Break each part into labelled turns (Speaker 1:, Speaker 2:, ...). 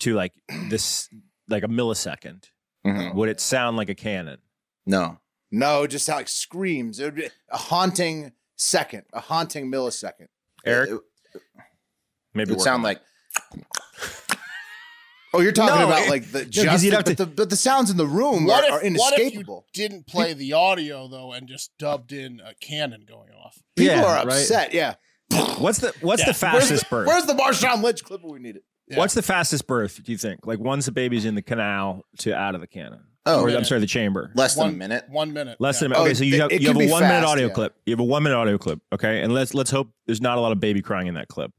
Speaker 1: to like this, like a millisecond.
Speaker 2: Mhm.
Speaker 1: Would it sound like a cannon?
Speaker 2: No.
Speaker 3: No, just like screams. It would be a haunting second, a haunting millisecond.
Speaker 1: Eric,
Speaker 2: It- it
Speaker 1: maybe
Speaker 2: would
Speaker 1: work
Speaker 2: sound
Speaker 1: on
Speaker 2: like
Speaker 3: Oh, you're talking
Speaker 1: No,
Speaker 3: about
Speaker 1: it-
Speaker 3: like the
Speaker 1: 'cause
Speaker 3: just,
Speaker 1: you'd have
Speaker 3: but,
Speaker 1: to-
Speaker 3: the, but the sounds in the room
Speaker 4: What
Speaker 3: are,
Speaker 4: if-
Speaker 3: are
Speaker 4: what if you-
Speaker 3: inescapable.
Speaker 4: Didn't play the audio though, and just dubbed in a cannon going off.
Speaker 1: that.
Speaker 3: People
Speaker 1: Yeah,
Speaker 3: are
Speaker 1: right.
Speaker 3: upset. Yeah.
Speaker 1: What's the what's
Speaker 4: Yeah.
Speaker 1: the fastest birth?
Speaker 3: Where's the Marshawn Lynch clip when we need it?
Speaker 4: Yeah.
Speaker 1: What's the fastest birth? Do you think? Like once the baby's in the canal to out of the cannon?
Speaker 2: Oh.
Speaker 1: or, I'm sorry, the chamber.
Speaker 2: less than a
Speaker 4: One-
Speaker 2: minute.
Speaker 4: One minute.
Speaker 1: Less
Speaker 4: yeah.
Speaker 1: than a minute.
Speaker 3: Oh,
Speaker 1: Okay, so you
Speaker 3: it-
Speaker 1: have,
Speaker 3: it
Speaker 1: you have
Speaker 3: can
Speaker 1: a
Speaker 3: be
Speaker 1: one minute
Speaker 3: fast,
Speaker 1: audio
Speaker 3: yeah.
Speaker 1: clip. You have a one minute audio clip. Okay, and let's let's hope there's not a lot of baby crying in that clip.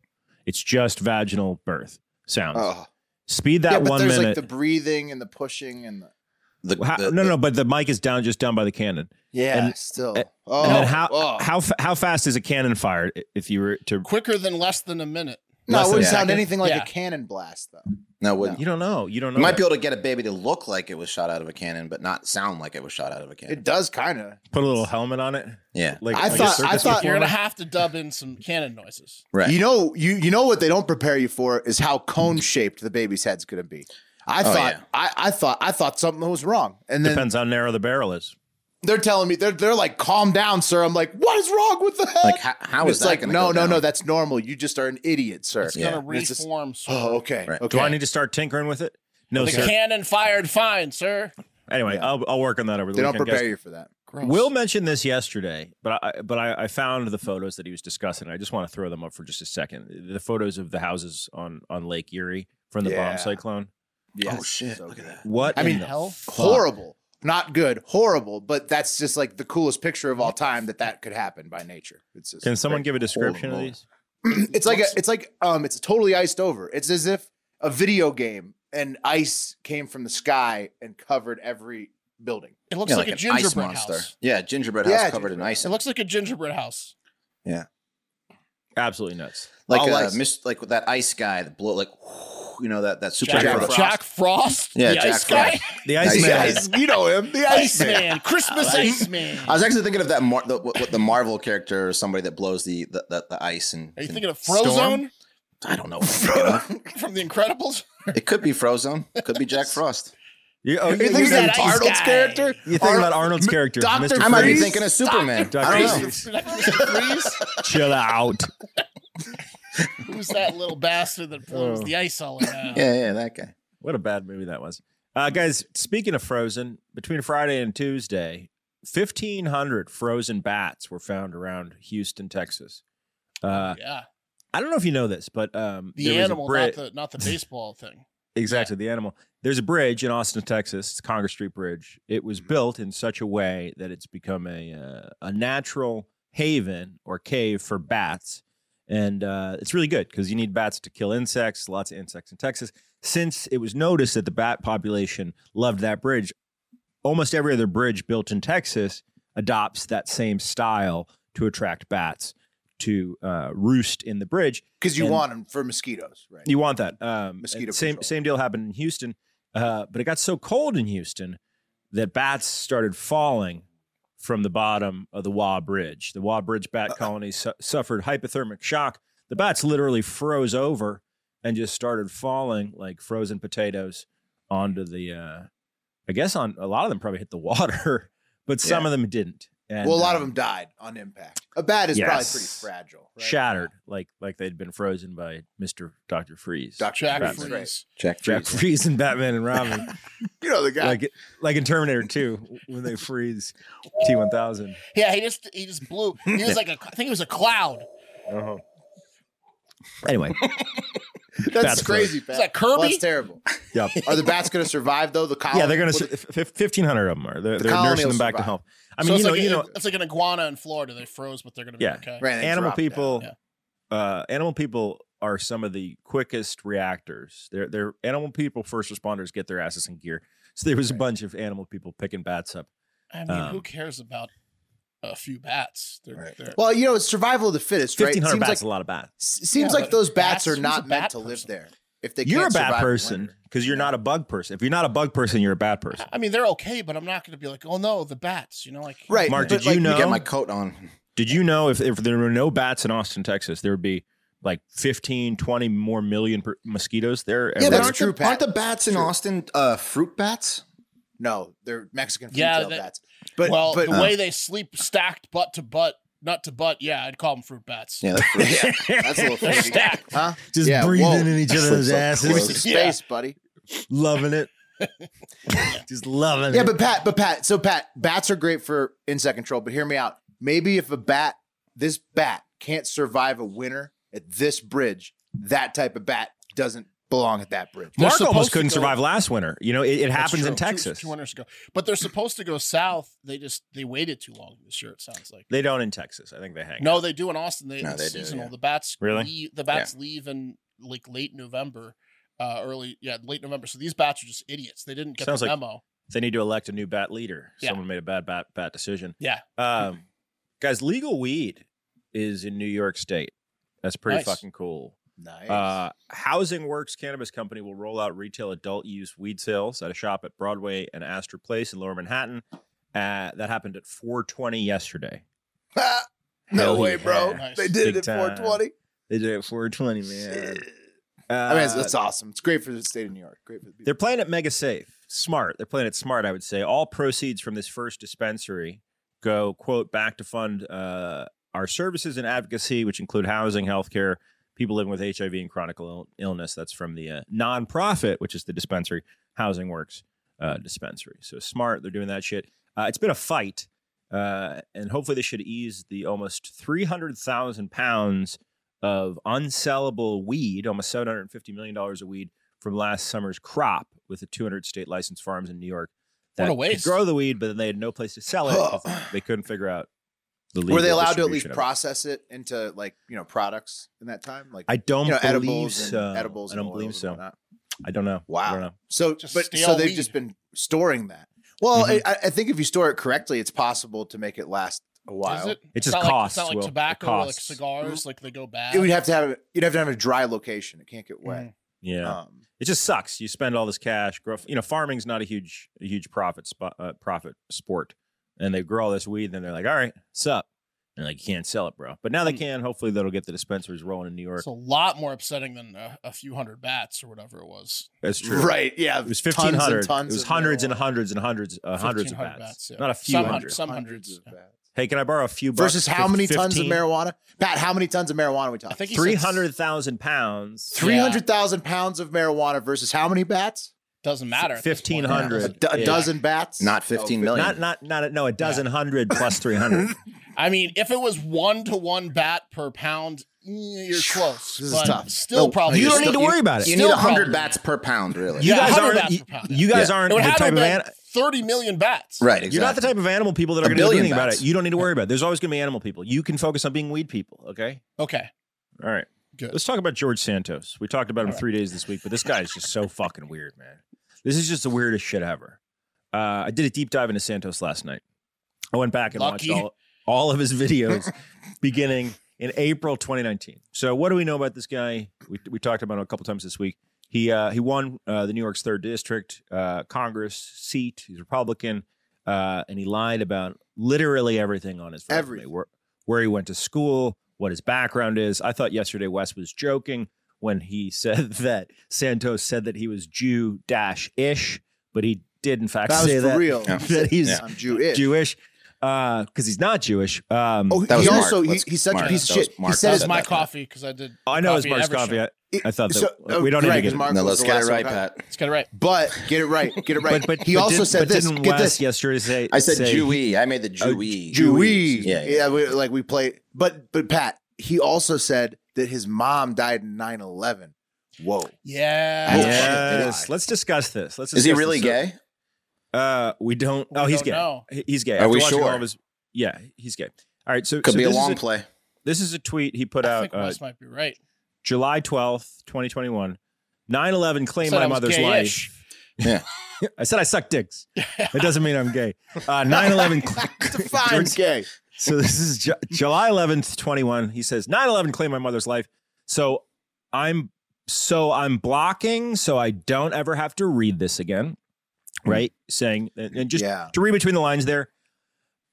Speaker 1: It's just vaginal birth sounds.
Speaker 3: Oh.
Speaker 1: Speed that
Speaker 3: yeah, but
Speaker 1: one
Speaker 3: there's
Speaker 1: minute.
Speaker 3: like the breathing and the pushing and the
Speaker 2: The,
Speaker 1: How-
Speaker 2: the-
Speaker 1: no,
Speaker 2: the-
Speaker 1: no, but the mic is down, just down by the cannon.
Speaker 3: yeah,
Speaker 1: And-
Speaker 3: still.
Speaker 1: and
Speaker 3: oh,
Speaker 1: and then how
Speaker 3: oh.
Speaker 1: how fa- how fast is a cannon fired? i- If you were to,
Speaker 4: quicker than less than a minute.
Speaker 3: no, it
Speaker 1: less than
Speaker 3: wouldn't
Speaker 2: a
Speaker 3: sound
Speaker 2: second?
Speaker 3: anything like
Speaker 4: Yeah.
Speaker 3: a cannon blast though.
Speaker 2: no, it wouldn't.
Speaker 1: you don't know. You don't know.
Speaker 2: You might
Speaker 1: that.
Speaker 2: be able to get a baby to look like it was shot out of a cannon, but not sound like it was shot out of a cannon.
Speaker 3: It does kind of.
Speaker 1: put a little helmet on it.
Speaker 2: yeah,
Speaker 1: Like
Speaker 3: I
Speaker 1: like a
Speaker 3: thought- I
Speaker 1: circus
Speaker 3: thought-
Speaker 4: You're gonna
Speaker 1: performer.
Speaker 4: have to dub in some cannon noises.
Speaker 2: right.
Speaker 3: You know, you you know what they don't prepare you for is how cone shaped the baby's head's gonna be. I
Speaker 2: Oh,
Speaker 3: thought
Speaker 2: yeah.
Speaker 3: I, I thought I thought something was wrong. And then
Speaker 1: Depends how narrow the barrel is.
Speaker 3: they're telling me they're they're like, calm down, sir. I'm like, what is wrong with the head?
Speaker 2: like how, how is
Speaker 3: it's
Speaker 2: that
Speaker 3: like,
Speaker 2: gonna
Speaker 3: no,
Speaker 2: go
Speaker 3: no,
Speaker 2: down?
Speaker 3: no, that's normal. You just are an idiot, sir.
Speaker 4: It's
Speaker 2: Yeah.
Speaker 4: gonna
Speaker 3: It's just-
Speaker 4: reform. sort of.
Speaker 3: Oh, okay.
Speaker 2: Right.
Speaker 3: Okay.
Speaker 1: Do I need to start tinkering with it? No,
Speaker 4: the
Speaker 1: Oh, sir.
Speaker 4: cannon fired fine, sir.
Speaker 1: Anyway,
Speaker 3: Yeah.
Speaker 1: I'll, I'll work on that over the
Speaker 3: they don't
Speaker 1: weekend.
Speaker 3: prepare
Speaker 1: guys.
Speaker 3: you for
Speaker 2: Oh,
Speaker 3: that.
Speaker 4: Gross.
Speaker 1: Will mentioned this yesterday, but I but I, I found the photos that he was discussing. I just want to throw them up for just a second. The photos of the houses on on Lake Erie from the
Speaker 3: Yeah.
Speaker 1: bomb cyclone.
Speaker 3: Yes.
Speaker 2: oh shit!
Speaker 3: So
Speaker 2: look
Speaker 3: good.
Speaker 2: at that.
Speaker 1: What
Speaker 3: I
Speaker 1: in
Speaker 3: mean,
Speaker 1: the
Speaker 4: hell?
Speaker 1: fuck?
Speaker 3: Horrible. Not good. Horrible. But that's just like the coolest picture of all time that that could happen by nature. It's just
Speaker 1: Can someone give a description
Speaker 2: Horrible.
Speaker 1: of these?
Speaker 3: it's like a, it's like um it's totally iced over. It's as if a video game and ice came from the sky and covered every building.
Speaker 4: it looks
Speaker 2: Yeah,
Speaker 4: like, a
Speaker 2: an ice
Speaker 4: gingerbread
Speaker 2: monster.
Speaker 4: house.
Speaker 2: Yeah, gingerbread
Speaker 3: Yeah,
Speaker 2: house covered in ice.
Speaker 4: It looks like a gingerbread house.
Speaker 1: Absolutely nuts.
Speaker 2: like
Speaker 3: all
Speaker 2: uh,
Speaker 3: ice.
Speaker 2: mis- like with that ice guy that blow like you know that that super
Speaker 4: Jack,
Speaker 3: Jack
Speaker 4: Jack
Speaker 3: Frost.
Speaker 4: Frost.
Speaker 2: Yeah,
Speaker 4: the
Speaker 2: Jack
Speaker 4: ice guy.
Speaker 1: The
Speaker 2: Nice.
Speaker 1: Iceman.
Speaker 2: Yeah.
Speaker 1: is-
Speaker 3: you know him, the
Speaker 4: Iceman. Christmas Iceman.
Speaker 2: I was actually thinking of that Mar- the, what, what the Marvel character or somebody that blows the the, the, the ice and
Speaker 4: Are you
Speaker 2: and
Speaker 4: thinking of
Speaker 2: storm?
Speaker 4: Frozone
Speaker 2: I don't know. what I'm thinking of.
Speaker 4: from The Incredibles?
Speaker 2: it could be Frozone. It could be Jack Frost.
Speaker 1: You, oh, you,
Speaker 3: You think
Speaker 1: you,
Speaker 4: that
Speaker 3: that's
Speaker 4: ice
Speaker 3: Arnold's
Speaker 4: guy.
Speaker 3: character?
Speaker 1: you think about Arnold's character,
Speaker 3: Dr.
Speaker 1: Mr.
Speaker 2: I might be
Speaker 1: Freeze?
Speaker 2: thinking of Superman.
Speaker 1: Dr.
Speaker 2: I don't know.
Speaker 1: Freeze.
Speaker 4: Freeze?
Speaker 1: Chill out.
Speaker 4: Who's that little bastard that blows the ice all around?
Speaker 2: Oh. Yeah, yeah, that guy.
Speaker 1: What a bad movie that was. Uh, guys, speaking of Frozen, between Friday and Tuesday, 1,500 frozen bats were found around Houston, Texas. Uh,
Speaker 4: Yeah.
Speaker 1: I don't know if you know this, but um,
Speaker 4: The
Speaker 1: there was a
Speaker 4: animal,
Speaker 1: Brit-
Speaker 4: not the not the baseball thing.
Speaker 1: exactly the animal. There's a bridge in Austin, Texas. It's Congress Street Bridge. It was built in such a way that it's become a uh, a natural haven or cave for bats, and uh, it's really good because you need bats to kill insects. Lots of insects in Texas. Since it was noticed that the bat population loved that bridge, almost every other bridge built in Texas adopts that same style to attract bats to uh, roost in the bridge.
Speaker 3: Because you
Speaker 1: And-
Speaker 3: want him for mosquitoes, right?
Speaker 1: You want that. Um,
Speaker 3: Mosquito
Speaker 1: and same
Speaker 3: control.
Speaker 1: same deal happened in Houston, uh, but it got so cold in Houston that bats started falling from the bottom of the Wa Bridge. The Wa Bridge bat colony su- suffered hypothermic shock. The bats literally froze over and just started falling like frozen potatoes onto the. Uh, I guess on a lot of them probably hit the water, but some
Speaker 2: Yeah.
Speaker 1: of them didn't. And,
Speaker 3: well, a lot
Speaker 1: um,
Speaker 3: of them died on impact. A bat is
Speaker 1: Yes.
Speaker 3: probably pretty fragile. right?
Speaker 1: shattered like like they'd been frozen by Mr. Dr. Freeze.
Speaker 3: Dr.
Speaker 4: Jack
Speaker 1: Batman.
Speaker 4: Freeze.
Speaker 2: Jack
Speaker 1: Jack
Speaker 2: Freeze.
Speaker 1: Freeze and Batman and Robin.
Speaker 3: You know the guy.
Speaker 1: like like in Terminator 2 when they freeze T1000.
Speaker 4: Yeah, he just he just blew. He was like a, I think it was a cloud. It
Speaker 1: Anyway,
Speaker 3: that's
Speaker 1: That's
Speaker 3: crazy, Pat.
Speaker 4: was like
Speaker 3: Well,
Speaker 4: Kirby.
Speaker 3: that's terrible.
Speaker 1: yeah,
Speaker 3: Are the bats going to survive though? The colony?
Speaker 1: yeah, they're gonna
Speaker 3: What
Speaker 1: s- f- f- 1500 of them are they're,
Speaker 3: The
Speaker 1: they're
Speaker 3: colony
Speaker 1: nursing
Speaker 3: will
Speaker 1: them back to
Speaker 3: survive.
Speaker 1: health. I
Speaker 4: So
Speaker 1: mean,
Speaker 4: it's
Speaker 1: you know,
Speaker 4: like
Speaker 1: you
Speaker 4: a-
Speaker 1: know,
Speaker 4: it's like an iguana in Florida. They froze, but they're gonna be
Speaker 1: Yeah.
Speaker 4: okay.
Speaker 3: Right, they
Speaker 1: animal
Speaker 3: dropped down.
Speaker 1: people
Speaker 4: down,
Speaker 1: uh animal people are some of the quickest reactors they're they're animal people first responders get their asses in gear so there was a bunch of animal people picking bats up
Speaker 4: I mean, who
Speaker 1: Um,
Speaker 4: cares about a few bats? They're,
Speaker 2: Right.
Speaker 4: they're,
Speaker 3: Well, you know, it's survival of the fittest, right? It
Speaker 1: 1500
Speaker 3: seems
Speaker 1: bats
Speaker 3: like
Speaker 1: is a lot of bats
Speaker 3: s- seems
Speaker 4: Yeah,
Speaker 3: like
Speaker 4: but
Speaker 3: those bats
Speaker 4: bats-
Speaker 3: are
Speaker 4: who's a
Speaker 3: not meant
Speaker 4: bat
Speaker 3: to live
Speaker 4: person?
Speaker 3: there. if they
Speaker 1: You're a
Speaker 3: can't
Speaker 1: bad
Speaker 3: survive
Speaker 1: person
Speaker 3: winter.
Speaker 1: because you're not a bug person. If you're not a bug person, you're a bad person.
Speaker 4: I mean, they're okay, but I'm not going to be like, oh no, the bats. You know, like
Speaker 3: right?
Speaker 1: Mark,
Speaker 3: but
Speaker 1: did you
Speaker 3: like-
Speaker 1: know?
Speaker 2: Get my coat on.
Speaker 1: Did you know if, if there were no bats in Austin, Texas, there would be like 15, 20 more million per- mosquitoes there?
Speaker 2: Yeah,
Speaker 1: every-
Speaker 2: but
Speaker 3: that's
Speaker 2: aren't,
Speaker 3: true,
Speaker 2: the,
Speaker 3: Pat.
Speaker 2: aren't the bats in
Speaker 3: True.
Speaker 2: Austin uh, fruit bats?
Speaker 3: No, they're Mexican
Speaker 4: Yeah,
Speaker 3: yeah,
Speaker 4: that-
Speaker 3: bats. But
Speaker 4: well,
Speaker 3: but
Speaker 4: the
Speaker 1: uh,
Speaker 4: way they sleep stacked butt to butt, nut to butt. Yeah, I'd call them fruit bats.
Speaker 2: Yeah, that's fruit.
Speaker 3: that's a little fishy.
Speaker 4: Stacked.
Speaker 3: huh?
Speaker 1: just
Speaker 3: Yeah,
Speaker 1: breathing
Speaker 3: whoa.
Speaker 1: in each other's
Speaker 3: Give me
Speaker 1: asses,
Speaker 3: some
Speaker 4: Yeah.
Speaker 3: space, buddy.
Speaker 1: loving it. just loving
Speaker 3: Yeah,
Speaker 1: it.
Speaker 3: but Pat, but Pat, so Pat, bats are great for insect control, but hear me out. Maybe if a bat, this bat can't survive a winter at this bridge, that type of bat doesn't belong at that bridge.
Speaker 4: They're
Speaker 1: Mark
Speaker 4: supposed
Speaker 1: almost
Speaker 4: to
Speaker 1: couldn't
Speaker 4: go-
Speaker 1: survive last winter. You know, it, it
Speaker 4: That's
Speaker 1: happens
Speaker 4: true.
Speaker 1: in
Speaker 4: Two-
Speaker 1: Texas.
Speaker 4: Two winters ago, but they're supposed to go south. They just they waited too long this year. It sounds like.
Speaker 1: They don't in Texas. I think they hang.
Speaker 4: No, they do in Austin. They,
Speaker 2: No,
Speaker 4: it's
Speaker 2: they do,
Speaker 4: seasonal.
Speaker 2: yeah.
Speaker 4: The bats
Speaker 1: Really?
Speaker 4: leave- the bats leave in like late November, uh, early yeah, late November. So these bats are just idiots. They didn't get
Speaker 1: Sounds
Speaker 4: the
Speaker 1: like-
Speaker 4: memo.
Speaker 1: They need to elect a new bat leader.
Speaker 4: Yeah.
Speaker 1: Someone made a bad bat bat decision.
Speaker 4: Yeah.
Speaker 1: Um, guys, legal weed is in New York State. That's pretty
Speaker 4: Nice.
Speaker 1: fucking cool.
Speaker 3: Nice.
Speaker 1: Uh, Housing Works Cannabis Company will roll out retail adult use weed sales at a shop at Broadway and Astor Place in Lower Manhattan. Uh, that happened at 4:20 yesterday.
Speaker 3: no
Speaker 1: hell
Speaker 3: way, bro.
Speaker 1: yeah.
Speaker 4: Nice.
Speaker 3: They did
Speaker 1: Big
Speaker 3: it at
Speaker 1: time.
Speaker 3: 420.
Speaker 1: They did it at 4:20, man. Uh,
Speaker 3: I mean, that's awesome. It's great for the state of New York. Great for the people.
Speaker 1: They're playing it mega safe, smart. They're playing it smart, I would say. All proceeds from this first dispensary go, quote, back to fund uh, our services and advocacy, which include housing, healthcare, people living with HIV and chronic Ill- illness. That's from the uh, nonprofit, which is the dispensary, Housing Works uh, dispensary. So smart. They're doing that shit. Uh, it's been a fight. Uh, and hopefully, this should ease the almost 300,000 pounds of unsellable weed, almost $750 million of weed from last summer's crop with the 200 state licensed farms in New York
Speaker 4: What
Speaker 1: that
Speaker 4: a
Speaker 1: could
Speaker 4: waste.
Speaker 1: grow the weed, but then they had no place to sell it. 'cause they- they couldn't figure out the legal
Speaker 3: Were they allowed to at least
Speaker 1: distribution of it.
Speaker 3: process it into like you know products in that time? Like
Speaker 1: I don't
Speaker 3: you know,
Speaker 1: believe
Speaker 3: edibles
Speaker 1: so.
Speaker 3: and edibles.
Speaker 1: I don't
Speaker 3: and oils
Speaker 1: believe
Speaker 3: and
Speaker 1: so.
Speaker 3: whatnot.
Speaker 1: I don't know. I
Speaker 3: Wow.
Speaker 1: don't know.
Speaker 3: So,
Speaker 4: Just
Speaker 3: but
Speaker 4: stale
Speaker 3: so they've
Speaker 4: weed. Mm-hmm.
Speaker 3: just been storing that. Well, I I, I think if you store it correctly, it's possible to make it last a while.
Speaker 4: Is it? It's
Speaker 1: just
Speaker 4: not
Speaker 1: costs,
Speaker 4: Like, it's not
Speaker 1: Will. It
Speaker 4: like tobacco or like
Speaker 1: costs.
Speaker 4: cigars. Like they go bad.
Speaker 3: It would have to have you'd have to have a dry location. It can't get
Speaker 4: Mm.
Speaker 3: wet.
Speaker 1: Yeah.
Speaker 3: Um,
Speaker 1: it just sucks. You spend all this cash. Grow, you know, farming's not a huge, a huge profit spot, uh, profit sport. And they grow all this weed, and then they're like, "All right, sup?" And like, you can't sell it, bro. But now they
Speaker 4: Mm.
Speaker 1: can. Hopefully, that'll get the dispensaries rolling in New York.
Speaker 4: It's a lot more upsetting than a, a few hundred bats or whatever it was.
Speaker 1: That's true.
Speaker 3: right? Yeah,
Speaker 1: It was
Speaker 3: tons
Speaker 1: fifteen hundred.
Speaker 3: and
Speaker 1: It
Speaker 3: tons
Speaker 1: was
Speaker 3: of
Speaker 1: hundreds and
Speaker 3: marijuana.
Speaker 1: hundreds and hundreds, uh, hundreds of
Speaker 4: 1,500
Speaker 1: bats.
Speaker 4: bats, yeah.
Speaker 1: Not a few
Speaker 4: Some
Speaker 1: hundred.
Speaker 4: hundreds. some hundreds,
Speaker 3: of
Speaker 4: yeah.
Speaker 3: bats.
Speaker 1: Hey, can I borrow a few bucks?
Speaker 3: Versus how many tons of marijuana? Pat, how many tons of marijuana are we
Speaker 4: I
Speaker 3: talking?
Speaker 4: think he said
Speaker 1: Three hundred thousand pounds.
Speaker 3: Three hundred thousand pounds of marijuana versus how many bats?
Speaker 4: doesn't matter. at this point.
Speaker 1: 1,500.
Speaker 3: A, do- a
Speaker 1: Yeah.
Speaker 3: dozen bats?
Speaker 2: Not 15 million.
Speaker 1: Not not not no a dozen hundred plus three hundred.
Speaker 4: I mean, if it was one to one bat per pound, eh, you're close.
Speaker 3: This is
Speaker 4: but
Speaker 3: tough. Oh,
Speaker 4: Still
Speaker 3: No,
Speaker 4: probably.
Speaker 1: you don't
Speaker 4: still-
Speaker 1: need to worry about it.
Speaker 2: you
Speaker 4: Still
Speaker 2: need 100
Speaker 4: probably-
Speaker 2: bats per pound, really.
Speaker 1: You
Speaker 4: Yeah,
Speaker 1: guys
Speaker 4: 100
Speaker 1: aren't
Speaker 4: bats
Speaker 1: you,
Speaker 4: per pound.
Speaker 1: you guys
Speaker 2: Yeah.
Speaker 1: aren't
Speaker 4: It
Speaker 1: the
Speaker 4: would have to
Speaker 1: type
Speaker 4: have
Speaker 1: of
Speaker 4: been
Speaker 1: an-
Speaker 4: thirty million bats.
Speaker 2: Right, exactly.
Speaker 1: You're not the type of animal people that are
Speaker 2: A
Speaker 1: going to do
Speaker 2: billion
Speaker 1: anything about it.
Speaker 2: bats.
Speaker 1: You don't need to worry about it. There's always going to be animal people. You can focus on being weed people. Okay.
Speaker 4: Okay.
Speaker 1: All right.
Speaker 4: Good.
Speaker 1: Let's talk about George Santos. We talked about him
Speaker 4: All right.
Speaker 1: three days this week, but this guy is just so fucking weird, man. This is just the weirdest shit ever. Uh, I did a deep dive into Santos last night. I went back and
Speaker 4: Lucky.
Speaker 1: watched all, all of his videos beginning in April 2019. So, what do we know about this guy? We, we talked about him a couple times this week. He uh, he won uh, the New York's third district uh, Congress seat. He's Republican, uh, and he lied about literally everything on his resume.
Speaker 3: Everything.
Speaker 1: Where, where he went to school, what his background is. I thought yesterday Wes was joking when he said that Santos said that he was Jew dash ish, but he did in fact
Speaker 3: That was
Speaker 1: say
Speaker 3: for
Speaker 1: that
Speaker 3: real.
Speaker 2: Yeah.
Speaker 1: that he's
Speaker 2: Yeah.
Speaker 3: I'm um, Jewish.
Speaker 1: Jewish because he's not Jewish. Um,
Speaker 3: Oh,
Speaker 2: That
Speaker 3: he
Speaker 2: was Mark.
Speaker 3: also he,
Speaker 2: Let's-
Speaker 3: he's such
Speaker 2: Mark.
Speaker 3: a piece of
Speaker 2: That was
Speaker 3: shit. He
Speaker 2: Mark.
Speaker 4: That
Speaker 3: said
Speaker 4: was
Speaker 3: his
Speaker 4: my
Speaker 2: that.
Speaker 4: coffee because I did.
Speaker 1: I know it's
Speaker 4: coffee
Speaker 1: Mark's
Speaker 4: every
Speaker 1: coffee.
Speaker 4: show.
Speaker 1: I, I thought that
Speaker 3: uh,
Speaker 1: we don't need to
Speaker 3: Greg
Speaker 1: get
Speaker 3: is
Speaker 1: it.
Speaker 3: Mark
Speaker 2: No,
Speaker 3: was
Speaker 2: let's
Speaker 3: the
Speaker 2: get it
Speaker 3: last
Speaker 2: right,
Speaker 3: one.
Speaker 2: Pat.
Speaker 4: Let's get it right.
Speaker 3: But get it right. Get it right.
Speaker 1: But, but
Speaker 3: he
Speaker 1: but
Speaker 3: also
Speaker 1: didn't-
Speaker 3: said
Speaker 1: but
Speaker 3: this.
Speaker 1: Didn't
Speaker 3: Get
Speaker 1: Wes
Speaker 3: this.
Speaker 1: yesterday say
Speaker 2: I said
Speaker 1: say he-
Speaker 2: Jewy. I made the Jewy.
Speaker 3: Jewy.
Speaker 2: Yeah,
Speaker 3: Yeah, we, like we play. But but Pat, he also said that his mom died in 9-11. Whoa.
Speaker 4: Yeah.
Speaker 2: Bullshit.
Speaker 1: Yes. Let's discuss this. Let's.
Speaker 2: Is he
Speaker 1: discuss
Speaker 2: really
Speaker 1: this.
Speaker 2: gay?
Speaker 1: Uh, we don't.
Speaker 4: We
Speaker 1: Oh, he's
Speaker 4: don't
Speaker 1: gay.
Speaker 4: know.
Speaker 1: He- He's gay.
Speaker 2: Are we
Speaker 1: watching all
Speaker 2: sure?
Speaker 1: of his- yeah, he's gay. All right. So
Speaker 2: Could
Speaker 1: so
Speaker 2: be a
Speaker 1: this is
Speaker 2: long play.
Speaker 1: This is a tweet he put
Speaker 4: I
Speaker 1: out
Speaker 4: think
Speaker 1: uh,
Speaker 4: Wes might be right.
Speaker 1: July twelfth, twenty twenty one. 9-11 claimed
Speaker 4: Said I
Speaker 1: my
Speaker 4: was
Speaker 1: mother's
Speaker 4: gay-ish.
Speaker 1: life. I said I suck dicks. That doesn't mean I'm gay. Uh, 9-11 cl- George-
Speaker 3: Defines gay.
Speaker 1: so this is Ju- July 11th, 21. He says, 9 11 claimed my mother's life. So I'm so I'm blocking so I don't ever have to read this again, right? Saying and and just
Speaker 3: yeah.
Speaker 1: to read between the lines there,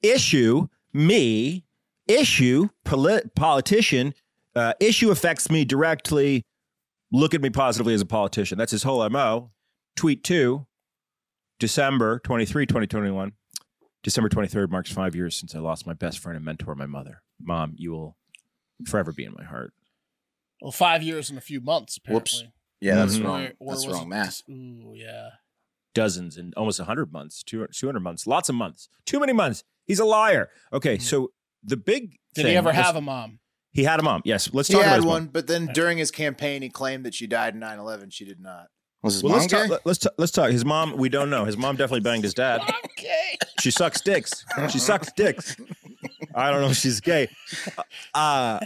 Speaker 1: issue me, issue poli- politician, uh, issue affects me directly. Look at me positively as a politician. That's his whole MO. Tweet two, December 23, 2021. December 23rd marks five years since I lost my best friend and mentor, my mother. Mom, you will forever be in my heart.
Speaker 4: Well, five years and a few months.
Speaker 2: Whoops.
Speaker 4: Apparently.
Speaker 2: Yeah, that's
Speaker 1: Mhm.
Speaker 2: wrong.
Speaker 4: Or- or
Speaker 2: that's
Speaker 4: was
Speaker 2: wrong
Speaker 4: it
Speaker 2: math.
Speaker 4: just- Ooh, yeah.
Speaker 1: Dozens and almost 100 months, 200 200 months, lots of months, too many months. He's a liar. Okay, so the big
Speaker 4: Hmm. Did
Speaker 1: thing-
Speaker 4: he ever
Speaker 1: let's-
Speaker 4: have a mom?
Speaker 1: He had a mom. Yes. Let's
Speaker 3: He
Speaker 1: talk about
Speaker 3: had
Speaker 1: his mom.
Speaker 3: one, but then during his campaign, he claimed that she died in 9 11. She did not.
Speaker 2: Was his
Speaker 1: Well,
Speaker 2: mom
Speaker 1: let's talk,
Speaker 2: gay?
Speaker 1: let- let's talk. Let's talk. His mom. We don't know. His mom definitely banged his dad.
Speaker 4: Okay.
Speaker 1: She sucks dicks. She sucks dicks. I don't know if she's gay. Uh,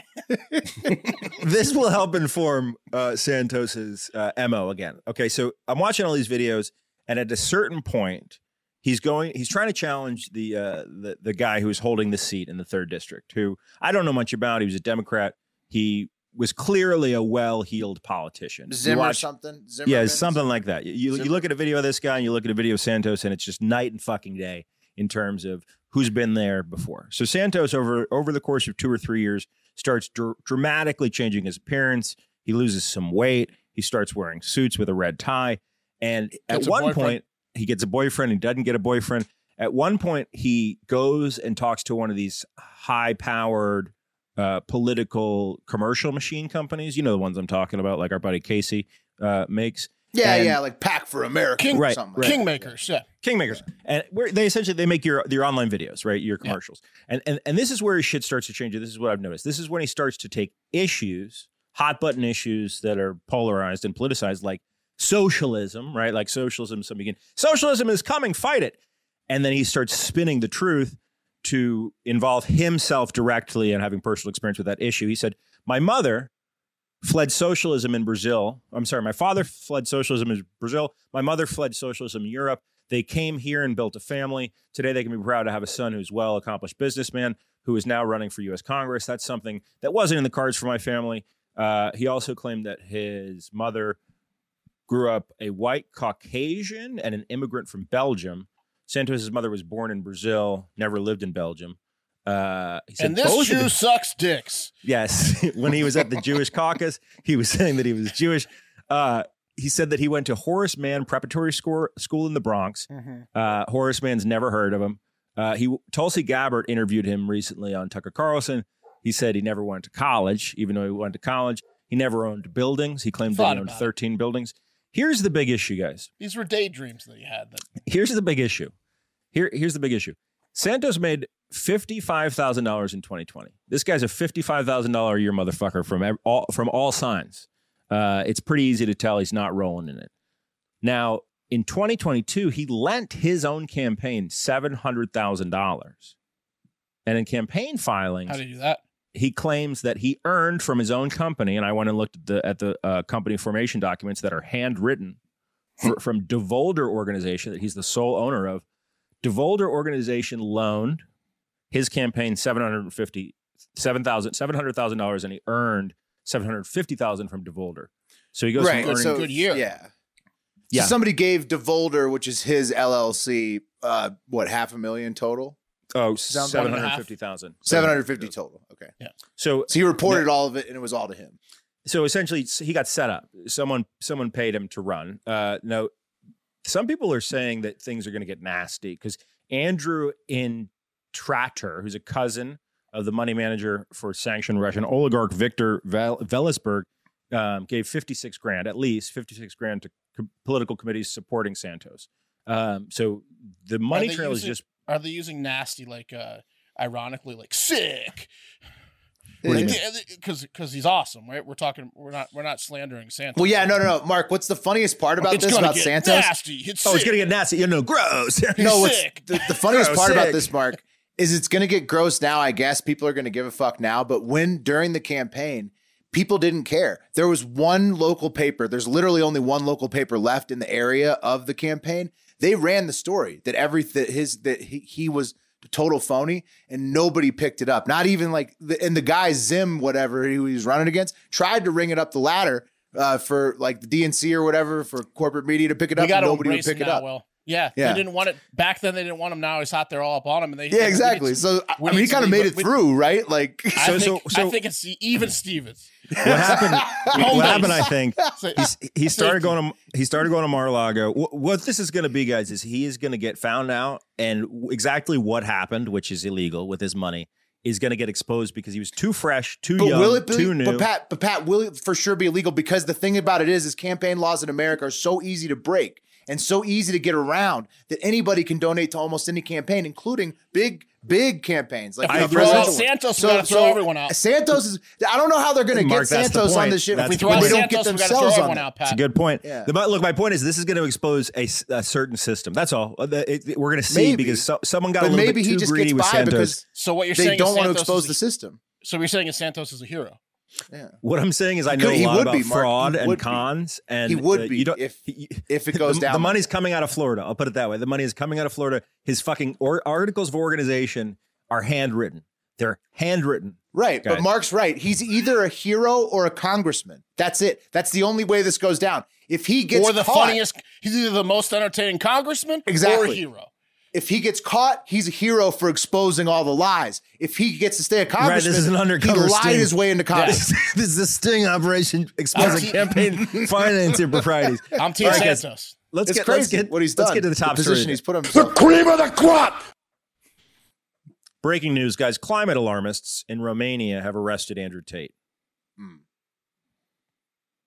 Speaker 1: this will help inform uh, Santos's uh, mo again. Okay, so I'm watching all these videos, and at a certain point, he's going. He's trying to challenge the uh, the the guy who's holding the seat in the third district, who I don't know much about. He was a Democrat. He was clearly a well-heeled politician. You
Speaker 3: Zimmer
Speaker 1: watch-
Speaker 3: something? Zimmer
Speaker 1: yeah, something like that. You, you, you
Speaker 3: Zimmer-
Speaker 1: look at a video of this guy and you look at a video of Santos, and it's just night and fucking day in terms of who's been there before. So Santos, over over the course of two or three years, starts dr- dramatically changing his appearance. He loses some weight. He starts wearing suits with a red tie, and at
Speaker 4: Gets a
Speaker 1: one
Speaker 4: boyfriend.
Speaker 1: point he gets a boyfriend. He doesn't get a boyfriend. At one point, he goes and talks to one of these high-powered uh, political commercial machine companies. You know the ones I'm talking about, like our buddy Casey uh, makes
Speaker 3: Yeah,
Speaker 1: And-
Speaker 3: yeah, like Pack for America.
Speaker 4: King-
Speaker 3: or
Speaker 1: Right,
Speaker 3: something like that.
Speaker 4: Kingmakers. Yeah.
Speaker 1: Kingmakers, and where they essentially they make your your online videos, right? Your commercials, and and and this is where his shit starts to change. This is what I've noticed. This is when he starts to take issues, hot button issues that are polarized and politicized, like socialism, right? Like socialism, some begin socialism is coming, fight it, and then he starts spinning the truth to involve himself directly and having personal experience with that issue. He said, "My mother." Fled socialism in Brazil. I'm sorry, my father fled socialism in Brazil. My mother fled socialism in Europe. They came here and built a family. Today, they can be proud to have a son who's well accomplished businessman who is now running for U.S. Congress. That's something that wasn't in the cards for my family. Uh, he also claimed that his mother grew up a white Caucasian and an immigrant from Belgium. Santos's mother was born in Brazil, never lived in Belgium. Uh, he said
Speaker 4: And this
Speaker 1: both of
Speaker 4: Jew
Speaker 1: the-
Speaker 4: sucks dicks.
Speaker 1: Yes, when he was at the Jewish caucus, he was saying that he was Jewish. Uh, he said that he went to Horace Mann Preparatory School, school in the Bronx.
Speaker 4: Mm-hmm.
Speaker 1: Uh, Horace Mann's never heard of him. Uh, he Tulsi Gabbard interviewed him recently on Tucker Carlson. He said he never went to college, even though he went to college. He never owned buildings. He claimed that
Speaker 4: Thought
Speaker 1: he owned
Speaker 4: about it.
Speaker 1: 13 buildings. Here's the big issue, guys
Speaker 4: These were daydreams that he had. That
Speaker 1: here's the big issue. Here, here's the big issue. Santos made fifty-five thousand dollars in 2020. This guy's a fifty-five thousand dollar a year motherfucker from ev- all from all signs. Uh, it's pretty easy to tell he's not rolling in it. Now, in 2022, he lent his own campaign seven hundred thousand dollars, and in campaign filings,
Speaker 4: how do you do that?
Speaker 1: he claims that he earned from his own company, and I went and looked at the at the uh, company formation documents that are handwritten
Speaker 3: Hmm.
Speaker 1: fr- from Devolder Organization that he's the sole owner of. Devolder Organization loaned his campaign seven hundred fifty seven thousand seven hundred thousand dollars, and he earned seven hundred fifty thousand from Devolder. So he goes
Speaker 3: Right.
Speaker 1: from earning
Speaker 3: so,
Speaker 4: good year.
Speaker 3: Yeah.
Speaker 1: Yeah.
Speaker 3: So somebody gave DeVolder, which is his LLC, uh, what, half a million total?
Speaker 1: oh
Speaker 3: sounds
Speaker 1: seven hundred fifty thousand
Speaker 3: 750 total. Okay.
Speaker 1: So
Speaker 3: So he reported all of it and it was all to him.
Speaker 1: so essentially s- he got set up someone someone paid him to run uh no some people are saying that things are going to get nasty because andrew in tratter who's a cousin of the money manager for sanctioned russian oligarch victor Vel- velisberg um, gave 56 grand at least 56 grand to co- political committees supporting santos um, so the money
Speaker 4: they
Speaker 1: trail is
Speaker 4: using-
Speaker 1: just
Speaker 4: Are they using nasty like uh ironically like sick?
Speaker 1: What do you mean?
Speaker 4: Because because he's awesome, right? We're talking. We're not. We're not slandering Santa.
Speaker 3: Well, yeah, no, no, no. Mark, what's the funniest part about
Speaker 4: It's
Speaker 3: this
Speaker 4: gonna
Speaker 3: about
Speaker 4: get
Speaker 3: Santos?
Speaker 4: Nasty. It's
Speaker 1: oh it's
Speaker 4: sick.
Speaker 1: going to get nasty you know gross
Speaker 3: No, what's
Speaker 4: sick.
Speaker 3: the, the funniest
Speaker 1: Gross,
Speaker 3: part
Speaker 1: sick.
Speaker 3: about this, Mark, is it's going to get gross now. I guess people are going to give a fuck now. But when during the campaign, people didn't care. There was one local paper. There's literally only one local paper left in the area of the campaign. They ran the story that every that his that he, he was a total phony and nobody picked it up. Not even like the, and the guy Zim whatever who he was running against tried to ring it up the ladder uh, for like the DNC or whatever for corporate media to pick it
Speaker 4: We
Speaker 3: up.
Speaker 4: got
Speaker 3: and
Speaker 4: to
Speaker 3: nobody would
Speaker 4: embrace
Speaker 3: pick
Speaker 4: it
Speaker 3: it
Speaker 4: now,
Speaker 3: up.
Speaker 4: Will. Yeah,
Speaker 3: Yeah.
Speaker 4: they didn't want it back then. They didn't want him now. He's hot there all up on him, and they
Speaker 3: Yeah, exactly. So I
Speaker 4: we
Speaker 3: mean,
Speaker 4: need
Speaker 3: he
Speaker 4: to
Speaker 3: kind of
Speaker 4: leave
Speaker 3: made
Speaker 4: it-
Speaker 3: it
Speaker 4: we-
Speaker 3: through, right? Like,
Speaker 4: I,
Speaker 1: So-
Speaker 4: think,
Speaker 1: so- so-
Speaker 4: I think it's the even Stevens.
Speaker 1: What happened? what happened? I think
Speaker 4: So-
Speaker 1: He's, he started
Speaker 4: Safety.
Speaker 1: going to he started going to Mar-a-Lago. What, what this is going to be, guys, is he is going to get found out, and w- exactly what happened, which is illegal with his money, is going to get exposed because he was too fresh, too
Speaker 3: but
Speaker 1: young,
Speaker 3: will it
Speaker 1: too
Speaker 3: be?
Speaker 1: new.
Speaker 3: But Pat, but Pat, will it for sure be illegal? Because the thing about it is, is campaign laws in America are so easy to break and so easy to get around that anybody can donate to almost any campaign, including big, big campaigns like
Speaker 4: If we
Speaker 3: the
Speaker 4: throw out
Speaker 3: presidential one.
Speaker 4: Santos, we gotta throw everyone out.
Speaker 3: Santos is. I don't know how they're going to get
Speaker 1: Mark, that's the
Speaker 3: Santos on
Speaker 1: point.
Speaker 3: this shit
Speaker 1: That's
Speaker 4: we
Speaker 1: the
Speaker 4: throw
Speaker 1: point.
Speaker 4: out
Speaker 3: they
Speaker 1: They
Speaker 3: don't
Speaker 4: Santos,
Speaker 3: get
Speaker 4: we got to throw
Speaker 3: themselves on
Speaker 4: everyone
Speaker 3: that.
Speaker 4: out,
Speaker 1: It's a
Speaker 4: Pat.
Speaker 1: good point.
Speaker 3: Yeah.
Speaker 1: The- but look, my point is this is going to expose a, s- a certain system. That's all. Uh, the- it- it- we're going to see
Speaker 3: Maybe.
Speaker 1: because so, someone got a
Speaker 3: But
Speaker 1: little
Speaker 3: maybe
Speaker 1: bit too
Speaker 3: he just
Speaker 1: greedy
Speaker 3: gets
Speaker 1: with
Speaker 3: by
Speaker 1: Santos.
Speaker 3: because
Speaker 4: So what you're
Speaker 3: they
Speaker 4: saying?
Speaker 3: don't
Speaker 4: is
Speaker 3: want to
Speaker 4: Santos
Speaker 3: expose
Speaker 4: is,
Speaker 3: the system.
Speaker 4: So you're saying is Santos is a hero?
Speaker 1: what I'm saying is I
Speaker 3: He
Speaker 1: know
Speaker 3: could-
Speaker 1: a
Speaker 3: he
Speaker 1: lot
Speaker 3: would
Speaker 1: about
Speaker 3: be, Mark. He
Speaker 1: fraud
Speaker 3: would
Speaker 1: and
Speaker 3: be.
Speaker 1: cons, and
Speaker 3: He would
Speaker 1: uh,
Speaker 3: be
Speaker 1: you don't,
Speaker 3: if-
Speaker 1: he-
Speaker 3: if it
Speaker 1: the-
Speaker 3: goes
Speaker 1: the,
Speaker 3: down
Speaker 1: The
Speaker 3: like
Speaker 1: money's coming out of Florida. I'll put it that way. The money is coming out of Florida. His fucking or, articles of organization are handwritten. They're handwritten.
Speaker 3: Right, but
Speaker 1: Guys.
Speaker 3: Mark's right. He's either a hero or a congressman. That's it. That's the only way this goes down. If he gets
Speaker 4: or the
Speaker 3: caught,
Speaker 4: funniest? He's either the most entertaining congressman or a
Speaker 3: Exactly.
Speaker 4: hero.
Speaker 3: if he gets caught, he's a hero for exposing all the lies. If he gets to stay a congressman,
Speaker 1: Right, this is an undercover
Speaker 3: he lied
Speaker 1: sting.
Speaker 3: his way into Congress.
Speaker 1: this is a sting operation
Speaker 4: I'm-
Speaker 1: exposing campaign finance improprieties.
Speaker 4: I'm Team
Speaker 1: All right, guys.
Speaker 4: Santos.
Speaker 1: Let's
Speaker 3: It's
Speaker 1: get
Speaker 3: crazy
Speaker 1: let's get
Speaker 3: what he's
Speaker 1: let's
Speaker 3: done.
Speaker 1: get to the top
Speaker 3: the
Speaker 1: story.
Speaker 3: position he's put
Speaker 5: The
Speaker 3: himself. in.
Speaker 5: cream of the crop!
Speaker 1: Breaking news, guys! Climate alarmists in Romania have arrested Andrew Tate.
Speaker 3: Hmm.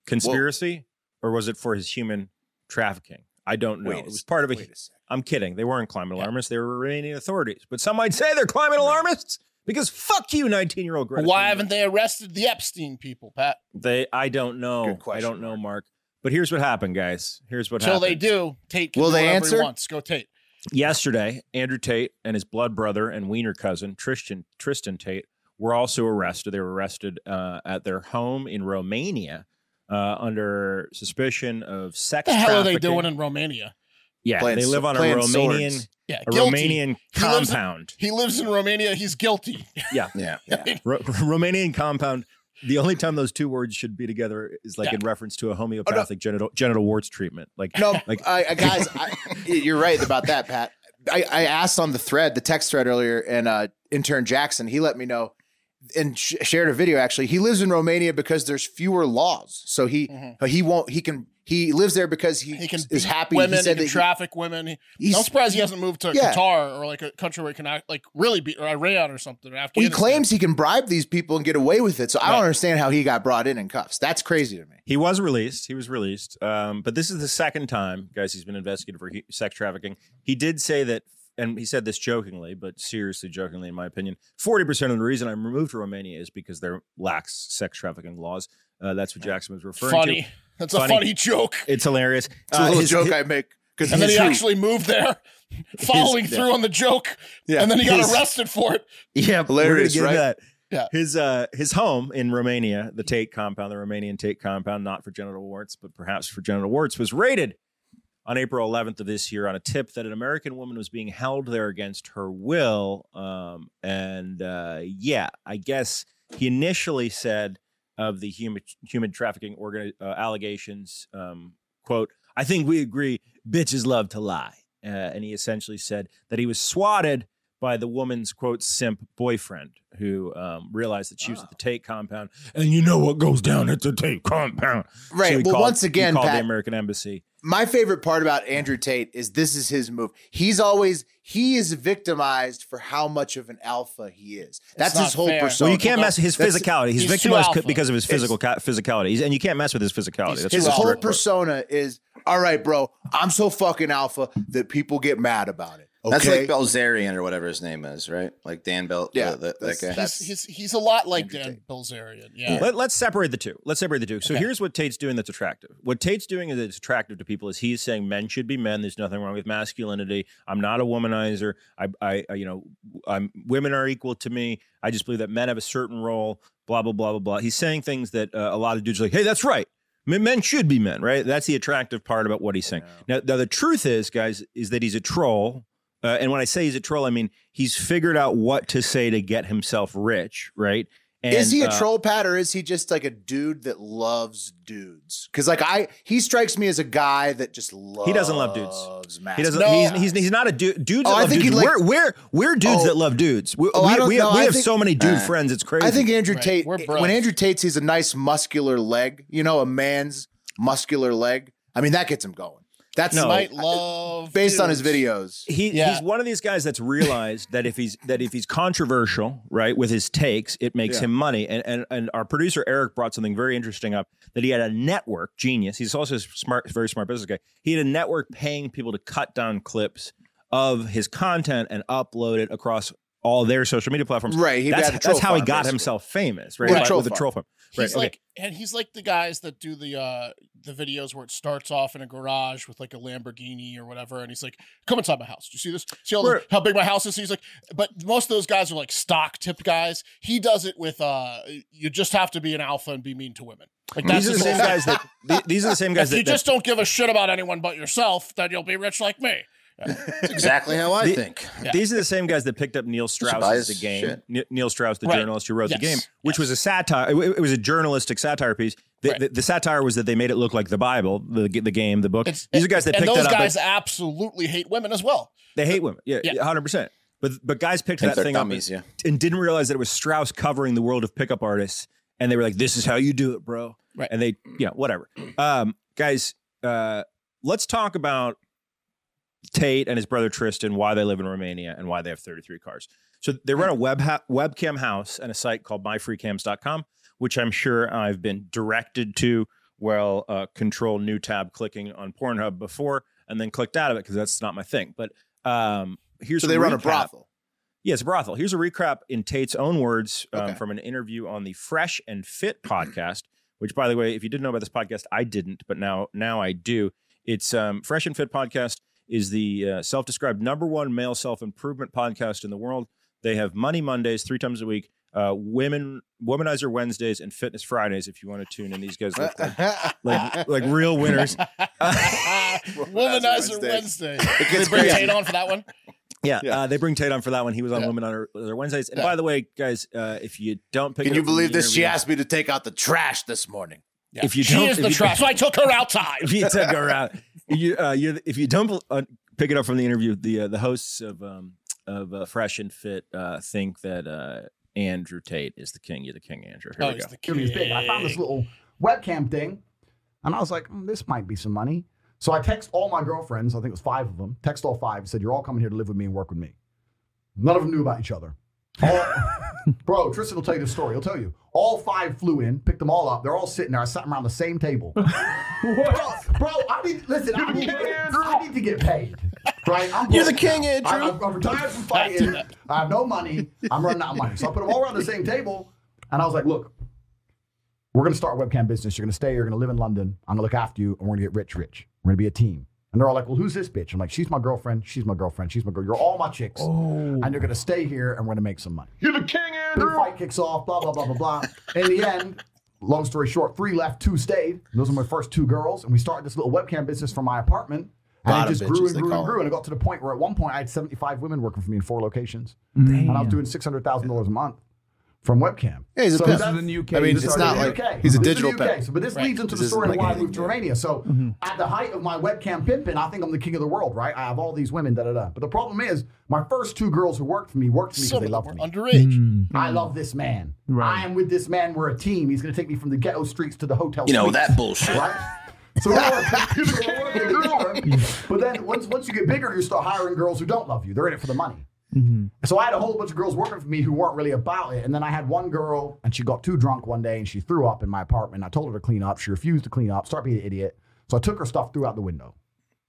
Speaker 1: Conspiracy, or was it for his human trafficking? I don't know.
Speaker 3: Wait a
Speaker 1: it was
Speaker 3: sec-
Speaker 1: part of a.
Speaker 3: wait a sec.
Speaker 1: I'm kidding. They weren't climate
Speaker 4: Yeah.
Speaker 1: alarmists. They were Romanian authorities. But some might say they're climate alarmists because fuck you, 19 year old Greta.
Speaker 4: Why
Speaker 1: Thunberg.
Speaker 4: haven't they arrested the Epstein people, Pat?
Speaker 1: they? I don't know.
Speaker 3: Good question,
Speaker 1: I don't know, Mark. But here's what happened, guys. Here's what
Speaker 4: Until
Speaker 1: happened.
Speaker 4: they do, Tate. Can
Speaker 3: Will
Speaker 4: do
Speaker 3: they
Speaker 4: whatever he
Speaker 3: answer?
Speaker 4: Wants. Go Tate.
Speaker 1: Yesterday, Andrew Tate and his blood brother and wiener cousin Tristan Tristan Tate were also arrested. They were arrested uh, at their home in Romania uh, under suspicion of sex.
Speaker 4: What the hell are they
Speaker 1: trafficking.
Speaker 4: doing in Romania?
Speaker 1: Yeah,
Speaker 3: Playing
Speaker 1: they
Speaker 3: so-
Speaker 1: live on a
Speaker 3: playing
Speaker 1: Romanian
Speaker 3: swords.
Speaker 4: Yeah,
Speaker 1: a
Speaker 4: guilty.
Speaker 1: Romanian
Speaker 4: He lives-
Speaker 1: compound.
Speaker 4: He lives in Romania. He's guilty.
Speaker 2: Yeah.
Speaker 1: Ro- Romanian compound. The only time those two words should be together is like
Speaker 4: Yeah. Oh,
Speaker 1: in reference to a homeopathic genital genital warts treatment. Like
Speaker 3: No,
Speaker 1: Like-
Speaker 3: I, I, guys, I, you're right about that, Pat. I, I asked on the thread, the text thread earlier, and uh, intern Jackson, he let me know and sh- shared a video. Actually, he lives in Romania because there's fewer laws, so he he won't he can he lives there because he,
Speaker 4: Mm-hmm. He can
Speaker 3: is
Speaker 4: beat
Speaker 3: happy.
Speaker 4: Women.
Speaker 3: he said
Speaker 4: he can
Speaker 3: that
Speaker 4: traffic women. He-
Speaker 3: he, he's-
Speaker 4: I'm surprised he hasn't moved to
Speaker 3: Yeah.
Speaker 4: Qatar or like a country where he can act, like really be or Iran or something. Or
Speaker 3: he
Speaker 4: Afghanistan.
Speaker 3: claims he can bribe these people and get away with it. So I
Speaker 4: Right.
Speaker 3: don't understand how he got brought in in cuffs. That's crazy to me.
Speaker 1: He was released. He was released. Um, but this is the second time, guys, he's been investigated for he- sex trafficking. He did say that, and he said this jokingly, but seriously jokingly, in my opinion, 40% of the reason I'm removed to Romania is because there lacks sex trafficking laws. Uh, that's what Jackson was referring
Speaker 4: funny.
Speaker 1: to.
Speaker 4: That's
Speaker 1: Funny.
Speaker 4: a funny joke.
Speaker 1: It's hilarious.
Speaker 3: It's a
Speaker 1: Uh,
Speaker 3: little
Speaker 1: his-
Speaker 3: joke
Speaker 1: his-
Speaker 3: I make. Because
Speaker 4: And then he actually moved there, following
Speaker 1: His-
Speaker 4: through on the joke,
Speaker 3: Yeah.
Speaker 4: and then he got
Speaker 1: His-
Speaker 4: arrested for it.
Speaker 1: Yeah,
Speaker 3: Hilarious,
Speaker 1: we're gonna get into
Speaker 3: right?
Speaker 1: That. His uh his home in Romania, the Tate compound, the Romanian Tate compound, not for genital warts, but perhaps for genital warts, was raided on April 11th of this year on a tip that an American woman was being held there against her will. Um, and uh, yeah, I guess he initially said of the human human trafficking organ, uh, allegations. Um, quote: I think we agree, bitches love to lie. Uh, and he essentially said that he was swatted by the woman's quote simp boyfriend who um, realized that she was at the
Speaker 3: Oh.
Speaker 1: Tate compound, and you know what goes down at the Tate compound.
Speaker 3: right.
Speaker 1: So he
Speaker 3: well,
Speaker 1: called-
Speaker 3: once
Speaker 1: he
Speaker 3: again,
Speaker 1: called the
Speaker 3: Pat,
Speaker 1: American embassy.
Speaker 3: my favorite part about Andrew Tate is this is his move. He's always he is victimized for how much of an alpha he is. That's
Speaker 4: not
Speaker 3: his whole
Speaker 4: fair.
Speaker 3: persona.
Speaker 1: Well, you can't mess with his
Speaker 3: that's-
Speaker 1: physicality. He's,
Speaker 4: he's too
Speaker 1: victimized
Speaker 4: alpha.
Speaker 1: co- because of his physical ca- physicality, He's- and you can't mess with his physicality.
Speaker 4: He's
Speaker 1: That's
Speaker 4: too
Speaker 3: his
Speaker 1: just
Speaker 4: alpha.
Speaker 3: whole
Speaker 1: direct-
Speaker 3: persona is all right, bro. I'm so fucking alpha that people get mad about it. Okay,
Speaker 2: That's like Belzerian or whatever his name is, right? Like Dan Bel.
Speaker 3: Yeah,
Speaker 2: Yeah, that,
Speaker 3: that's-
Speaker 2: that guy.
Speaker 4: He's,
Speaker 3: That's-
Speaker 4: he's, he's a lot like
Speaker 3: Andrew
Speaker 4: Dan
Speaker 3: Tate.
Speaker 4: Bilzerian. Yeah.
Speaker 1: Let, let's separate the two. Let's separate the two. So
Speaker 4: Okay.
Speaker 1: here's what Tate's doing that's attractive. What Tate's doing is it's attractive to people is he's saying men should be men. There's nothing wrong with masculinity. I'm not a womanizer. I, I, I you know, I'm women are equal to me. I just believe that men have a certain role. Blah blah blah blah blah. He's saying things that uh, a lot of dudes are like, hey, that's right. Men, men should be men, right? That's the attractive part about what he's saying. Now, now the truth is, guys, is that he's a troll. Uh, and when I say he's a troll, I mean he's figured out what to say to get himself rich, right? And,
Speaker 3: is he a
Speaker 1: uh,
Speaker 3: troll pat or is he just like a dude that loves dudes? Because like I, he strikes me as a guy that just loves.
Speaker 1: He doesn't love dudes. He doesn't.
Speaker 4: No.
Speaker 1: He's, he's he's not a dude.
Speaker 3: Oh,
Speaker 1: Dudes. that
Speaker 3: I
Speaker 1: love
Speaker 3: think he
Speaker 1: dudes.
Speaker 3: like-
Speaker 1: we're we're we're dudes
Speaker 3: Oh.
Speaker 1: that love dudes. We,
Speaker 3: Oh,
Speaker 1: we,
Speaker 3: I don't
Speaker 1: we have,
Speaker 3: know.
Speaker 1: we
Speaker 3: I
Speaker 1: have
Speaker 3: think-
Speaker 1: so many dude
Speaker 2: Uh,
Speaker 1: friends. It's crazy.
Speaker 3: I think Andrew
Speaker 4: Right.
Speaker 3: Tate. eh,
Speaker 4: We're
Speaker 3: When
Speaker 4: bros.
Speaker 3: Andrew Tate's, he's a nice muscular leg. You know, a man's muscular leg. I mean, that gets him going. That's
Speaker 1: No.
Speaker 4: might love
Speaker 3: based on his
Speaker 4: dudes.
Speaker 3: videos.
Speaker 1: he,
Speaker 4: Yeah.
Speaker 1: he's one of these guys that's realized that if he's that if he's controversial, right, with his takes, it makes
Speaker 3: Yeah.
Speaker 1: him money. And, and and our producer Eric brought something very interesting up that he had a network genius. He's also a smart, very smart business guy. He had a network paying people to cut down clips of his content and upload it across all their social media platforms.
Speaker 3: Right. He
Speaker 1: That's,
Speaker 3: had a troll
Speaker 1: that's how he
Speaker 3: farm,
Speaker 1: got
Speaker 3: basically.
Speaker 1: himself famous, right?
Speaker 3: With a
Speaker 1: Like,
Speaker 3: troll
Speaker 1: with the
Speaker 3: farm.
Speaker 1: troll farm.
Speaker 4: He's
Speaker 1: Right, okay.
Speaker 4: like, and he's like the guys that do the uh the videos where it starts off in a garage with like a Lamborghini or whatever, and he's like, "Come inside my house. Do you see this? See all the,
Speaker 1: Right.
Speaker 4: how big my house is?" He's like, but most of those guys are like stock tip guys. He does it with uh, you just have to be an alpha and be mean to women. Like that's
Speaker 1: These are the
Speaker 4: his
Speaker 1: same
Speaker 4: whole-
Speaker 1: guys that the- these are the same guys
Speaker 4: If
Speaker 1: that,
Speaker 4: you
Speaker 1: that
Speaker 4: just don't give a shit about anyone but yourself, then you'll be rich like me.
Speaker 2: That's exactly how I
Speaker 1: The-
Speaker 2: think.
Speaker 4: Yeah.
Speaker 1: These are the same guys that picked up Neil Strauss
Speaker 2: biased
Speaker 1: the game.
Speaker 2: shit.
Speaker 1: Ne- Neil Strauss, the
Speaker 4: Right.
Speaker 1: journalist who wrote the
Speaker 4: Yes.
Speaker 1: game, which
Speaker 4: Yes.
Speaker 1: was a satire. It, it was a journalistic satire piece. The,
Speaker 4: Right.
Speaker 1: the, the satire was that they made it look like the Bible, the the game, the book.
Speaker 4: It's-
Speaker 1: These are guys that
Speaker 4: and
Speaker 1: picked
Speaker 4: those
Speaker 1: that up.
Speaker 4: guys absolutely hate women as well.
Speaker 1: they hate women. Yeah,
Speaker 4: Yeah.
Speaker 1: yeah, hundred percent. But but guys picked
Speaker 2: Think
Speaker 1: that
Speaker 2: they're
Speaker 1: thing
Speaker 2: dummies,
Speaker 1: up
Speaker 2: yeah.
Speaker 1: and, and didn't realize that it was Strauss covering the world of pickup artists, and they were like, "This is how you do it, bro."
Speaker 4: Right.
Speaker 1: And they, yeah, whatever. Um, guys, uh, let's talk about Tate and his brother Tristan, why they live in Romania and why they have 33 cars. So they run a web ha- webcam house and a site called myfreecams.com, which I'm sure I've been directed to. Well, uh, control new tab clicking on Pornhub before and then clicked out of it because that's not my thing. But um, here's
Speaker 3: So they run a
Speaker 1: recap.
Speaker 3: brothel.
Speaker 1: Yes, a brothel. Here's a recap in Tate's own words um,
Speaker 3: Okay.
Speaker 1: from an interview on the Fresh and Fit podcast. Which, by the way, if you didn't know about this podcast, I didn't, but now now I do. It's um, Fresh and Fit podcast is the uh, self-described number one male self-improvement podcast in the world. They have Money Mondays three times a week, uh, Women Womanizer Wednesdays, and Fitness Fridays. If you want to tune in, these guys look like like, like real winners.
Speaker 4: Womanizer Wednesday.
Speaker 3: It
Speaker 4: Did
Speaker 3: gets
Speaker 4: they bring
Speaker 3: crazy.
Speaker 4: Tate on for that one?
Speaker 1: Yeah,
Speaker 3: Yeah.
Speaker 1: Uh, they bring Tate on for that one. He was on
Speaker 4: Yeah.
Speaker 1: Women on Other Wednesdays. And
Speaker 4: Yeah.
Speaker 1: by the way, guys, uh, if you don't pick,
Speaker 3: Can
Speaker 1: it
Speaker 3: you
Speaker 1: up from
Speaker 3: believe
Speaker 1: the
Speaker 3: this? She
Speaker 1: interview-
Speaker 3: asked me to take out the trash this morning.
Speaker 4: Yeah.
Speaker 1: If you
Speaker 4: she
Speaker 1: don't-
Speaker 4: is
Speaker 1: if
Speaker 4: the
Speaker 1: you-
Speaker 4: trash, so I took her outside.
Speaker 1: if you took her out, you, uh, you if you don't uh, pick it up from the interview, the uh, the hosts of um, of uh, Fresh and Fit uh, think that uh, Andrew Tate is the king. You're the king, Andrew. Here
Speaker 4: Oh,
Speaker 1: we
Speaker 4: he's
Speaker 1: go.
Speaker 4: the
Speaker 6: computer is big. I found this
Speaker 4: king.
Speaker 6: little webcam thing, and I was like, "Hmm, this might be some money. So I text all my girlfriends. I think it was five of them. Text all five. Said, "You're all coming here to live with me and work with me." None of them knew about each other. All- bro, Tristan will tell you the story. He'll tell you. All five flew in, picked them all up. They're all sitting there. I sat them around the same table. bro, bro, I need listen. I need, to get, I need to get paid. Right, I'm
Speaker 2: You're the
Speaker 6: broke
Speaker 2: king,
Speaker 6: now.
Speaker 2: Andrew.
Speaker 6: I, I'm, I'm retired from fighting. I have no money. I'm running out of money. So I put them all around the same table, and I was like, "Look, we're going to start a webcam business. You're going to stay. You're going to live in London. I'm going to look after you, and we're going to get rich, rich. We're going to be a team. And they're all like, well, who's this bitch? I'm like, she's my girlfriend. She's my girlfriend. She's my girl. You're all my chicks.
Speaker 2: Oh.
Speaker 6: And you're going to stay here, and we're going to make some money. You're the king, Andrew. fight kicks off, blah, blah, blah, blah, blah. In the end, long story short, three left, two stayed. And those are my first two girls. And we started this little webcam business from my apartment. And
Speaker 3: Bottom
Speaker 6: it just grew
Speaker 3: bitches,
Speaker 6: and
Speaker 3: they
Speaker 6: grew
Speaker 3: call
Speaker 6: and
Speaker 3: it.
Speaker 6: grew. And it got to the point where at one point I had 75 women working for me in four locations. And I was doing $600,000 a month from webcam.
Speaker 3: Yeah, he's a pimp.
Speaker 6: that's-
Speaker 3: This is the UK. I mean,
Speaker 6: this
Speaker 3: it's
Speaker 6: is
Speaker 3: not
Speaker 6: the
Speaker 3: like-
Speaker 6: UK.
Speaker 3: he's a
Speaker 6: This is the
Speaker 3: digital
Speaker 6: UK.
Speaker 3: pimp.
Speaker 6: So, but this
Speaker 4: Right.
Speaker 6: leads into
Speaker 3: This
Speaker 6: the
Speaker 3: isn't
Speaker 6: story of
Speaker 3: like
Speaker 6: why I
Speaker 3: anything
Speaker 6: moved to
Speaker 3: new.
Speaker 6: Romania. So at the height of my webcam pimping, I think I'm the king of the world, right? I have all these women, da da da. But the problem is, my first two girls who worked for me worked for me
Speaker 4: Some
Speaker 6: because
Speaker 4: of
Speaker 6: they
Speaker 4: them
Speaker 6: loved
Speaker 4: were
Speaker 6: me.
Speaker 4: underage.
Speaker 1: Hmm.
Speaker 6: I love this man.
Speaker 7: Right.
Speaker 6: I am with this man. We're a team. He's going to take me from the ghetto streets to the hotel.
Speaker 2: You know
Speaker 6: suites.
Speaker 2: that bullshit.
Speaker 6: Right? So we're all- but then once once you get bigger, you start hiring girls who don't love you. They're in it for the money. So I had a whole bunch of girls working for me who weren't really about it. And then I had one girl, and she got too drunk one day, and she threw up in my apartment. I told her to clean up. She refused to clean up. Start being an idiot. So I took her stuff, threw out the window.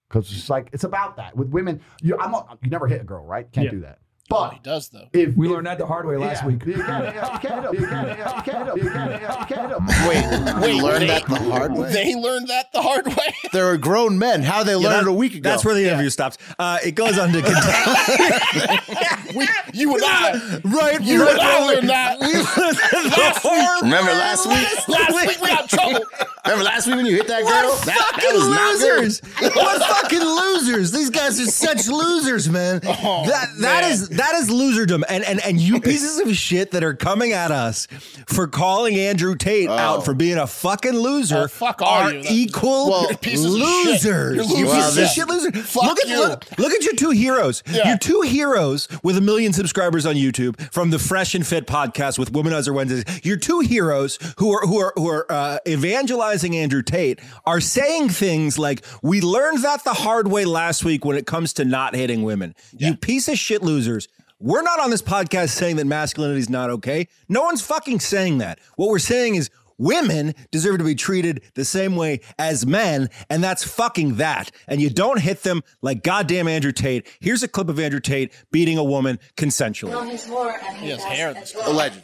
Speaker 6: Because it's like it's about that with women. You, I'm not. You never hit a girl, right? Can't do that.
Speaker 4: Oh,
Speaker 6: But
Speaker 4: he does though.
Speaker 6: if
Speaker 7: We
Speaker 6: if-
Speaker 7: learned that the hard way last
Speaker 6: yeah.
Speaker 7: week.
Speaker 6: You can't hit up, you can't hit up, you can't hit up, you can't hit up, you can't hit up, you can't hit up.
Speaker 3: Wait,
Speaker 4: Wait,
Speaker 3: you learned
Speaker 4: they-
Speaker 3: that the hard way.
Speaker 4: They learned that the hard way.
Speaker 3: There are grown men. How they
Speaker 1: Yeah,
Speaker 3: learned
Speaker 1: that-
Speaker 3: it a week ago.
Speaker 1: That's where the interview stops. Uh, it goes on to continue.
Speaker 4: We, you and I,
Speaker 1: right?
Speaker 4: you and I learned that
Speaker 1: last
Speaker 2: Remember last week?
Speaker 4: last week. We had trouble.
Speaker 2: Remember last week when you hit that girl?
Speaker 7: What
Speaker 2: That- that
Speaker 7: fucking
Speaker 2: was not good.
Speaker 7: losers! what fucking losers! These guys are such losers, man.
Speaker 4: Oh,
Speaker 7: that that
Speaker 4: man.
Speaker 7: is that is loserdom, and and and you pieces of shit that are coming at us for calling Andrew Tate out for being a fucking loser.
Speaker 4: Oh, fuck all
Speaker 7: are
Speaker 4: you. That-
Speaker 7: equal
Speaker 4: Well, pieces of shit.
Speaker 7: losers.
Speaker 4: You're
Speaker 7: You
Speaker 4: losers.
Speaker 7: pieces
Speaker 4: Yeah.
Speaker 7: of shit loser.
Speaker 4: Fuck
Speaker 7: look at
Speaker 4: you.
Speaker 7: Look, look at your two heroes.
Speaker 4: Yeah.
Speaker 7: Your two heroes with a million subscribers on YouTube from the Fresh and Fit podcast with Womanizer Wednesdays. Your two heroes who are who are who are uh, evangelizing Andrew Tate are saying things like, "We learned that the hard way last week when it comes to not hitting women." You piece of shit losers. We're not on this podcast saying that masculinity is not okay. No one's fucking saying that. What we're saying is women deserve to be treated the same way as men, and that's fucking that. And you don't hit them like goddamn Andrew Tate. Here's a clip of Andrew Tate beating a woman consensually
Speaker 8: his hair. I think
Speaker 4: He has
Speaker 8: that's-
Speaker 4: hair.
Speaker 8: that's
Speaker 4: that's-
Speaker 8: wrong.
Speaker 3: Allegedly,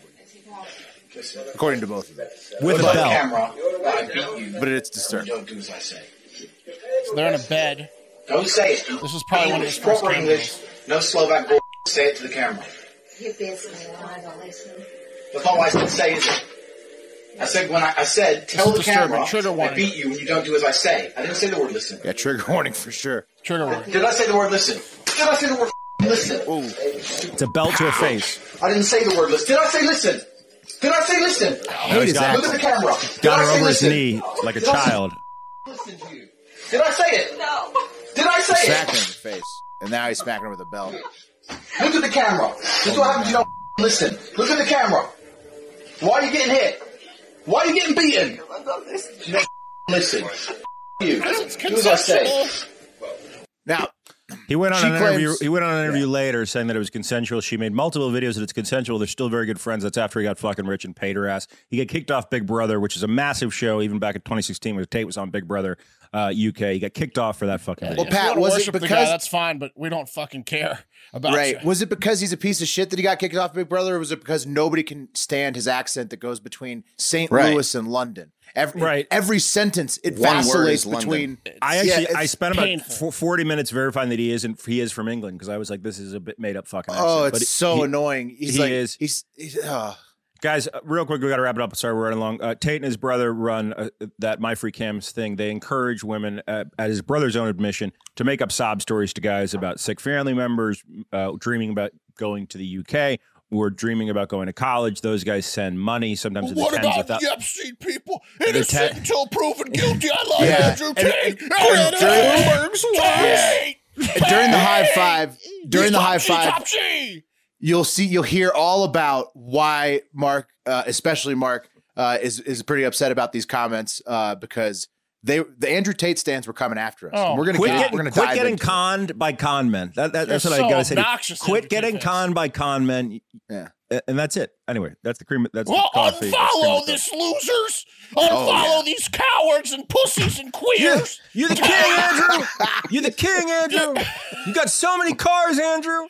Speaker 3: according to both of them.
Speaker 7: with a belt.
Speaker 9: Camera, I beat you.
Speaker 3: But it's disturbing.
Speaker 9: Don't do as I say.
Speaker 4: So they're in a bed.
Speaker 9: Don't say it. This
Speaker 4: is probably one of his first cameras.
Speaker 9: No Slovak bull. Say it to the camera.
Speaker 8: You're basically lying to listen.
Speaker 9: That's all I said. Say it. I said when I, I said tell
Speaker 4: is
Speaker 9: the
Speaker 4: disturbing.
Speaker 9: camera
Speaker 4: Trigger
Speaker 9: I
Speaker 4: warning.
Speaker 9: beat you when you don't do as I say. I didn't say the word listen.
Speaker 3: Yeah, trigger warning for sure.
Speaker 4: Trigger warning.
Speaker 9: Did I say the word listen? Did I say the word listen?
Speaker 1: It's a belt to a face.
Speaker 9: I didn't say the word listen. Did I say listen? Did I say listen?
Speaker 1: he's got-
Speaker 9: Look at the camera. Did
Speaker 1: Got
Speaker 9: I
Speaker 1: her
Speaker 9: say
Speaker 1: over his
Speaker 9: listen?
Speaker 1: knee like a
Speaker 9: Did I say
Speaker 1: child.
Speaker 9: listen to you? Did I say it?
Speaker 8: No.
Speaker 9: Did I say
Speaker 3: Smacked her
Speaker 9: it?
Speaker 3: in the face, and now he's smacking her with a belt.
Speaker 9: Look at the camera. This is what happens if you don't listen. Look at the camera. Why are you getting hit? Why are you getting beaten? You don't listen. You. Do as I say.
Speaker 3: Now,
Speaker 1: He went on
Speaker 3: She
Speaker 1: an interview.
Speaker 3: claims-
Speaker 1: He went on an interview later saying that it was consensual. She made multiple videos that it's consensual. They're still very good friends. That's after he got fucking rich and paid her ass. He got kicked off Big Brother, which is a massive show. Even back in 2016, when Tate was on Big Brother uh, UK, he got kicked off for that fucking. video.
Speaker 3: well, Pat,
Speaker 4: wanna
Speaker 3: was it
Speaker 4: worship the guy,
Speaker 3: because
Speaker 4: that's fine, but we don't fucking care about
Speaker 3: right?
Speaker 4: you.
Speaker 3: Was it because he's a piece of shit that he got kicked off Big Brother, or was it because nobody can stand his accent that goes between St.
Speaker 2: Right.
Speaker 3: Louis and London? Every,
Speaker 1: Right.
Speaker 3: Every sentence it
Speaker 2: One word
Speaker 3: vacillates
Speaker 2: is London.
Speaker 3: between. Yeah,
Speaker 1: I actually
Speaker 3: it's-
Speaker 1: I spent about fo-
Speaker 4: painful.
Speaker 1: forty minutes verifying that he isn't he is from England because I was like this is a bit made up fucking. Accent.
Speaker 3: Oh,
Speaker 1: But he-
Speaker 3: it's so
Speaker 1: he-
Speaker 3: annoying. He's
Speaker 1: he
Speaker 3: like,
Speaker 1: is-
Speaker 3: he's, he's uh,
Speaker 1: Guys, uh, real quick, we got to wrap it up. Sorry, we're running long. Uh, Tate and his brother run uh, that My Free Cams thing. They encourage women, uh, at his brother's own admission, to make up sob stories to guys about sick family members uh, dreaming about going to the UK or dreaming about going to college. Those guys send money. Sometimes
Speaker 4: But
Speaker 1: it's
Speaker 4: what
Speaker 1: tens of
Speaker 4: about
Speaker 1: thou-
Speaker 4: the Epstein people?
Speaker 1: the
Speaker 4: Innocent
Speaker 1: ten-
Speaker 4: until proven guilty. I love
Speaker 3: Yeah.
Speaker 4: Andrew Tate. Elliot Goldberg's wife.
Speaker 3: during the high five. During the
Speaker 4: Top
Speaker 3: high
Speaker 4: G,
Speaker 3: five,
Speaker 4: Top G.
Speaker 3: you'll see you'll hear all about why Mark, uh, especially Mark, uh, is is pretty upset about these comments uh, because they the Andrew Tate stands were coming after us.
Speaker 4: Oh,
Speaker 3: And we're gonna
Speaker 1: Quit
Speaker 3: get,
Speaker 1: getting,
Speaker 3: we're gonna
Speaker 1: quit
Speaker 3: dive
Speaker 1: getting
Speaker 3: into it.
Speaker 1: conned by con men. That, that, that's
Speaker 4: They're
Speaker 1: what
Speaker 4: so
Speaker 1: I gotta say. to you.
Speaker 4: obnoxious,
Speaker 1: Quit
Speaker 4: Andrew
Speaker 1: getting
Speaker 4: Tate
Speaker 1: conned by con men.
Speaker 3: Yeah.
Speaker 1: A- And that's it. Anyway, that's the cream. That's
Speaker 4: Well,
Speaker 1: the coffee. That's the cream
Speaker 4: unfollow
Speaker 1: of the-
Speaker 4: this losers. Unfollow
Speaker 3: yeah.
Speaker 4: these cowards and pussies and queers.
Speaker 1: You're the king, Andrew. You're the king, Andrew. You got so many cars, Andrew.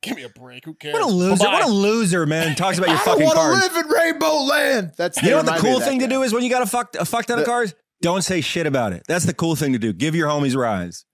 Speaker 4: Give me a break. Who cares?
Speaker 7: What a loser!
Speaker 4: Bye-bye.
Speaker 7: What a loser, man! Talks about your
Speaker 3: I don't
Speaker 7: fucking
Speaker 3: want to
Speaker 7: cars.
Speaker 3: live in Rainbow Land. That's
Speaker 1: You
Speaker 3: they
Speaker 1: know what the
Speaker 3: remind me
Speaker 1: cool
Speaker 3: of that
Speaker 1: thing to
Speaker 3: guy.
Speaker 1: do is when you got a fuck a fuck ton of
Speaker 3: The-
Speaker 1: cars, don't say shit about it. That's the cool thing to do. Give your homies rise.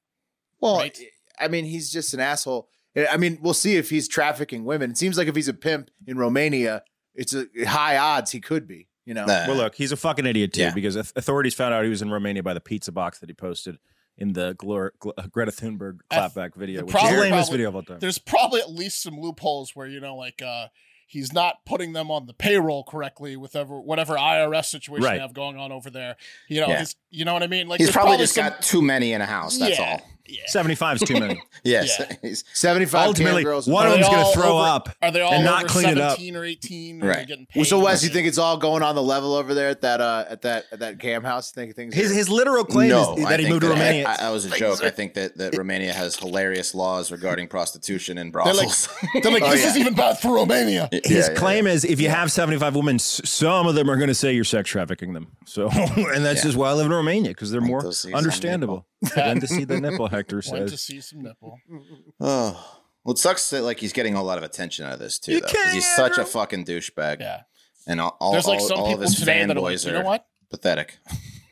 Speaker 3: Well,
Speaker 4: Right.
Speaker 3: I mean, he's just an asshole. Eh, I mean, we'll see if he's trafficking women. It seems like if he's a pimp in Romania, it's a high odds he could be. You know,
Speaker 2: Nah.
Speaker 1: Well, look, he's a fucking idiot too
Speaker 2: Yeah.
Speaker 1: because auth- authorities found out he was in Romania by the pizza box that he posted in the Glor- Gl- uh, Greta Thunberg
Speaker 4: I-
Speaker 1: clapback video,
Speaker 4: the
Speaker 1: which is
Speaker 4: problem-
Speaker 1: the lamest
Speaker 4: problem-
Speaker 1: video of all time.
Speaker 4: There's probably at least some loopholes where you know, like uh, he's not putting them on the payroll correctly with ever, whatever IRS situation
Speaker 1: Right.
Speaker 4: they have going on over there. You know,
Speaker 2: Yeah.
Speaker 4: he's, you know what I mean? Like
Speaker 2: He's
Speaker 4: there's
Speaker 2: probably, just
Speaker 4: some-
Speaker 2: got too many in a house. That's
Speaker 4: Yeah.
Speaker 2: all.
Speaker 1: Seventy five is too many.
Speaker 2: Yes.
Speaker 4: Yeah.
Speaker 2: He's-
Speaker 3: seventy-five
Speaker 1: Ultimately,
Speaker 3: Ultimately, girls.
Speaker 1: one
Speaker 4: Are
Speaker 1: of
Speaker 4: they
Speaker 1: them's gonna
Speaker 4: all
Speaker 1: throw
Speaker 4: over-
Speaker 1: up.
Speaker 4: Are they all
Speaker 1: and not
Speaker 4: over
Speaker 1: clean it up.
Speaker 4: 17 or 18? Right. They're
Speaker 2: Right.
Speaker 4: getting paid.
Speaker 3: Well, so Wes,
Speaker 4: and
Speaker 3: you
Speaker 4: shit?
Speaker 3: think it's all going on the level over there at that uh, at that at that cam house? Think things.
Speaker 1: His his literal claim
Speaker 2: no,
Speaker 1: is
Speaker 2: I
Speaker 1: that he
Speaker 2: think
Speaker 1: moved to
Speaker 2: that-
Speaker 1: Romania.
Speaker 2: I, I was a joke. I think that, that Romania has hilarious laws regarding prostitution and
Speaker 4: They're like,
Speaker 2: brothels.
Speaker 4: they're like
Speaker 2: Oh,
Speaker 4: this is even bad for Romania.
Speaker 2: Yeah,
Speaker 1: his
Speaker 2: yeah,
Speaker 1: claim is if you have 75 women s- some of them are going to say you're sex trafficking them so and that's
Speaker 2: Yeah.
Speaker 1: just why i live in romania because they're
Speaker 2: Like
Speaker 1: more
Speaker 2: to see some
Speaker 1: understandable than to see the nipple hector
Speaker 4: Went to
Speaker 1: says
Speaker 4: see some nipple.
Speaker 2: yeah. Oh. Well, it sucks that like he's getting a lot of attention out of this too,
Speaker 1: You
Speaker 2: though, because he's
Speaker 1: can't,
Speaker 2: such a
Speaker 1: Andrew.
Speaker 2: fucking douchebag,
Speaker 4: Yeah.
Speaker 2: and all, all,
Speaker 4: There's like
Speaker 2: all-
Speaker 4: some
Speaker 2: all of
Speaker 4: people
Speaker 2: his
Speaker 4: today that are like,
Speaker 2: fanboys
Speaker 4: you
Speaker 2: are
Speaker 4: know what?
Speaker 2: pathetic.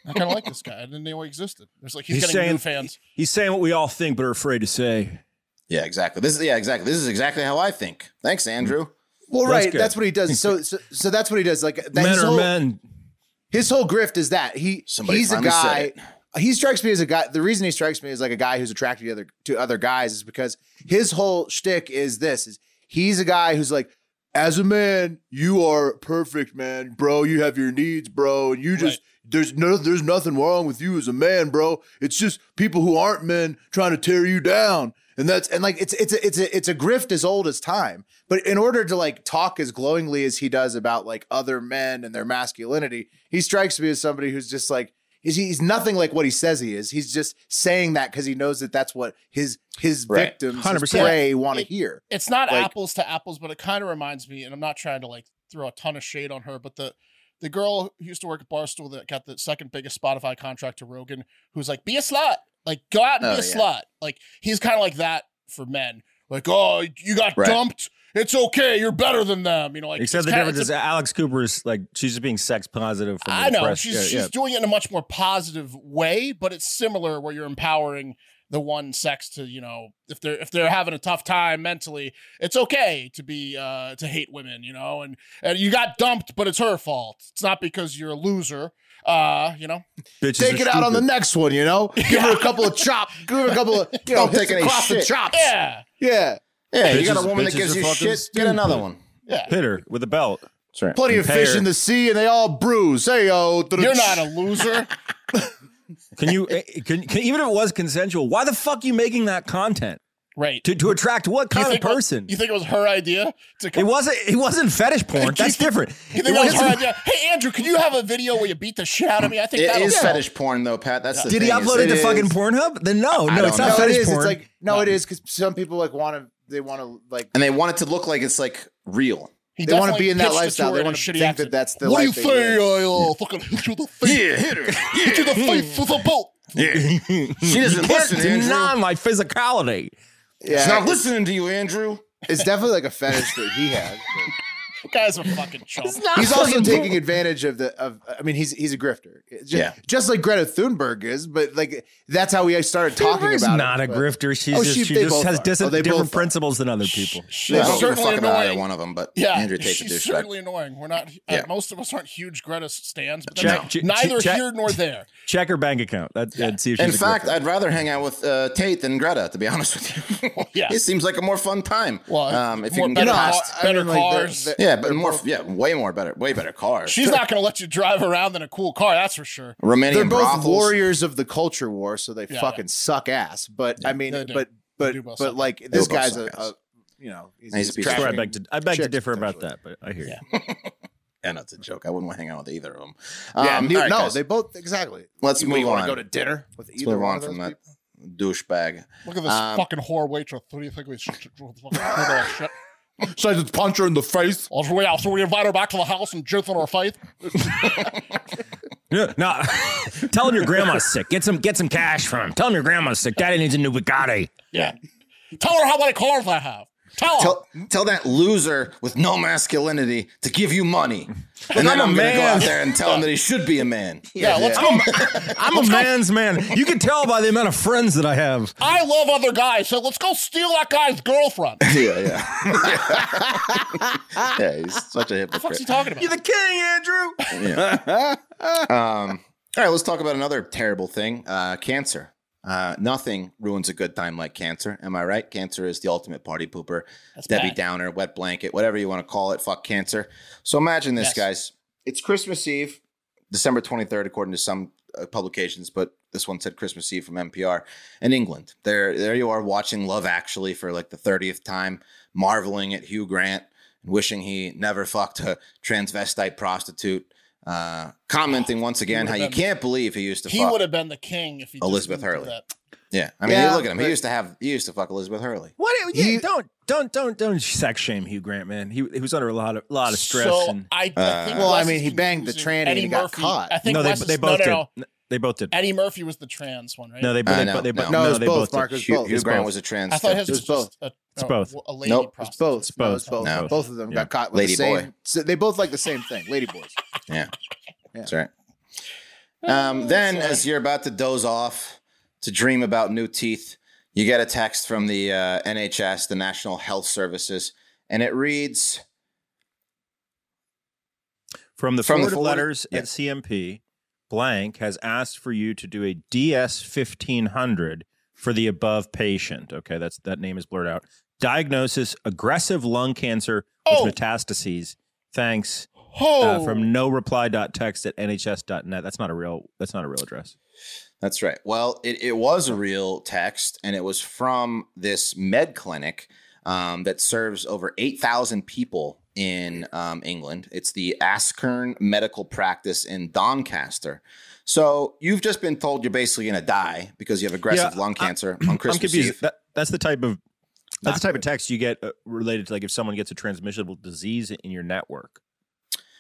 Speaker 4: I kind of like this guy. I didn't know he existed. There's like he's,
Speaker 1: He's
Speaker 4: getting
Speaker 1: saying-
Speaker 4: new fans.
Speaker 1: he's saying what we all think but are afraid to say
Speaker 2: Yeah, exactly. This is yeah, exactly. This is exactly how I think. Thanks, Andrew.
Speaker 3: well,
Speaker 1: That's
Speaker 3: right.
Speaker 1: good.
Speaker 3: That's what he does. So, so, so that's what he does. Like that,
Speaker 1: men
Speaker 3: his
Speaker 1: are
Speaker 3: whole-
Speaker 1: men
Speaker 3: his whole grift is that he
Speaker 2: Somebody
Speaker 3: he's a
Speaker 2: finally said
Speaker 3: guy.
Speaker 2: it.
Speaker 3: He strikes me as a guy. The reason he strikes me as like a guy who's attracted to other to other guys is because his whole shtick is this: is he's a guy who's like, as a man, you are perfect, man, bro. You have your needs, bro, and you just there's no there's nothing wrong with you as a man, bro. It's just people who aren't men trying to tear you down. And that's and like it's it's a, it's a it's a grift as old as time. But in order to like talk as glowingly as he does about like other men and their masculinity, he strikes me as somebody who's just like he's, he's nothing like what he says he is. He's just saying that because he knows that that's what his his
Speaker 2: Right.
Speaker 3: victims, his
Speaker 1: 100%.
Speaker 3: prey, want to
Speaker 4: It-
Speaker 3: hear.
Speaker 4: it's not
Speaker 3: Like-
Speaker 4: apples to apples, but it kind of reminds me, and I'm not trying to like throw a ton of shade on her, but the the girl who used to work at Barstool that got the second biggest Spotify contract to Rogan, who's like, be a slut, like go out and be
Speaker 2: Oh,
Speaker 4: a
Speaker 2: yeah.
Speaker 4: slut. Like he's kind of like that for men. Like, oh, you got
Speaker 2: Right.
Speaker 4: dumped. It's okay. You're better than them. You know, like
Speaker 1: Except
Speaker 4: it's
Speaker 1: the
Speaker 4: kinda-
Speaker 1: difference
Speaker 4: it's
Speaker 1: is
Speaker 4: a-
Speaker 1: Alex Cooper's like she's just being sex positive. From
Speaker 4: I
Speaker 1: the
Speaker 4: know
Speaker 1: press.
Speaker 4: she's
Speaker 1: Yeah,
Speaker 4: she's
Speaker 1: yeah.
Speaker 4: doing it in a much more positive way, but it's similar where you're empowering the one sex to you know if they're if they're having a tough time mentally, it's okay to be uh to hate women, you know, and and you got dumped, but it's her fault. It's not because you're a loser, uh, you know.
Speaker 1: Bitches
Speaker 3: Take
Speaker 1: are
Speaker 3: it out on the
Speaker 1: stupid.
Speaker 3: next one, you know. Give her a couple of chop. Give her a couple of you know,
Speaker 2: Don't take
Speaker 3: hits
Speaker 2: any
Speaker 3: across the
Speaker 2: shit.
Speaker 3: chops.
Speaker 4: Yeah,
Speaker 3: yeah.
Speaker 2: Yeah, you got
Speaker 1: Bitches-
Speaker 2: a woman that
Speaker 1: bitches
Speaker 2: gives
Speaker 1: are
Speaker 2: you
Speaker 1: fucking
Speaker 2: shit. Get another one.
Speaker 4: yeah.
Speaker 1: Hit her with a belt.
Speaker 2: That's right.
Speaker 3: Plenty of
Speaker 1: Compare.
Speaker 3: fish in the sea, and they all bruise. Hey yo,
Speaker 4: You're not a loser.
Speaker 1: Can you? eh, can, can even if it was consensual? Why the fuck you making that content
Speaker 4: right.
Speaker 1: to to attract what
Speaker 4: You
Speaker 1: kind of
Speaker 4: think it was-
Speaker 1: person?
Speaker 4: you think it was her idea to
Speaker 1: It
Speaker 4: come?
Speaker 1: wasn't. It wasn't fetish porn. That's different.
Speaker 4: You think it was her idea? Hey Andrew, can you have a video where you beat the shit out of me? I think
Speaker 2: It
Speaker 4: that'll
Speaker 2: is
Speaker 4: sell.
Speaker 2: fetish porn though, Pat. That's the
Speaker 1: Did he
Speaker 2: thing, is
Speaker 1: upload it to
Speaker 2: is-
Speaker 1: fucking Pornhub? Then no, no,
Speaker 2: don't
Speaker 1: it's
Speaker 2: know.
Speaker 1: not
Speaker 3: No, it
Speaker 1: fetish
Speaker 3: is.
Speaker 1: porn.
Speaker 3: It's like no, it is because some people like want to. They want to like.
Speaker 2: And they want it to look like it's like real.
Speaker 4: He
Speaker 3: They want to
Speaker 4: definitely
Speaker 3: be in that
Speaker 4: pitched it to
Speaker 3: lifestyle.
Speaker 4: her
Speaker 3: They
Speaker 4: in a
Speaker 3: want to
Speaker 4: shitty
Speaker 3: think that
Speaker 4: accent.
Speaker 3: that's the
Speaker 4: what do you
Speaker 3: life they live.
Speaker 4: say? I'll fucking hit you in the face.
Speaker 2: hit her.
Speaker 4: Hit you in the face with a boat.
Speaker 2: She doesn't
Speaker 1: You can't
Speaker 2: listen,
Speaker 1: deny
Speaker 2: Andrew.
Speaker 1: my physicality.
Speaker 2: She's
Speaker 3: Yeah,
Speaker 2: not listening to you, Andrew.
Speaker 3: it's definitely like a fetish that he has. but-
Speaker 4: You guys are fucking chump.
Speaker 3: he's also taking advantage of the of I mean he's he's a grifter. Just,
Speaker 2: Yeah.
Speaker 3: just like Greta Thunberg is, but like that's how we started talking
Speaker 1: She's
Speaker 3: about
Speaker 1: not
Speaker 3: it,
Speaker 1: a
Speaker 3: but-
Speaker 1: grifter. She's
Speaker 3: Oh,
Speaker 1: just,
Speaker 3: she-
Speaker 1: she,
Speaker 3: they
Speaker 1: just
Speaker 3: both
Speaker 1: has
Speaker 3: are.
Speaker 1: dis-
Speaker 3: Oh, they
Speaker 1: different
Speaker 3: both are.
Speaker 1: principles than other people.
Speaker 2: Yeah, I
Speaker 4: She's
Speaker 2: don't give a
Speaker 4: certainly
Speaker 2: fuck about either
Speaker 4: annoying.
Speaker 2: one of them, but
Speaker 4: yeah,
Speaker 2: Andrew takes a
Speaker 4: she's
Speaker 2: douchebag.
Speaker 4: certainly annoying. We're not. Uh,
Speaker 2: Yeah.
Speaker 4: Most of us aren't huge Greta stands, but
Speaker 1: Check-
Speaker 4: that's
Speaker 1: che-
Speaker 4: neither
Speaker 1: check-
Speaker 4: here nor there.
Speaker 1: Check her bank account. That, and see if she's
Speaker 2: In
Speaker 1: a
Speaker 2: fact,
Speaker 1: grifter.
Speaker 2: I'd rather hang out with uh, Tate than Greta, to be honest with you.
Speaker 4: yeah.
Speaker 2: it seems like a more fun time.
Speaker 4: Well,
Speaker 2: um, if you
Speaker 4: more
Speaker 2: can get
Speaker 4: better
Speaker 2: past,
Speaker 4: car- better
Speaker 3: like, they're-
Speaker 4: cars.
Speaker 3: they're-
Speaker 2: yeah, but more, yeah, way more better, way better cars.
Speaker 4: She's not going to let you drive around in a cool car. That's for sure.
Speaker 2: Romanian
Speaker 3: they're both
Speaker 2: brothels.
Speaker 3: warriors of the culture war, so they
Speaker 4: Yeah,
Speaker 3: fucking suck ass. But I mean,
Speaker 4: They do.
Speaker 3: but
Speaker 4: They
Speaker 3: but
Speaker 4: do both
Speaker 3: but
Speaker 4: suck
Speaker 3: like this
Speaker 2: both
Speaker 3: guy's a,
Speaker 2: suck ass.
Speaker 3: a you know
Speaker 2: And he's a piece of
Speaker 1: That's where I
Speaker 3: trafficking-
Speaker 1: beg to, I beg to
Speaker 3: chicks,
Speaker 1: differ about that,
Speaker 3: potentially.
Speaker 1: but I hear you.
Speaker 2: Yeah, no, it's a joke. I wouldn't want to hang out with either of them.
Speaker 3: Yeah,
Speaker 2: Um,
Speaker 3: ne-
Speaker 2: all right,
Speaker 3: no,
Speaker 2: guys.
Speaker 3: they both exactly.
Speaker 2: let's
Speaker 3: You
Speaker 2: move
Speaker 3: want
Speaker 2: on.
Speaker 3: to go to dinner with
Speaker 2: let's
Speaker 3: either
Speaker 2: move
Speaker 3: one
Speaker 2: on
Speaker 3: of those
Speaker 2: from
Speaker 3: people?
Speaker 2: that douchebag.
Speaker 4: Look at this
Speaker 2: Um,
Speaker 4: fucking whore waitress. What do you think we should do with fucking brutal shit?
Speaker 3: Besides, it's punch her in the face.
Speaker 4: Oh, so we- so we invite her back to the house and jizz on her face.
Speaker 1: Yeah, no, tell him your grandma's sick. Get some get some cash from him. Tell him your grandma's sick. Daddy needs a new Bugatti.
Speaker 4: Yeah. Oh. Tell her how many cars I have. Tell her.
Speaker 2: Tell, tell that loser with no masculinity to give you money, and then
Speaker 1: I'm a
Speaker 2: I'm gonna go
Speaker 1: man.
Speaker 2: out there and tell him that he should be a man.
Speaker 4: yeah, let's go.
Speaker 1: I'm a man's man. You can tell by the amount of friends that I have.
Speaker 4: I love other guys, so let's go steal that guy's girlfriend. What
Speaker 2: Yeah, yeah. yeah, he's such a
Speaker 4: the fuck's he
Speaker 2: hypocrite.
Speaker 4: talking about?
Speaker 1: the king, Andrew.
Speaker 2: Um, all right, let's talk about another terrible thing uh, cancer. Uh, nothing ruins a good time like cancer. Am I right? Cancer is the ultimate party pooper, Debbie
Speaker 4: bad.
Speaker 2: Downer, wet blanket, whatever you want to call it. Fuck cancer. So imagine this,
Speaker 4: Yes.
Speaker 2: guys. It's Christmas Eve, December 23rd, according to some uh, publications, but this one said Christmas Eve from NPR in England. There, there you are watching Love Actually for like the 30th time, marveling at Hugh Grant and wishing he never fucked a transvestite prostitute. Uh, commenting once again how you
Speaker 4: would've been-
Speaker 2: can't believe he used to
Speaker 4: he
Speaker 2: fuck.
Speaker 4: would have been the king if he just
Speaker 2: Elizabeth
Speaker 4: didn't do
Speaker 2: Hurley.
Speaker 4: that.
Speaker 2: Yeah, I mean,
Speaker 3: Yeah,
Speaker 2: look at him.
Speaker 3: but-
Speaker 2: He used to have, he used to fuck Elizabeth Hurley.
Speaker 1: What? Yeah, don't don't don't don't sex shame Hugh Grant, man. He, he was under a lot of lot of stress.
Speaker 4: So
Speaker 1: and,
Speaker 4: I, I think
Speaker 2: Uh,
Speaker 4: Wes
Speaker 3: Well, I
Speaker 4: is
Speaker 3: mean, he banged the
Speaker 4: confusing
Speaker 3: tranny and
Speaker 4: Eddie
Speaker 3: he got
Speaker 4: Murphy.
Speaker 3: caught.
Speaker 4: I think
Speaker 1: no, they,
Speaker 4: Wes is-
Speaker 1: they both
Speaker 4: no,
Speaker 1: did.
Speaker 4: no, no.
Speaker 1: They both did.
Speaker 4: Eddie Murphy was the trans one, right?
Speaker 1: No, they, they,
Speaker 2: Uh,
Speaker 1: they,
Speaker 2: no,
Speaker 1: they, no,
Speaker 2: no.
Speaker 3: No, it's
Speaker 1: they
Speaker 3: both,
Speaker 1: both. did.
Speaker 3: Marcus. It's
Speaker 2: Hugh,
Speaker 3: both.
Speaker 2: Hugh
Speaker 3: It's
Speaker 2: Grant
Speaker 3: both.
Speaker 2: was a trans.
Speaker 4: I thought
Speaker 2: too.
Speaker 4: his was
Speaker 3: both.
Speaker 4: just a,
Speaker 1: It's
Speaker 4: a-
Speaker 1: both.
Speaker 4: a lady
Speaker 2: Nope.
Speaker 3: It's
Speaker 4: prostitute.
Speaker 3: both. It's both.
Speaker 1: both.
Speaker 3: No,
Speaker 1: No.
Speaker 3: both of them
Speaker 1: Yeah.
Speaker 3: got caught with
Speaker 2: Lady
Speaker 3: the same.
Speaker 2: boy.
Speaker 3: So they both like the same thing, lady boys.
Speaker 2: Yeah. That's right. Um, then, as you're about to doze off to dream about new teeth, you get a text from the uh, NHS, the National Health Services, and it reads
Speaker 1: From the
Speaker 2: From the
Speaker 1: forward
Speaker 2: forward-
Speaker 1: letters
Speaker 2: yeah.
Speaker 1: at CMP, blank has asked for you to do a DS fifteen hundred for the above patient. Okay, that's that name is blurred out. Diagnosis: aggressive lung cancer with
Speaker 4: Oh.
Speaker 1: metastases. Thanks
Speaker 4: Oh,
Speaker 1: uh, from no reply dot text at nhs.net. That's not a real. That's not a real address.
Speaker 2: That's right. Well, it, it was a real text, and it was from this med clinic um, that serves over 8,000 people in um, England. It's the Askern Medical Practice in Doncaster. So you've just been told you're basically going to die because you have aggressive
Speaker 1: Yeah,
Speaker 2: lung
Speaker 1: I-
Speaker 2: cancer on Christmas
Speaker 1: I'm confused.
Speaker 2: Eve.
Speaker 1: That, that's the type of
Speaker 2: Not
Speaker 1: that's the type of text you get uh, related to like if someone gets a transmissible disease in your network,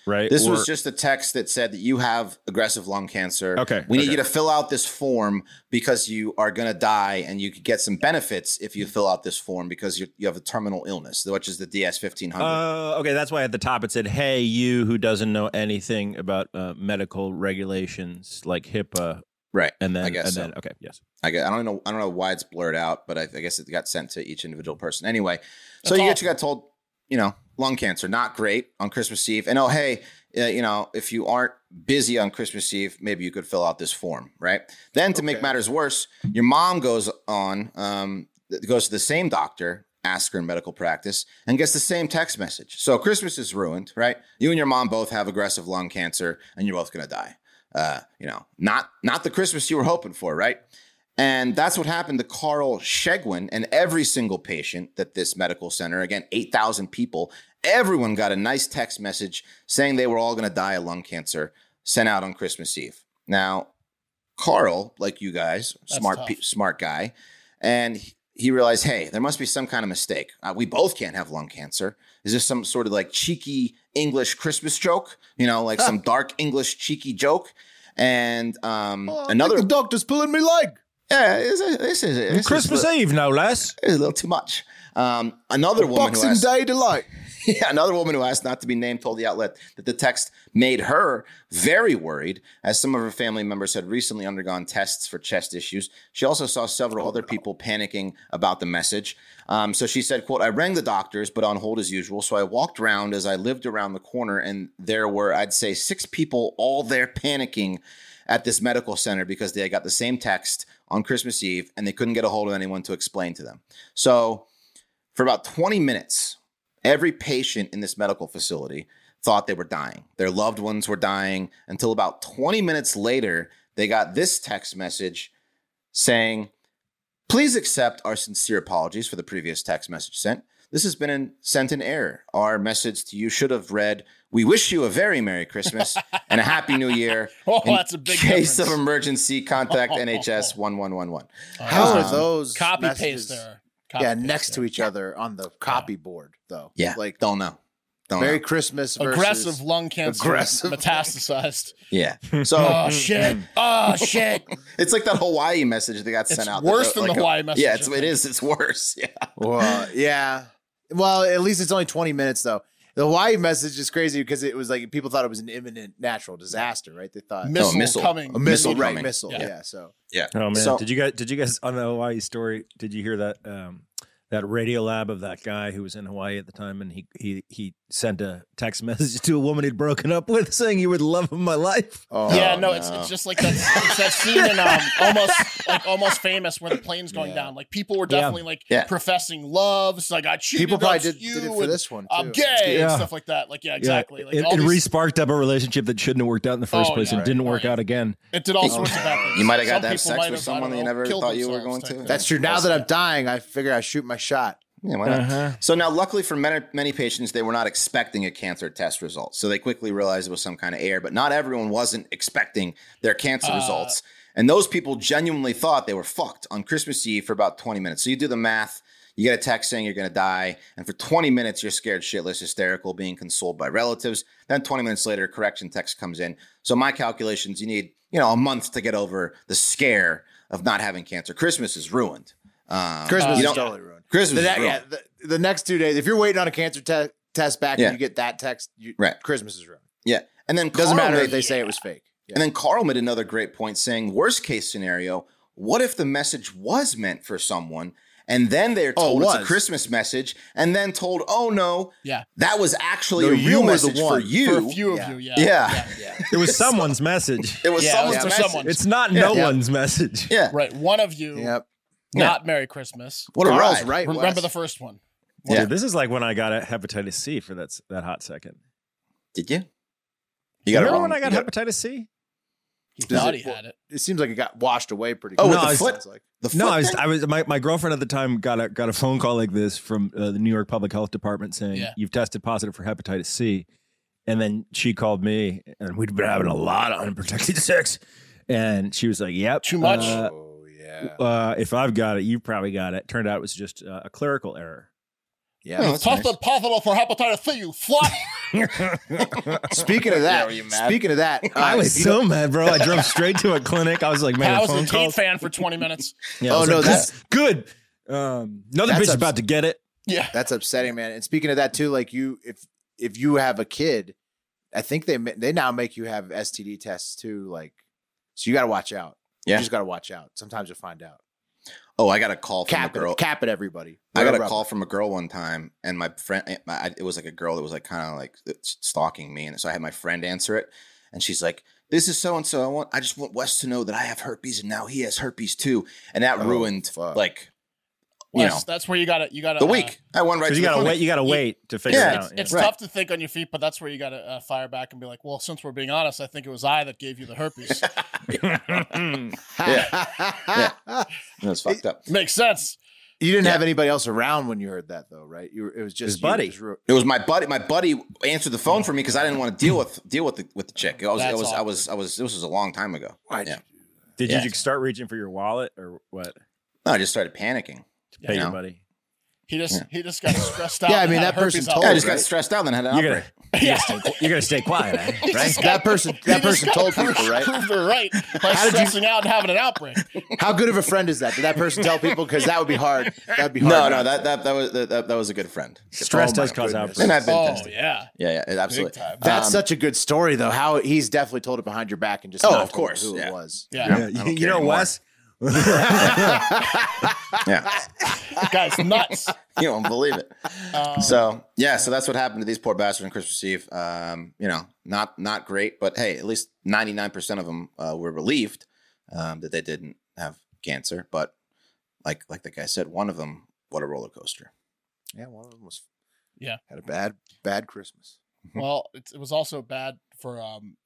Speaker 1: right?
Speaker 2: This
Speaker 1: Or-
Speaker 2: was just a text that said that you have aggressive lung cancer.
Speaker 1: Okay,
Speaker 2: We need
Speaker 1: okay.
Speaker 2: you to fill out this form because you are going to die and you could get some benefits if you fill out this form because you you have a terminal illness, which is the DS 1500.
Speaker 1: Uh, okay, that's why at the top it said, "Hey, you who doesn't know anything about uh, medical regulations like HIPAA,"
Speaker 2: right.
Speaker 1: and then
Speaker 2: I guess
Speaker 1: and
Speaker 2: so.
Speaker 1: then okay, yes,
Speaker 2: I, guess, I don't know. I don't know why it's blurred out, but I, I guess it got sent to each individual person. Anyway, so
Speaker 4: That's
Speaker 2: you get you got told, you know, lung cancer not great on Christmas Eve, and oh hey, uh, you know, if you aren't busy on Christmas Eve, maybe you could fill out this form, right? Then to make matters worse, your mom goes on, um, th- goes to the same doctor, ask her in medical practice, and gets the same text message. So Christmas is ruined, right? You and your mom both have aggressive lung cancer, and you're both gonna die. Uh, you know, not not the Christmas you were hoping for, right? And that's what happened to Carl Shegwin and every single patient that this medical center, again, 8,000 people, everyone got a nice text message saying they were all going to die of lung cancer sent out on Christmas Eve. Now, Carl, like you guys,
Speaker 4: That's
Speaker 2: smart,
Speaker 4: tough.
Speaker 2: pe- smart guy, and he- he realized, hey, there must be some kind of mistake. Uh, we both can't have lung cancer. Is this some sort of like cheeky English Christmas joke? You know, like some dark English cheeky joke. And um, another
Speaker 3: Oh, the doctor's pulling me leg.
Speaker 2: yeah, this is this is, this is
Speaker 1: Christmas
Speaker 2: a, little-
Speaker 1: Eve, no less.
Speaker 2: this is a little too much. Um, another woman who
Speaker 3: Boxing
Speaker 2: asked,
Speaker 3: Day delight.
Speaker 2: yeah, another woman who asked not to be named told the outlet that the text made her very worried, as some of her family members had recently undergone tests for chest issues. She also saw several other people panicking about the message. Um, so she said, "quote I rang the doctors, but on hold as usual. So I walked around as I lived around the corner, and there were, I'd say, six people all there panicking." at this medical center because they got the same text on Christmas Eve and they couldn't get a hold of anyone to explain to them. So, for about 20 minutes, every patient in this medical facility thought they were dying. Their loved ones were dying until about 20 minutes later, they got this text message saying, Please accept our sincere apologies for the previous text message sent. This has been in, sent in error. Our message to you should have read, We wish you a very Merry Christmas and a Happy New Year.
Speaker 4: Oh,
Speaker 2: In
Speaker 4: that's a big
Speaker 2: case
Speaker 4: difference.
Speaker 2: of emergency. Contact NHS one one one one.
Speaker 3: How
Speaker 2: Um,
Speaker 3: are those
Speaker 4: uh, copy
Speaker 3: messages-
Speaker 4: paste there. Copy
Speaker 3: Yeah,
Speaker 4: paste
Speaker 3: next to
Speaker 4: there.
Speaker 3: each other on the copy board though.
Speaker 2: Yeah,
Speaker 3: like
Speaker 2: like don't know, don't
Speaker 3: Merry
Speaker 2: know.
Speaker 3: Christmas versus
Speaker 4: aggressive lung cancer,
Speaker 3: aggressive mm, lung-
Speaker 4: metastasized.
Speaker 2: Yeah,
Speaker 4: Oh
Speaker 2: so
Speaker 4: shit! Oh shit!
Speaker 2: it's like that Hawaii message that got
Speaker 4: It's
Speaker 2: sent out.
Speaker 4: worse
Speaker 2: that-
Speaker 4: than
Speaker 2: like
Speaker 4: the
Speaker 2: a-
Speaker 4: Hawaii message,
Speaker 2: Yeah, it's,
Speaker 4: I
Speaker 2: it
Speaker 4: think.
Speaker 2: is. It's worse. Yeah,
Speaker 3: Well, yeah. Well, at least it's only 20 minutes though. The Hawaii message is crazy because it was like people thought it was an imminent natural disaster, right? They thought
Speaker 4: Missile,
Speaker 2: Oh, missile.
Speaker 4: coming.
Speaker 3: a missile,
Speaker 2: missile
Speaker 3: right?
Speaker 2: coming.
Speaker 3: Missile, yeah.
Speaker 4: Yeah.
Speaker 3: So
Speaker 1: Oh man,
Speaker 2: So-
Speaker 1: did you guys did you guys on the Hawaii story? Did you hear that um, that radio lab of that guy who was in Hawaii at the time, and he he he sent a text message to a woman he'd broken up with, saying you were the love of my life.
Speaker 3: oh,
Speaker 4: yeah, no, it's it's just like that, it's that scene in um, almost like almost famous where the plane's going down. Like people were
Speaker 1: Yeah.
Speaker 4: definitely like
Speaker 2: Yeah.
Speaker 4: professing love. It's like I cheated
Speaker 3: people probably
Speaker 4: on
Speaker 3: did,
Speaker 4: you
Speaker 3: did it for
Speaker 4: and
Speaker 3: this one. Too.
Speaker 4: I'm gay
Speaker 1: Yeah.
Speaker 4: and stuff like that. Like yeah, exactly. Like
Speaker 1: it,
Speaker 4: all
Speaker 1: it
Speaker 4: these-
Speaker 1: re-sparked up a relationship that shouldn't have worked out in the first
Speaker 4: Oh,
Speaker 1: place
Speaker 4: yeah.
Speaker 1: and didn't
Speaker 4: Oh,
Speaker 1: work
Speaker 4: yeah.
Speaker 1: out again.
Speaker 4: it did all sorts of bad things.
Speaker 2: you might have got
Speaker 4: Some
Speaker 2: to have
Speaker 4: people
Speaker 2: sex
Speaker 4: might
Speaker 2: with
Speaker 4: have, I don't
Speaker 2: someone you
Speaker 4: know,
Speaker 2: never
Speaker 4: killed
Speaker 2: thought you were
Speaker 4: themselves
Speaker 2: going
Speaker 4: type
Speaker 2: to.
Speaker 4: thing.
Speaker 3: That's true. Now that I'm dying, I figure I shoot my shot.
Speaker 2: yeah. Why not?
Speaker 4: Uh-huh.
Speaker 2: So now, luckily for many, many patients, they were not expecting a cancer test result, so they quickly realized it was some kind of error. But not everyone wasn't expecting their
Speaker 3: Uh.
Speaker 2: cancer results, and those people genuinely thought they were fucked on Christmas Eve for about twenty minutes. So you do the math. You get a text saying you're going to die, and for 20 minutes you're scared shitless, hysterical, being consoled by relatives. Then 20 minutes later, a correction text comes in. So my calculations, you need you know a month to get over the scare of not having cancer. Christmas is ruined. Um,
Speaker 3: Christmas
Speaker 2: you
Speaker 3: is
Speaker 2: don't-
Speaker 3: totally ruined.
Speaker 2: Christmas
Speaker 3: The,
Speaker 2: is
Speaker 3: ne-
Speaker 2: ruined.
Speaker 3: yeah, the, the next two days, if you're waiting on a cancer te- test back
Speaker 2: Yeah.
Speaker 3: and you get that text, you,
Speaker 2: Right.
Speaker 3: Christmas is ruined.
Speaker 2: Yeah. And then
Speaker 3: Doesn't
Speaker 2: Carl
Speaker 3: matter if
Speaker 2: made-
Speaker 3: they say it was fake. Yeah.
Speaker 2: And then Carl made another great point saying, worst case scenario, what if the message was meant for someone and then they're
Speaker 3: Oh, it
Speaker 2: told it's a
Speaker 3: was.
Speaker 2: Christmas message, and then told, "Oh no,
Speaker 4: Yeah.
Speaker 2: that was actually
Speaker 3: No,
Speaker 2: a
Speaker 3: you
Speaker 2: real
Speaker 3: were the
Speaker 2: message for
Speaker 3: one.
Speaker 2: you."
Speaker 4: For a few of
Speaker 3: Yeah.
Speaker 4: you, yeah.
Speaker 2: yeah.
Speaker 1: It was someone's message.
Speaker 2: it was
Speaker 4: Yeah, it was
Speaker 2: someone's
Speaker 4: for
Speaker 2: message.
Speaker 4: someone.
Speaker 1: It's not no one's message.
Speaker 2: Yeah,
Speaker 4: Right. One of you,
Speaker 3: Yep.
Speaker 4: not Merry Christmas.
Speaker 2: what a
Speaker 3: Carl's
Speaker 2: ride!
Speaker 3: right.
Speaker 4: Remember
Speaker 3: Wes.
Speaker 4: the first one.
Speaker 2: Yeah.
Speaker 1: Dude, this is like when I got a hepatitis C for that s- that hot second.
Speaker 2: Did you? You got it
Speaker 1: Remember
Speaker 2: wrong.
Speaker 1: when I got,
Speaker 2: You
Speaker 1: hepatitis C?
Speaker 4: He
Speaker 3: Does
Speaker 4: thought
Speaker 3: it-
Speaker 4: he had it.
Speaker 3: It seems like it got washed away pretty.
Speaker 2: Oh,
Speaker 3: quick.
Speaker 2: with the
Speaker 3: it
Speaker 2: foot?
Speaker 3: sounds Like,
Speaker 2: the foot
Speaker 1: No, I was
Speaker 2: thing?
Speaker 1: I was my, my girlfriend at the time got a got a phone call like this from uh, the New York Public Health Department saying
Speaker 4: Yeah.
Speaker 1: you've tested positive for hepatitis C, and then she called me and we'd been having a lot of unprotected sex, and she was like, "Yep,
Speaker 4: Too much?
Speaker 1: uh,
Speaker 3: oh yeah.
Speaker 1: uh, if I've got it, you probably got it." Turned out it was just uh, a clerical error.
Speaker 3: Yeah.
Speaker 2: Oh, that's nice.
Speaker 4: Tested positive for hepatitis C, you fly.
Speaker 3: Speaking of that,
Speaker 2: were you mad?
Speaker 3: speaking of that, uh,
Speaker 1: I was
Speaker 3: if you
Speaker 1: so mad, bro. I drove straight to a clinic. I was like, man,
Speaker 4: I
Speaker 1: a
Speaker 4: was
Speaker 1: phone
Speaker 4: a
Speaker 1: call.
Speaker 4: Heat fan for 20 minutes.
Speaker 1: Yeah, I
Speaker 3: Oh,
Speaker 1: was
Speaker 3: no,
Speaker 1: like,
Speaker 3: that-
Speaker 1: good. good. Um, another
Speaker 3: That's
Speaker 1: bitch is
Speaker 3: abs-
Speaker 1: about to get it.
Speaker 4: Yeah.
Speaker 3: That's upsetting, man. And speaking of that too, like you, if if you have a kid, I think they ma- they now make you have STD tests too. Like, so you got to watch out.
Speaker 2: Yeah.
Speaker 3: you just got to watch out. Sometimes you'll find out.
Speaker 2: oh, I got a call from
Speaker 3: Cap
Speaker 2: a girl.
Speaker 3: it, cap it, everybody.
Speaker 2: I got
Speaker 3: Wear
Speaker 2: a
Speaker 3: rubber.
Speaker 2: call from a girl one time, and my friend, eh, my, it was like a girl that was like kind of like uh, stalking me, and so I had my friend answer it, and she's like, "This is so and so. I want, I just want Wes to know that I have herpes, and now he has herpes too." And that
Speaker 3: Oh,
Speaker 2: ruined
Speaker 3: fuck.
Speaker 2: like You
Speaker 4: Wes, uh,
Speaker 2: know.
Speaker 4: that's where you got to you got to
Speaker 2: the week. I went right.
Speaker 1: 'Cause you
Speaker 2: To the
Speaker 1: gotta
Speaker 2: clinic.
Speaker 1: wait. You gotta wait to figure
Speaker 2: Yeah,
Speaker 1: it out.
Speaker 4: It's, it's
Speaker 1: yeah.
Speaker 4: tough to think on your feet, but that's where you got to uh, fire back and be like, "Well, since we're being honest, I think it was I that gave you the herpes."
Speaker 2: It was fucked up.
Speaker 4: Makes sense.
Speaker 3: You didn't
Speaker 2: Yeah.
Speaker 3: have anybody else around when you heard that though, right? You were, it was just
Speaker 1: His
Speaker 3: you.
Speaker 1: buddy.
Speaker 3: It was real-
Speaker 2: It was my buddy. My buddy answered the phone for me because I didn't want to deal with deal with the with the chick. It was, it
Speaker 4: That's
Speaker 2: was, I was, I was. This was a long time ago.
Speaker 3: Why'd
Speaker 2: Yeah.
Speaker 1: Did
Speaker 2: Yeah.
Speaker 1: you just start reaching for your wallet or what?
Speaker 2: No, I just started panicking.
Speaker 1: To pay
Speaker 2: Yeah.
Speaker 1: your buddy.
Speaker 4: He just
Speaker 2: Yeah.
Speaker 4: he just got stressed out.
Speaker 3: Yeah, I
Speaker 4: and
Speaker 3: mean,
Speaker 4: had
Speaker 3: that person
Speaker 4: herpes out.
Speaker 3: told
Speaker 2: Yeah, I
Speaker 3: Oh,
Speaker 2: just
Speaker 3: right.
Speaker 2: got stressed out and had an
Speaker 1: You're
Speaker 2: outbreak.
Speaker 1: gonna, you're, gonna stay, you're gonna stay quiet, eh? right?
Speaker 3: That person, that person told people, right?
Speaker 4: Proved her right by
Speaker 3: How did you-
Speaker 4: stressing out and having an outbreak.
Speaker 3: How good of a friend is that? Did that person tell people? Because that would be hard. That'd be hard.
Speaker 2: No, no, that that that was that, that was a good friend.
Speaker 1: Stress
Speaker 3: Oh
Speaker 1: does
Speaker 3: my
Speaker 1: cause
Speaker 3: goodness.
Speaker 2: And
Speaker 1: outbreaks.
Speaker 2: I've been
Speaker 4: Oh
Speaker 2: tested.
Speaker 4: yeah,
Speaker 2: Yeah, yeah, absolutely.
Speaker 4: time.
Speaker 3: That's
Speaker 2: Um,
Speaker 3: such a good story, though. How he's definitely told it behind your back and just
Speaker 2: Oh,
Speaker 3: not
Speaker 2: of
Speaker 3: told
Speaker 2: course,
Speaker 3: who
Speaker 2: yeah.
Speaker 3: it was.
Speaker 4: yeah.
Speaker 1: Yeah,
Speaker 2: don't
Speaker 1: you, you
Speaker 2: care
Speaker 1: know,
Speaker 2: anymore. Oh,
Speaker 1: Wes.
Speaker 2: yeah.
Speaker 4: Guys, nuts.
Speaker 2: you don't believe it.
Speaker 4: Um,
Speaker 2: So yeah, so that's what happened to these poor bastards on Christmas Eve. Um, you know, not not great, but hey, at least ninety nine percent of them uh, were relieved um, that they didn't have cancer. But like like the guy said, one of them, what a roller coaster.
Speaker 3: Yeah, one of them was.
Speaker 4: Yeah.
Speaker 3: had a bad, bad Christmas.
Speaker 4: well, it, it was also bad for um,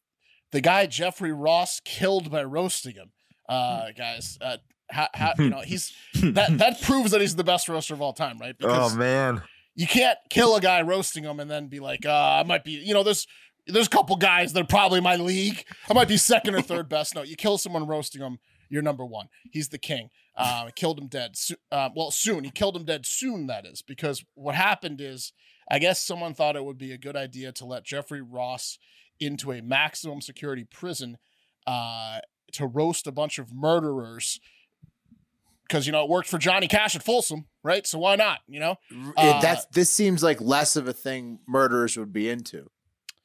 Speaker 4: the guy Jeffrey Ross killed by roasting him. Uh, guys, uh, how, how
Speaker 2: Hmm.
Speaker 4: you know he's that that proves that he's the best roaster of all time, right?
Speaker 2: Oh,
Speaker 4: Because
Speaker 1: man.
Speaker 4: you can't kill a guy roasting him and then be like, uh, I might be, you know, there's there's a couple guys that are probably in my league. I might be second or third best. No, you kill someone roasting him, you're number one. He's the king. Um, killed him dead. So, uh, well, soon he killed him dead. Soon that is because what happened is, I guess someone thought it would be a good idea to let Jeffrey Ross into a maximum security prison uh, to roast a bunch of murderers. Because you know it worked for Johnny Cash at Folsom, right? So why not? You know,
Speaker 3: It-
Speaker 4: Uh,
Speaker 3: that's this seems like less of a thing murderers would be into.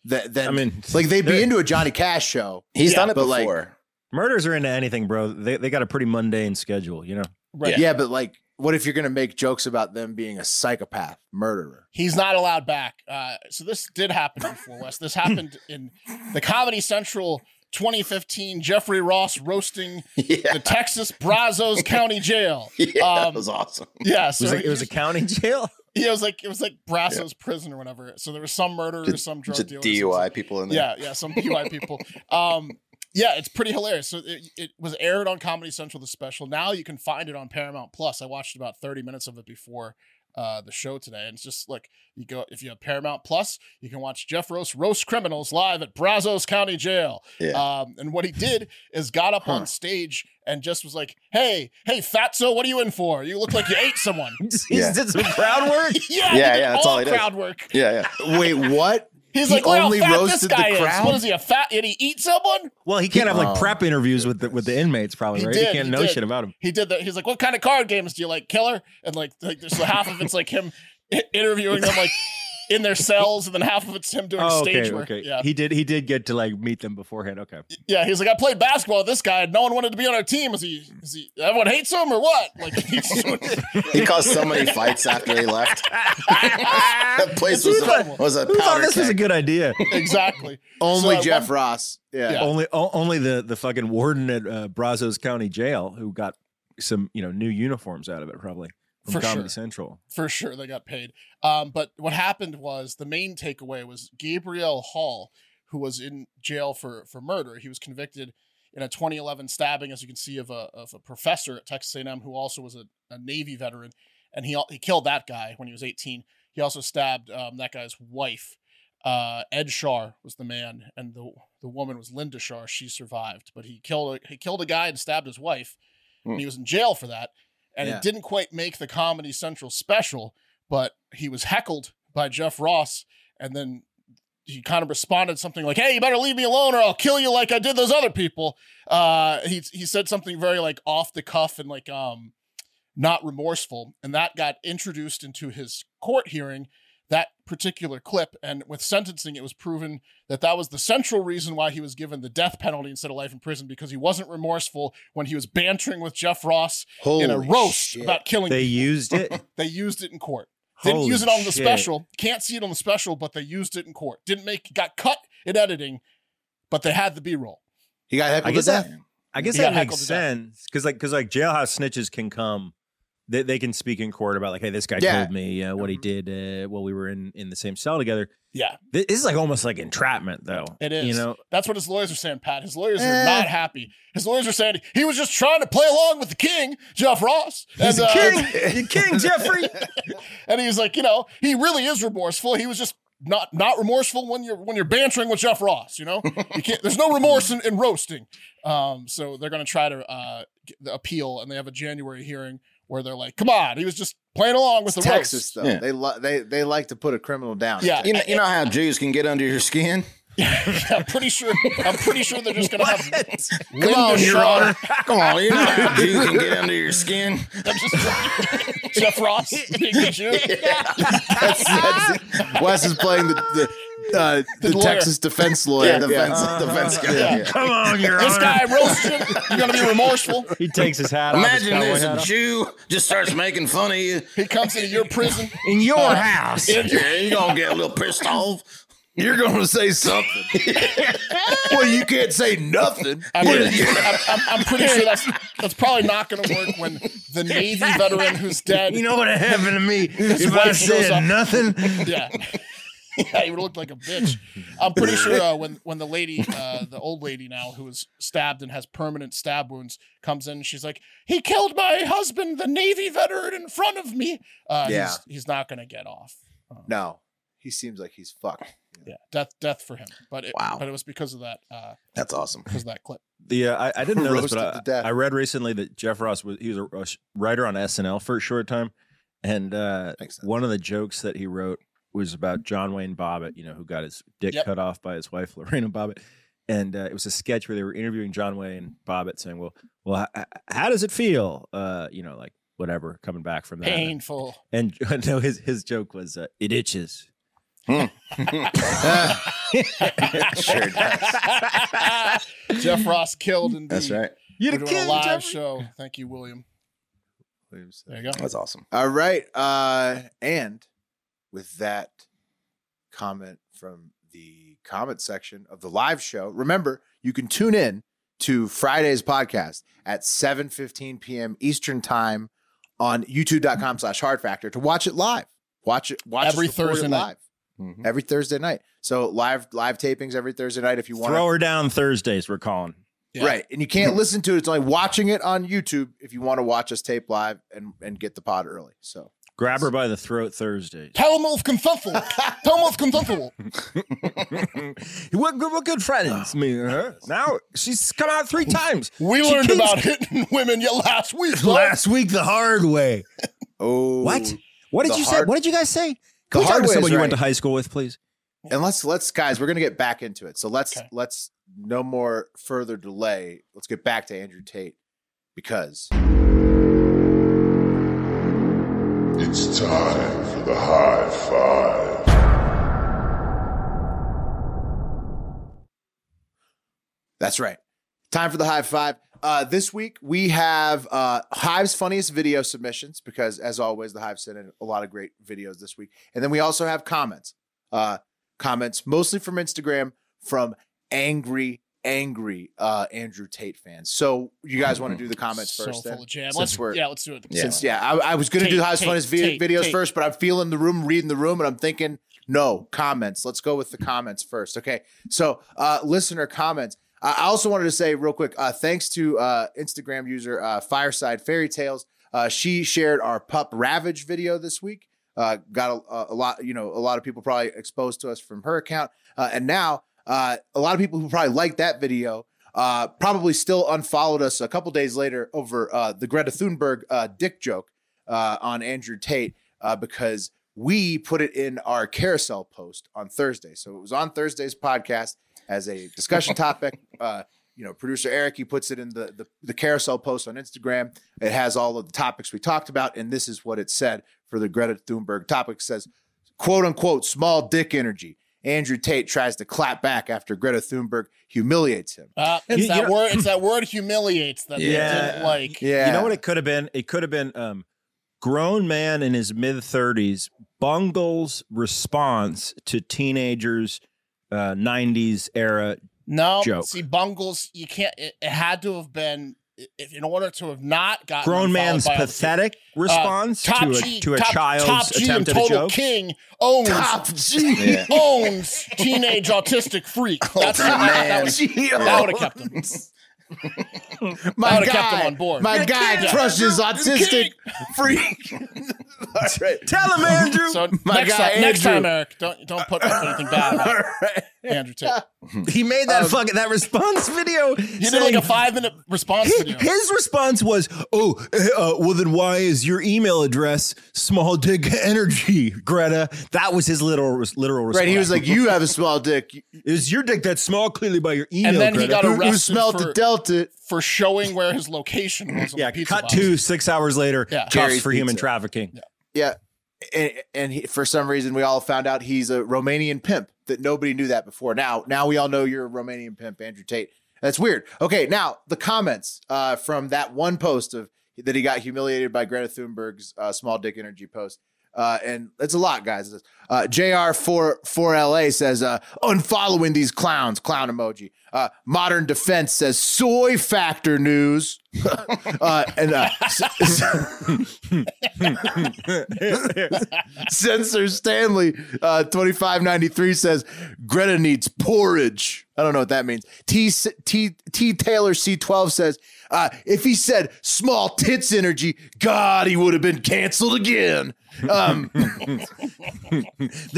Speaker 3: That than
Speaker 1: I mean,
Speaker 3: like they'd be
Speaker 1: they're-
Speaker 3: into a Johnny Cash show.
Speaker 2: He's
Speaker 4: Yeah,
Speaker 2: done it
Speaker 3: but,
Speaker 2: before.
Speaker 3: like-
Speaker 1: Murders are into anything, bro. They they got a pretty mundane schedule, you know.
Speaker 4: right?
Speaker 3: Yeah. but like, what if you're gonna make jokes about them being a psychopath murderer?
Speaker 4: He's not allowed back. Uh, so this did happen before, Wes. This happened in the Comedy Central 2015 Jeffrey Ross roasting
Speaker 2: yeah,
Speaker 4: the Texas Brazos County Jail.
Speaker 2: yeah
Speaker 4: Um,
Speaker 2: that was awesome.
Speaker 4: Yeah,
Speaker 1: It
Speaker 4: so
Speaker 1: was, like, it was a county jail.
Speaker 4: yeah, it was like it was like Brazos prison or whatever. So there was some murder or some drug
Speaker 2: It's a
Speaker 4: dealer. or some-
Speaker 2: DUI people in there.
Speaker 4: Yeah, yeah, some DUI people. Um, yeah, it's pretty hilarious. So it, it was aired on Comedy Central, the special. Now you can find it on Paramount Plus. I watched about 30 minutes of it before uh, the show today. And it's just like, you go, if you have Paramount Plus, you can watch Jeff Roast roast criminals live at Brazos County Jail.
Speaker 2: Yeah.
Speaker 4: Um, and what he did is got up on stage and just was like, hey, hey, fatso, what are you in for? You look like you ate someone.
Speaker 1: He's
Speaker 2: Yeah.
Speaker 1: did some crowd work.
Speaker 4: yeah, he
Speaker 2: Yeah,
Speaker 4: did
Speaker 2: yeah, that's all he did.
Speaker 4: crowd work.
Speaker 2: yeah, yeah.
Speaker 3: Wait, what?
Speaker 4: He's
Speaker 3: He
Speaker 4: like, look
Speaker 3: only
Speaker 4: how fat this
Speaker 3: roasted the
Speaker 4: guy is.
Speaker 3: crowd?
Speaker 4: What is he, a fat? Did he eat someone?
Speaker 1: Well, he can't have like
Speaker 3: Oh,
Speaker 1: prep interviews with the with the inmates, probably,
Speaker 4: He
Speaker 1: right?
Speaker 4: did,
Speaker 1: he can't
Speaker 4: he
Speaker 1: know
Speaker 4: did.
Speaker 1: shit about him.
Speaker 4: he did that. He's like, "What kind of card games do you like, Killer?" And like, like there's half of it's like him i- interviewing them, like, in their cells, and then half of it's him doing
Speaker 1: Oh,
Speaker 4: stage
Speaker 1: okay,
Speaker 4: work.
Speaker 1: okay.
Speaker 4: Yeah,
Speaker 1: He did. He did get to like meet them beforehand. Okay.
Speaker 4: yeah. He's like, I played basketball with this guy, and no one wanted to be on our team. Is he? Is he? Everyone hates him or what? Like, he's
Speaker 2: He caused so many fights after he left. that place was a, was a
Speaker 1: Who thought
Speaker 2: powder
Speaker 1: this was a
Speaker 2: keg.
Speaker 1: good idea?
Speaker 4: exactly.
Speaker 3: Only
Speaker 4: So at
Speaker 3: Jeff
Speaker 4: one-
Speaker 3: Ross. uh, Yeah.
Speaker 4: Yeah.
Speaker 1: Only, o- only the the fucking warden at uh, Brazos County Jail who got some you know new uniforms out of it probably from
Speaker 4: For
Speaker 1: Comedy
Speaker 4: sure.
Speaker 1: Central.
Speaker 4: for sure they got paid. Um, but what happened was the main takeaway was Gabriel Hall, who was in jail for for murder. He was convicted in a 2011 stabbing, as you can see, of a of a professor at Texas A&M who also was a, a Navy veteran, and he al- he killed that guy when he was 18. He also stabbed um, that guy's wife. Uh, Ed Shar was the man, and the the woman was Linda Shar. She survived, but he killed a, he killed a guy and stabbed his wife, and he was in jail for that and
Speaker 3: Yeah.
Speaker 4: it didn't quite make the Comedy Central special, but he was heckled by Jeff Ross, and then he kind of responded something like, "Hey, you better leave me alone, or I'll kill you like I did those other people." Uh, he he said something very like off the cuff and like um not remorseful, and that got introduced into his court hearing. That particular clip, and with sentencing, it was proven that that was the central reason why he was given the death penalty instead of life in prison because he wasn't remorseful when he was bantering with Jeff Ross in a
Speaker 3: Holy
Speaker 4: roast
Speaker 3: shit.
Speaker 4: about killing.
Speaker 1: They
Speaker 4: They,
Speaker 1: used it.
Speaker 4: used it in court. Oh, Didn't
Speaker 1: Holy
Speaker 4: use it on the
Speaker 1: shit.
Speaker 4: special. Can't see it on the special, but they used it in court. Didn't make got cut in editing, but they had the B roll.
Speaker 3: He got
Speaker 1: I
Speaker 3: heckled to
Speaker 1: guess that
Speaker 3: death.
Speaker 1: I guess
Speaker 4: He
Speaker 1: that
Speaker 4: got heckled
Speaker 1: makes
Speaker 4: to death.
Speaker 1: sense because like because like jailhouse snitches can come. They, they can speak in court about like, hey, this guy
Speaker 3: Yeah.
Speaker 1: told me uh, what he did uh, while we were in in the same cell together.
Speaker 4: Mm-hmm. Yeah,
Speaker 1: This is like almost like entrapment, though.
Speaker 4: It
Speaker 1: You
Speaker 4: is.
Speaker 1: know,
Speaker 4: that's what his lawyers are saying, Pat. His lawyers
Speaker 3: Eh.
Speaker 4: are not happy. His lawyers are saying he was just trying to play along with the king, Jeff Ross.
Speaker 1: he's
Speaker 4: and,
Speaker 1: a
Speaker 4: uh,
Speaker 1: king, you king, Jeffrey.
Speaker 4: and he's like, you know, he really is remorseful. He was just not not remorseful when you're when you're bantering with Jeff Ross. You know, you can't. There's no remorse in, in roasting. Um, so they're gonna try to uh get the appeal, and they have a January hearing where they're like, come on, he was just playing along with the
Speaker 3: Texas though.
Speaker 2: Yeah.
Speaker 3: They lo- they they like to put a criminal down.
Speaker 4: roast. Yeah,
Speaker 2: You know, you know how Jews can get under your skin?
Speaker 4: I'm pretty sure. I'm pretty sure they're just gonna have.
Speaker 2: Come on, Your
Speaker 4: Shaw.
Speaker 2: Honor. Come on, you know how Jews can get under your skin?
Speaker 4: I'm just Jeff Ross being the Jew.
Speaker 3: That's, that's, Wes is playing the the, uh, the,
Speaker 4: lawyer.
Speaker 3: Texas defense lawyer.
Speaker 2: Yeah, defense, defense guy.
Speaker 3: Yeah.
Speaker 2: yeah.
Speaker 1: Come on, your
Speaker 4: This
Speaker 1: honor.
Speaker 4: guy roasted him. You're gonna be remorseful.
Speaker 1: He takes his hat off. his
Speaker 2: Imagine
Speaker 1: cowboy
Speaker 2: this
Speaker 1: hat
Speaker 2: a
Speaker 1: off.
Speaker 2: Jew just starts making fun of you.
Speaker 4: He comes into your prison. Uh,
Speaker 1: in your house.
Speaker 2: Yeah, you're gonna get a little pissed off.
Speaker 3: You're gonna say something. well, you can't say nothing.
Speaker 4: I'm, pretty, I'm, I'm, I'm pretty sure that's that's probably not going to work when the Navy veteran who's dead.
Speaker 1: You know what happened to me if I
Speaker 4: wife shows up.
Speaker 1: said nothing?
Speaker 4: yeah, yeah, he would look like a bitch. I'm pretty sure uh, when when the lady, uh, the old lady now who was stabbed and has permanent stab wounds, comes in, she's like, "He killed my husband, the Navy veteran, in front of me." Uh, he's, he's not going to get off.
Speaker 3: No, he seems like he's fucked.
Speaker 4: Yeah, death, death for him. But it,
Speaker 2: Wow.
Speaker 4: but it was because of that, uh,
Speaker 2: That's awesome.
Speaker 4: because of that clip.
Speaker 1: The uh, I, I didn't know this,
Speaker 3: Roasted to
Speaker 1: but
Speaker 3: death.
Speaker 1: I, I read recently that Jeff Ross was he was a, a sh- writer on SNL for a short time, and uh,
Speaker 3: Makes sense.
Speaker 1: one of the jokes that he wrote was about John Wayne Bobbitt, you know, who got his dick
Speaker 4: Yep.
Speaker 1: cut off by his wife Lorena Bobbitt, and uh, it was a sketch where they were interviewing John Wayne Bobbitt, saying, "Well, well, h- h- how does it feel? Uh, you know, like whatever coming back from that."
Speaker 4: Painful.
Speaker 1: And no, his his joke was uh, it itches.
Speaker 2: Sure does.
Speaker 4: Jeff Ross killed in the
Speaker 2: That's right.
Speaker 1: You
Speaker 4: We're doing a live show. Thank you, William. There you go.
Speaker 2: That's awesome.
Speaker 3: All right. Uh, and with that comment from the comment section of the live show, remember you can tune in to Friday's podcast at 7:15 p.m. Eastern time on youtube.com slash hard factor to watch it live. Watch it watch us
Speaker 4: Every
Speaker 3: record it
Speaker 4: Thursday night.
Speaker 3: live. Every Thursday night. So live live tapings every Thursday night if you want
Speaker 1: Throw her down Thursdays. We're calling.
Speaker 4: Yeah.
Speaker 3: Right. And you can't listen to it. It's only watching it on YouTube if you want to watch us tape live and, and get the pod early. So
Speaker 1: Grab her by the throat Thursdays.
Speaker 4: Telemuth Conthunthul. Telemuth Conthunthul.
Speaker 1: We're good, we're good friends, me and her. Now she's come out three times.
Speaker 4: We
Speaker 1: She
Speaker 4: learned
Speaker 1: keeps-
Speaker 4: about hitting women yet last week. bro.
Speaker 1: last week the hard way.
Speaker 3: Oh
Speaker 1: What? What did
Speaker 3: The
Speaker 1: you say?
Speaker 3: hard-
Speaker 1: What did you guys say?
Speaker 3: The
Speaker 1: Can we talk
Speaker 3: hard
Speaker 1: to
Speaker 3: way is
Speaker 1: someone you went
Speaker 3: right.
Speaker 1: to high school with, please?
Speaker 3: And let's let's guys, we're gonna get back into it. So let's
Speaker 4: Okay.
Speaker 3: let's no more further delay. Let's get back to Andrew Tate because
Speaker 5: It's time for the high five.
Speaker 3: That's right. Time for the high five. Uh, this week we have uh, Hive's funniest video submissions because, as always, the Hive sent in a lot of great videos this week, and then we also have comments. Uh, comments mostly from Instagram from angry, angry uh, Andrew Tate fans. So you guys want to do the comments
Speaker 4: so
Speaker 3: first?
Speaker 4: full
Speaker 3: Then?
Speaker 4: of jam.
Speaker 3: Since
Speaker 4: Let's,
Speaker 3: we're-
Speaker 4: yeah, let's do it.
Speaker 2: Yeah.
Speaker 3: Since yeah, I, I was gonna do
Speaker 4: Tate,
Speaker 3: Hive's
Speaker 4: Tate,
Speaker 3: funniest video,
Speaker 4: Tate,
Speaker 3: videos
Speaker 4: Tate.
Speaker 3: first, but I'm feeling the room, reading the room, and I'm thinking no comments. Let's go with the comments first. Okay, so uh, listener comments. I I also wanted to say real quick, uh, thanks to uh, Instagram user uh, Fireside Fairy Tales. Uh, she shared our pup Ravage video this week. Uh, got a, a lot, you know, a lot of people probably exposed to us from her account, uh, and now uh, a lot of people who probably liked that video uh, probably still unfollowed us a couple days later over uh, the Greta Thunberg uh, dick joke uh, on Andrew Tate uh, because we put it in our carousel post on Thursday. So it was on Thursday's podcast as a discussion topic. Uh, you know, producer Eric, he puts it in the, the the carousel post on Instagram. It has all of the topics we talked about, and this is what it said for the Greta Thunberg topic. It says, "quote unquote," small dick energy. Andrew Tate tries to clap back after Greta Thunberg humiliates him.
Speaker 4: Uh, it's
Speaker 1: You-
Speaker 4: that
Speaker 1: you know-
Speaker 4: word. It's that word humiliates that they
Speaker 1: Yeah.
Speaker 4: didn't like.
Speaker 3: Yeah,
Speaker 1: You know what it could have been? It could have been um grown man in his mid 30s bungles response to teenagers uh 90s era
Speaker 4: No,
Speaker 1: Joke.
Speaker 4: see, Bungles, you can't. It, it had to have been if in order to have not gotten
Speaker 1: grown
Speaker 4: unfollowed
Speaker 1: man's
Speaker 4: by all the-
Speaker 1: pathetic response
Speaker 4: Top
Speaker 1: to a,
Speaker 4: G-
Speaker 1: to a
Speaker 4: top,
Speaker 1: child's
Speaker 4: top G
Speaker 1: attempt
Speaker 4: and
Speaker 1: at a
Speaker 4: total
Speaker 1: joke.
Speaker 4: King owns
Speaker 3: Top G.
Speaker 2: Yeah.
Speaker 4: owns teenage autistic freak.
Speaker 1: Oh,
Speaker 4: That's
Speaker 2: man.
Speaker 4: that was- that would have kept him.
Speaker 3: My
Speaker 4: would've kept him
Speaker 3: guy-
Speaker 4: on board.
Speaker 3: My
Speaker 4: You
Speaker 3: guy
Speaker 4: can't-
Speaker 3: crushes
Speaker 4: you
Speaker 3: autistic freak. All right.
Speaker 1: Tell him, Andrew.
Speaker 4: So
Speaker 3: My
Speaker 4: next,
Speaker 3: guy,
Speaker 4: time, next
Speaker 3: Andrew.
Speaker 4: time, Eric, don't don't put up anything bad about Andrew Tate.
Speaker 1: he made that fucking that response video.
Speaker 4: uh, You did like a five minute response video.
Speaker 1: his response was, "Oh, eh, uh, well then, why is your email address small dick energy, Greta?" That was his literal literal response.
Speaker 3: Right. He was like, "You have a small dick. You,
Speaker 1: "Is your dick that small clearly by your email?"
Speaker 4: And then he
Speaker 1: Greta?"
Speaker 4: got
Speaker 3: you
Speaker 4: arrested
Speaker 3: smelled
Speaker 4: for-
Speaker 3: the delta."
Speaker 4: for showing where his location was. On
Speaker 1: yeah.
Speaker 4: the pizza
Speaker 1: Cut
Speaker 4: box.
Speaker 1: to six hours later.
Speaker 4: Yeah.
Speaker 1: cuffs
Speaker 2: Jerry's
Speaker 1: for human
Speaker 2: Pizza.
Speaker 1: trafficking.
Speaker 3: Yeah." And, and he, for some reason, we all found out he's a Romanian pimp that nobody knew that before. Now, now we all know you're a Romanian pimp, Andrew Tate. That's weird. Okay, now the comments uh, from that one post of that he got humiliated by Greta Thunberg's uh, small dick energy post. Uh, and it's a lot, guys. Uh, Jr. Four Four LA says uh, unfollowing these clowns. Clown emoji. Uh, Modern Defense says soy factor news. uh, and uh, s- s- Censor Stanley uh, twenty five ninety three says Greta needs porridge. I don't know what that means. T S- T T Taylor C twelve says uh, if he said small tits energy, God, he would have been canceled again. Um,
Speaker 1: They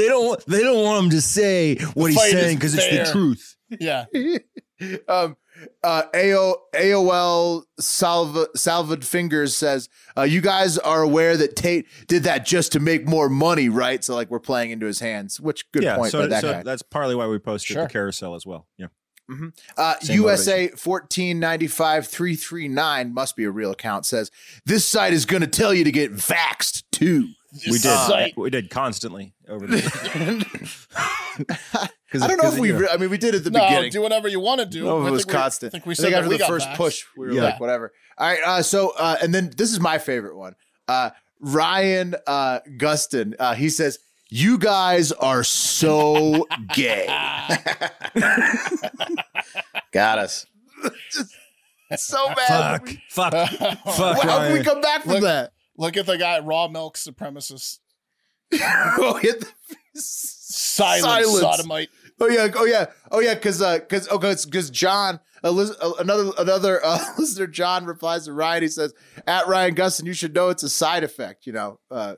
Speaker 1: don't. want- They don't want him to say what he's
Speaker 4: fight is
Speaker 1: saying because it's the
Speaker 4: fair.
Speaker 1: truth.
Speaker 4: Yeah.
Speaker 3: um, uh, AO, AOL Salva, Salved Fingers says, uh, You guys are aware that Tate did that just to make more money, right? So, like, we're playing into his hands, which good
Speaker 1: yeah.
Speaker 3: point
Speaker 1: so
Speaker 3: by that
Speaker 1: so
Speaker 3: guy.
Speaker 1: that's partly why we posted
Speaker 4: Sure.
Speaker 1: the carousel as well. Yeah.
Speaker 3: Uh,
Speaker 1: Same
Speaker 3: USA 1495339 must be a real account says, This site is going to tell you to get vaxxed too.
Speaker 1: We did.
Speaker 4: Site.
Speaker 1: we did constantly over the.
Speaker 3: I don't know if we, re- I mean, we did at the
Speaker 4: No,
Speaker 3: beginning.
Speaker 4: do whatever you want to do.
Speaker 3: No,
Speaker 4: I
Speaker 3: it was
Speaker 4: think we-
Speaker 3: constant.
Speaker 4: I think we said that
Speaker 3: after
Speaker 4: we
Speaker 3: the
Speaker 4: got
Speaker 3: first
Speaker 4: vaxxed.
Speaker 3: push, we were
Speaker 1: Yeah.
Speaker 3: like, whatever. All right. Uh, so, uh, and then this is my favorite one. Uh, Ryan uh, Gustin. Uh, he says, "You guys are so gay."
Speaker 2: Got us.
Speaker 3: so bad.
Speaker 1: fuck. Fuck.
Speaker 3: How
Speaker 1: fuck.
Speaker 3: can we
Speaker 1: Ryan.
Speaker 3: come back from
Speaker 4: Look-
Speaker 3: that?
Speaker 4: Look at the guy, raw milk supremacist,
Speaker 3: oh, hit the-
Speaker 4: silent
Speaker 3: Silence.
Speaker 4: sodomite.
Speaker 3: oh, yeah. Oh yeah. Oh yeah. Because because okay. Because John. a lis- a- Another another uh, listener, John replies to Ryan. He says, "At Ryan Gustin, you should know it's a side effect. You know, uh,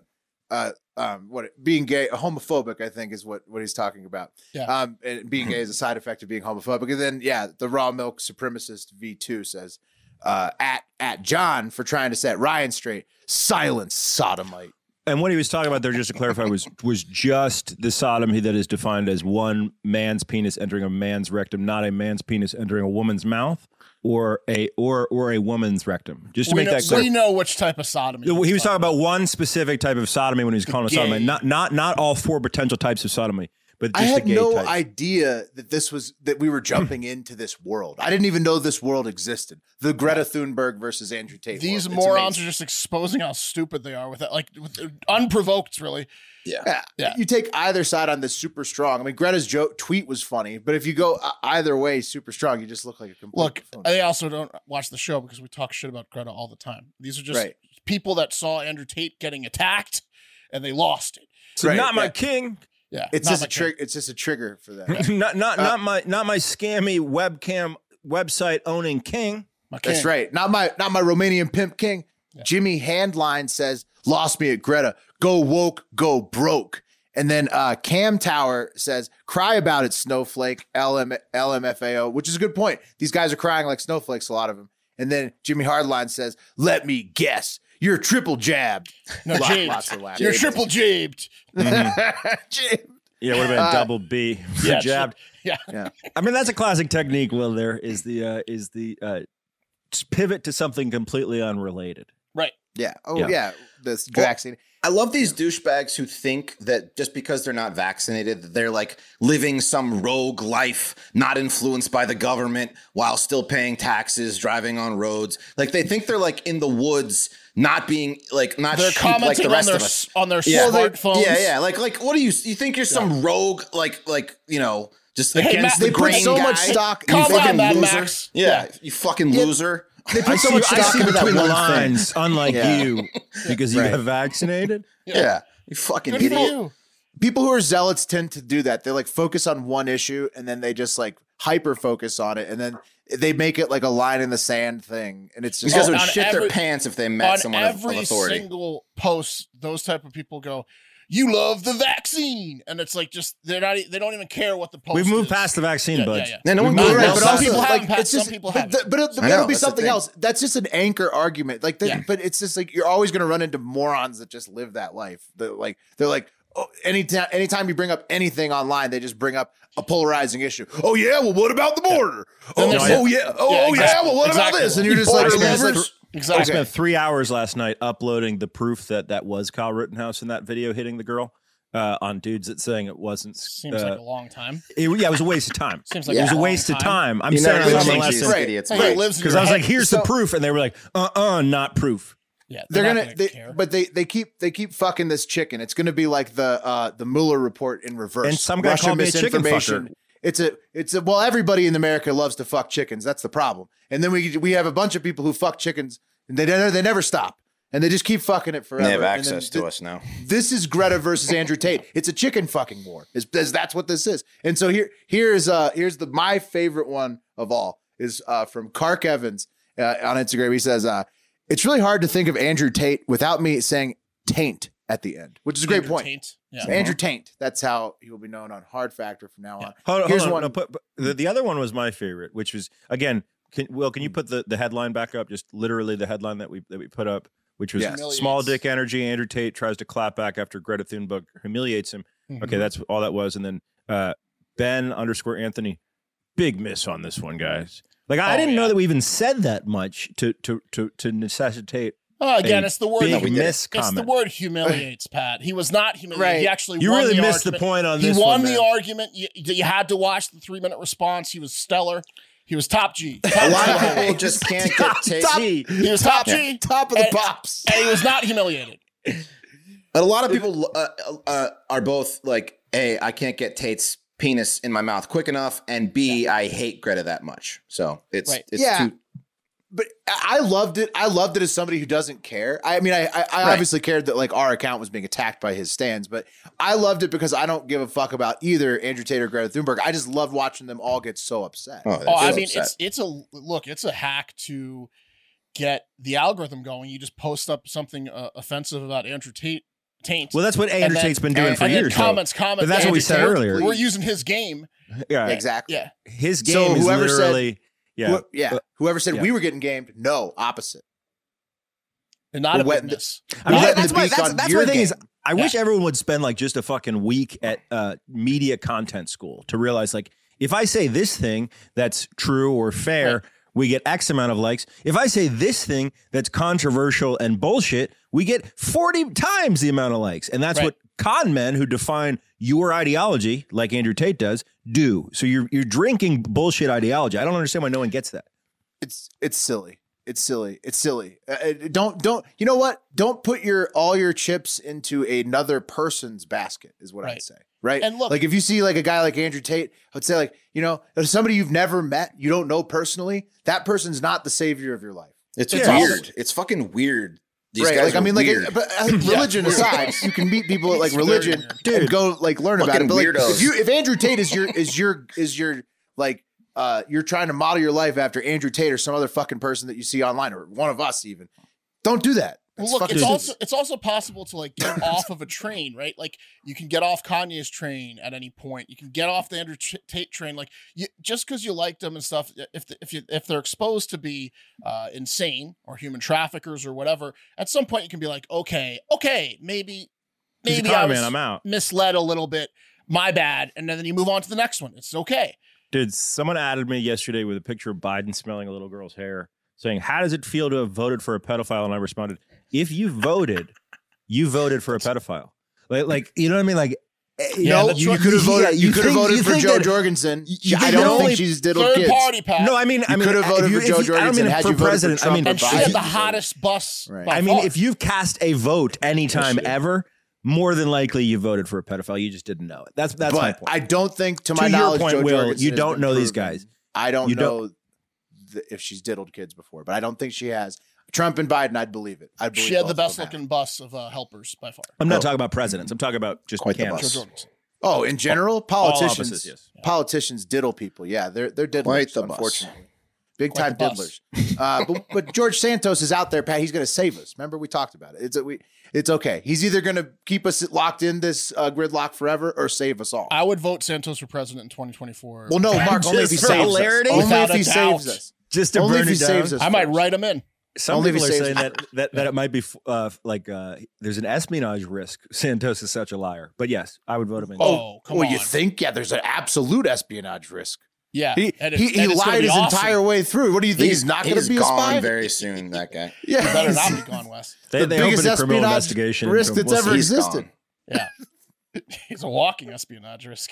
Speaker 3: uh, um, what being gay, homophobic, I think is what what he's talking about.
Speaker 4: Yeah.
Speaker 3: Um, and being gay is a side effect of being homophobic. And then, yeah, the raw milk supremacist V two says, uh, at at John for trying to set Ryan straight. Silence, sodomite.
Speaker 1: And what he was talking about there, just to clarify, was was just the sodomy that is defined as one man's penis entering a man's rectum, not a man's penis entering a woman's mouth or a or or a woman's rectum. Just to
Speaker 4: We
Speaker 1: make
Speaker 4: know,
Speaker 1: that clear.
Speaker 4: we know which type of sodomy.
Speaker 1: he was talking about one specific type of sodomy when he was calling it sodomy, not not not all four potential types of sodomy. but
Speaker 3: I
Speaker 1: just the
Speaker 3: had
Speaker 1: gay
Speaker 3: no
Speaker 1: type.
Speaker 3: idea that this was that we were jumping
Speaker 4: Hmm.
Speaker 3: into this world. I didn't even know this world existed. The Greta Thunberg versus Andrew Tate.
Speaker 4: These
Speaker 3: world. It's
Speaker 4: morons
Speaker 3: amazing.
Speaker 4: are just exposing how stupid they are with that, like with, unprovoked, really.
Speaker 3: Yeah.
Speaker 4: Yeah.
Speaker 3: You take either side on this super strong. I mean, Greta's joke tweet was funny, but if you go uh, either way, super strong, you just look like a complete
Speaker 4: Look,
Speaker 3: buffoon.
Speaker 4: they also don't watch the show because we talk shit about Greta all the time. These are just
Speaker 3: Right.
Speaker 4: people that saw Andrew Tate getting attacked and they lost it.
Speaker 1: So
Speaker 3: Right,
Speaker 1: not my
Speaker 3: yeah.
Speaker 1: king,
Speaker 4: Yeah,
Speaker 3: it's
Speaker 4: not
Speaker 3: just a
Speaker 4: my kid.
Speaker 3: trick. It's just a trigger for that.
Speaker 1: not not not my not my scammy webcam website owning king.
Speaker 4: My kid.
Speaker 3: That's right. Not my not my Romanian pimp king. Jimmy Handline says, "Lost me at Greta. Go woke, go broke." And then uh, Cam Tower says, "Cry about it, Snowflake." LM, LMFAO, which is a good point. These guys are crying like snowflakes, a lot of them. And then Jimmy Hardline says, "Let me guess, you're triple jabbed."
Speaker 4: No,
Speaker 3: Lot-
Speaker 4: jabed.
Speaker 3: lots of Mm-hmm. laughter.
Speaker 4: You're triple jabed.
Speaker 3: Jab-
Speaker 1: Yeah, would have been
Speaker 3: Uh,
Speaker 1: double B.
Speaker 4: yeah,
Speaker 1: jabbed.
Speaker 4: yeah.
Speaker 3: Yeah.
Speaker 1: I mean, that's a classic technique. Will there is the uh, is the uh, just pivot to something completely unrelated.
Speaker 3: yeah. Oh yeah.
Speaker 1: Yeah.
Speaker 3: This vaccine.
Speaker 2: I love these douchebags who think that just because they're not vaccinated, that they're like living some rogue life, not influenced by the government, while still paying taxes, driving on roads. Like they think they're like in the woods, not being like not
Speaker 4: They're
Speaker 2: sheep like
Speaker 4: commenting
Speaker 2: the rest
Speaker 4: on
Speaker 2: of
Speaker 4: their
Speaker 2: us.
Speaker 4: on their
Speaker 2: Yeah.
Speaker 4: smartphones.
Speaker 2: Yeah, yeah. Like, like, what do you? You think you're some rogue? Like, like, you know, just
Speaker 4: Hey,
Speaker 2: against
Speaker 4: Matt,
Speaker 2: the
Speaker 4: they put
Speaker 2: grain
Speaker 3: so much
Speaker 2: guy?
Speaker 3: stock-
Speaker 2: You
Speaker 4: Calm down,
Speaker 2: fucking
Speaker 4: Mad
Speaker 2: loser.
Speaker 4: Max.
Speaker 2: Yeah,
Speaker 3: Yeah.
Speaker 2: you fucking loser.
Speaker 3: They put so
Speaker 1: see-
Speaker 3: much
Speaker 1: I
Speaker 3: stock
Speaker 1: see
Speaker 3: into that
Speaker 1: between
Speaker 3: one
Speaker 1: the
Speaker 3: thing.
Speaker 1: lines, unlike
Speaker 3: Yeah.
Speaker 1: you, because you
Speaker 3: Right.
Speaker 1: have vaccinated.
Speaker 2: Yeah. you fucking
Speaker 4: Good for
Speaker 2: idiot.
Speaker 4: you.
Speaker 3: people who are zealots tend to do that. They like focus on one issue and then they just like hyper focus on it and then they make it like a line in the sand thing. And it's
Speaker 2: These
Speaker 3: just
Speaker 2: guys
Speaker 4: Oh,
Speaker 2: would
Speaker 4: on
Speaker 2: shit
Speaker 4: every-
Speaker 2: their pants if they
Speaker 4: on
Speaker 2: met someone of-
Speaker 4: every
Speaker 2: of authority.
Speaker 4: single post those type of people go you love the vaccine and it's like just they're not e, they don't even care what the post
Speaker 1: We've moved
Speaker 4: is.
Speaker 1: past the vaccine,
Speaker 4: yeah,
Speaker 1: bud.
Speaker 4: yeah, yeah.
Speaker 2: Yeah, no one
Speaker 1: We've
Speaker 2: cares
Speaker 1: moved
Speaker 3: Right,
Speaker 2: about
Speaker 1: past
Speaker 3: but also
Speaker 1: that.
Speaker 4: some people
Speaker 3: like
Speaker 4: haven't passed,
Speaker 3: it's just,
Speaker 4: some people
Speaker 3: but,
Speaker 4: haven't.
Speaker 3: the- but it-
Speaker 2: I know,
Speaker 3: it'll be
Speaker 2: that's the
Speaker 3: something
Speaker 2: thing.
Speaker 3: else. That's just an anchor argument. Like, the,
Speaker 4: Yeah.
Speaker 3: but it's just like you're always going to run into morons that just live that life. That like they're like, oh, anytime anytime you bring up anything online, they just bring up a polarizing issue. Oh yeah, well what about the border? Oh,
Speaker 4: Then
Speaker 3: oh,
Speaker 4: there's-
Speaker 3: yeah, oh,
Speaker 4: Yeah,
Speaker 3: oh yeah,
Speaker 4: exactly.
Speaker 3: well what
Speaker 4: Exactly.
Speaker 3: about this? And you're just
Speaker 4: Border
Speaker 3: like, it's like-
Speaker 4: movers.
Speaker 1: I
Speaker 4: exactly
Speaker 1: spent three hours last night uploading the proof that that was Kyle Rittenhouse in that video hitting the girl uh, on dudes that saying it wasn't.
Speaker 4: seems
Speaker 1: uh,
Speaker 4: like a long time
Speaker 1: it- yeah, it was a waste of time.
Speaker 4: Seems like
Speaker 1: it was a
Speaker 4: a long
Speaker 1: waste of
Speaker 4: time.
Speaker 1: time. I'm
Speaker 2: You
Speaker 1: saying
Speaker 2: never
Speaker 1: it
Speaker 2: really
Speaker 1: was a
Speaker 2: think
Speaker 1: lesson.
Speaker 2: these
Speaker 3: Right.
Speaker 2: idiots.
Speaker 4: Hey,
Speaker 2: man.
Speaker 4: it lives in
Speaker 1: Because
Speaker 4: your
Speaker 1: I was
Speaker 4: head.
Speaker 1: like, here's
Speaker 3: So-
Speaker 1: the proof. And they were like, uh uh not proof.
Speaker 4: yeah,
Speaker 3: they're
Speaker 4: not
Speaker 3: gonna, they,
Speaker 4: care.
Speaker 3: but they they keep they keep fucking this chicken. It's gonna be like the uh the Mueller report in reverse.
Speaker 1: And some guy
Speaker 3: Russian
Speaker 1: called me a chicken
Speaker 3: misinformation.
Speaker 1: fucker.
Speaker 3: It's a it's a well everybody in America loves to fuck chickens. That's the problem. And then we we have a bunch of people who fuck chickens and they never they never stop and they just keep fucking it forever.
Speaker 2: They have
Speaker 3: And then
Speaker 2: access
Speaker 3: th-
Speaker 2: to us now.
Speaker 3: This is Greta versus Andrew Tate. It's a chicken fucking war. Is, is that's what this is. And so here here's uh here's the my favorite one of all is uh from Clark Evans uh, on Instagram. He says uh it's really hard to think of Andrew Tate without me saying taint at the end, which is a great
Speaker 4: Andrew
Speaker 3: point.
Speaker 4: Tate. yeah
Speaker 3: So Andrew Taint. That's how he will be known on Hard Factor from now on.
Speaker 1: Hold, hold
Speaker 3: Here's
Speaker 1: on.
Speaker 3: one.
Speaker 1: No, put, put- the, the other one was my favorite, which was, again, can, Will, can you put the, the headline back up? Just literally the headline that we, that we put up, which was
Speaker 3: Yes.
Speaker 1: Small
Speaker 4: Humiliates.
Speaker 1: Dick Energy. Andrew Tate tries to clap back after Greta Thunberg humiliates him.
Speaker 3: Hmm.
Speaker 1: Okay,
Speaker 4: Mm-hmm.
Speaker 1: that's all that was. And then uh, Ben underscore Anthony, big miss on this one, guys. Like I
Speaker 4: Oh,
Speaker 1: didn't
Speaker 4: yeah.
Speaker 1: know that we even said that much to to to to necessitate.
Speaker 4: Oh, again,
Speaker 1: a
Speaker 4: it's the word.
Speaker 1: big
Speaker 4: that we-
Speaker 1: miss
Speaker 4: It's the
Speaker 1: comment.
Speaker 4: word humiliates, Pat. He was not humiliated. He
Speaker 3: Right.
Speaker 4: actually
Speaker 1: You
Speaker 4: won
Speaker 1: really
Speaker 4: the
Speaker 1: missed
Speaker 4: argument.
Speaker 1: the point on
Speaker 4: He
Speaker 1: this.
Speaker 4: won
Speaker 1: one,
Speaker 4: the
Speaker 1: man.
Speaker 4: argument. You, you had to watch the three minute response. He was stellar. He was top G. Top
Speaker 2: A lot
Speaker 4: G.
Speaker 2: of people just can't get Tate.
Speaker 4: He was top G.
Speaker 3: Top of the
Speaker 4: And-
Speaker 3: pops.
Speaker 4: and he was not humiliated.
Speaker 2: A lot of people uh, uh, are both like, "A, I can't get Tate's penis in my mouth quick enough," and B, I hate Greta that much. So it's
Speaker 4: Right.
Speaker 2: it's
Speaker 3: Yeah.
Speaker 2: too.
Speaker 3: But I I loved it. I loved it as somebody who doesn't care. I mean, I I, I
Speaker 2: Right.
Speaker 3: obviously cared that like our account was being attacked by his stands, but I loved it because I don't give a fuck about either Andrew Tate or Greta Thunberg. I just loved watching them all get so upset.
Speaker 2: Oh, that's
Speaker 4: Oh, I
Speaker 2: so
Speaker 4: mean,
Speaker 2: upset.
Speaker 4: it's it's a look. It's a hack to get the algorithm going. You just post up something uh, offensive about Andrew Tate. Taint.
Speaker 1: Well, that's what Andrew
Speaker 4: then-
Speaker 1: Tate's been doing
Speaker 3: and-
Speaker 1: for
Speaker 4: and then
Speaker 1: years. though.
Speaker 4: comments, comments.
Speaker 1: But that's what we
Speaker 4: Andrew
Speaker 1: said
Speaker 4: Tate,
Speaker 1: earlier.
Speaker 4: We're using his game.
Speaker 1: Yeah,
Speaker 3: Exactly.
Speaker 4: Yeah,
Speaker 1: his game
Speaker 3: So
Speaker 1: is
Speaker 3: whoever said-
Speaker 1: literally yeah.
Speaker 3: Who- yeah. Whoever said
Speaker 1: yeah.
Speaker 3: we were getting gamed, no, opposite.
Speaker 4: and not
Speaker 3: We're
Speaker 4: a
Speaker 3: wetting the-
Speaker 4: witness.
Speaker 1: I mean,
Speaker 3: We're
Speaker 1: that-
Speaker 3: letting
Speaker 1: that's
Speaker 3: the
Speaker 1: my
Speaker 3: beak
Speaker 1: that's,
Speaker 3: on
Speaker 1: that's
Speaker 3: your
Speaker 1: my thing is
Speaker 3: game.
Speaker 1: I wish everyone would spend like just a fucking week at uh, media content school to realize like if I say this thing that's true or fair, we get X amount of likes. If I say this thing that's controversial and bullshit, we get 40 times the amount of likes. And that's
Speaker 4: Right.
Speaker 1: what con men who define your ideology, like Andrew Tate does, do. So you're you're drinking bullshit ideology. I don't understand why no one gets that.
Speaker 3: it's it's silly. It's silly. It's silly. Uh, uh, don't don't. You know what? Don't put your all your chips into another person's basket. Is what I'd
Speaker 4: Right.
Speaker 3: say. Right.
Speaker 4: And look-
Speaker 3: like if you see like a guy like Andrew Tate, I would say like you know if somebody you've never met, you don't know personally. That person's not the savior of your life.
Speaker 2: It's
Speaker 1: Yeah.
Speaker 2: weird. It's fucking weird. These
Speaker 3: right.
Speaker 2: guys
Speaker 3: Like I
Speaker 2: are
Speaker 3: mean, like
Speaker 2: weird.
Speaker 3: it- but uh, religion aside, you can meet people at, like
Speaker 4: It's
Speaker 3: religion
Speaker 4: very
Speaker 3: and go like learn about
Speaker 2: Fucking
Speaker 3: it. But like,
Speaker 2: weirdos.
Speaker 3: if you if Andrew Tate is your is your is your like uh you're trying to model your life after Andrew Tate or some other fucking person that you see online or one of us even, don't do that.
Speaker 4: Well,
Speaker 3: That's
Speaker 4: look,
Speaker 3: fucking
Speaker 4: it's
Speaker 3: stupid.
Speaker 4: also it's also possible to like get off of a train, right? Like you can get off Kanye's train at any point. You can get off the Andrew Ch- Tate train. Like you, just because you like them and stuff, if the, if you if they're exposed to be uh, insane or human traffickers or whatever, at some point you can be like, okay, okay, maybe
Speaker 1: He's a
Speaker 4: maybe I
Speaker 1: con
Speaker 4: was
Speaker 1: man. I'm out.
Speaker 4: misled a little bit. My bad, and then you move on to the next one. It's okay.
Speaker 1: Dude, someone added me yesterday with a picture of Biden smelling a little girl's hair, saying, How does it feel to have voted for a pedophile? And I responded, If you voted, you voted for a pedophile. Like, like you know what I mean? Like, eh, you
Speaker 3: no,
Speaker 1: know,
Speaker 3: you, could have voted. you could have
Speaker 1: think-
Speaker 3: voted
Speaker 1: you
Speaker 3: for
Speaker 1: think
Speaker 3: Joe
Speaker 1: that-
Speaker 3: Jorgensen.
Speaker 1: you
Speaker 3: I
Speaker 1: think
Speaker 3: don't
Speaker 1: that
Speaker 3: think
Speaker 1: only
Speaker 3: she's diddle
Speaker 4: Third
Speaker 3: kids.
Speaker 4: party pass.
Speaker 1: No, I mean, I
Speaker 3: You
Speaker 1: mean,
Speaker 3: could have
Speaker 1: if
Speaker 3: voted for Joe
Speaker 1: if I don't
Speaker 3: Jorgensen
Speaker 1: mean
Speaker 3: had
Speaker 1: for
Speaker 3: you voted for
Speaker 1: president. I
Speaker 3: Trump
Speaker 1: mean,
Speaker 3: or
Speaker 4: and she had
Speaker 3: Biden.
Speaker 4: the hottest bus.
Speaker 3: Right.
Speaker 4: by
Speaker 1: I mean,
Speaker 4: far.
Speaker 1: if you've cast a vote anytime ever, more than likely you voted for a pedophile. You just didn't know it. That's that's my
Speaker 3: but
Speaker 1: point.
Speaker 3: I don't think, to my
Speaker 1: your
Speaker 3: knowledge,
Speaker 1: point,
Speaker 3: Joe
Speaker 1: Will,
Speaker 3: Jorgensen
Speaker 1: you
Speaker 3: has
Speaker 1: don't
Speaker 3: been
Speaker 1: know these
Speaker 3: proven.
Speaker 1: guys.
Speaker 3: I don't
Speaker 1: You don't-
Speaker 3: know th- if she's diddled kids before, but I don't think she has. Trump and Biden, I'd believe it. I believe
Speaker 4: she had
Speaker 3: both
Speaker 4: the
Speaker 3: of them
Speaker 4: best
Speaker 3: have.
Speaker 4: looking bus of uh, helpers by far.
Speaker 1: I'm not talking about presidents. I'm talking about just
Speaker 2: Quite the
Speaker 1: cameras.
Speaker 2: bus.
Speaker 3: Oh, in general, politicians,
Speaker 1: offices, yes.
Speaker 3: politicians diddle people. Yeah, they're they're diddlers.
Speaker 2: Quite the bus.
Speaker 3: unfortunately, big
Speaker 4: Quite
Speaker 3: time
Speaker 4: the bus.
Speaker 3: diddlers. Uh, but but George Santos is out there, Pat. He's going to save us. Remember we talked about it. It's a, we. It's okay. He's either going to keep us locked in this uh, gridlock forever or save us all.
Speaker 4: I would vote Santos for president in 2024.
Speaker 3: well, no, Mark. Only if he
Speaker 1: Just for
Speaker 3: saves
Speaker 1: hilarity?
Speaker 3: us. Only
Speaker 4: Without
Speaker 3: if he
Speaker 4: a
Speaker 3: saves
Speaker 4: doubt.
Speaker 3: us.
Speaker 1: Just to
Speaker 3: only if
Speaker 1: burn
Speaker 3: he
Speaker 1: it down.
Speaker 3: saves us.
Speaker 4: I might
Speaker 3: first.
Speaker 4: write him in.
Speaker 1: Some
Speaker 3: Only if
Speaker 1: people
Speaker 3: he
Speaker 1: are
Speaker 3: saves-
Speaker 1: saying that, that that it might be f- uh, f- like uh, there's an espionage risk. Santos is such a liar, but yes, I would vote him in.
Speaker 4: Oh, come
Speaker 3: well,
Speaker 4: on.
Speaker 3: you think? Yeah, there's an absolute espionage risk.
Speaker 4: Yeah,
Speaker 3: He
Speaker 4: and it's-
Speaker 3: he, he
Speaker 4: and it's gonna
Speaker 3: lied
Speaker 4: be
Speaker 3: his
Speaker 4: awesome.
Speaker 3: entire way through. What do you think? He's, not going to
Speaker 2: he's
Speaker 3: be a
Speaker 2: gone
Speaker 3: spy.
Speaker 2: very soon. That guy.
Speaker 3: yeah,
Speaker 4: You better not be gone, West.
Speaker 1: they,
Speaker 3: the
Speaker 1: they
Speaker 3: biggest
Speaker 1: opened a criminal
Speaker 3: espionage
Speaker 1: investigation
Speaker 3: risk
Speaker 1: into him.
Speaker 3: that's ever
Speaker 2: He's
Speaker 3: existed.
Speaker 2: gone.
Speaker 4: He's a walking espionage risk.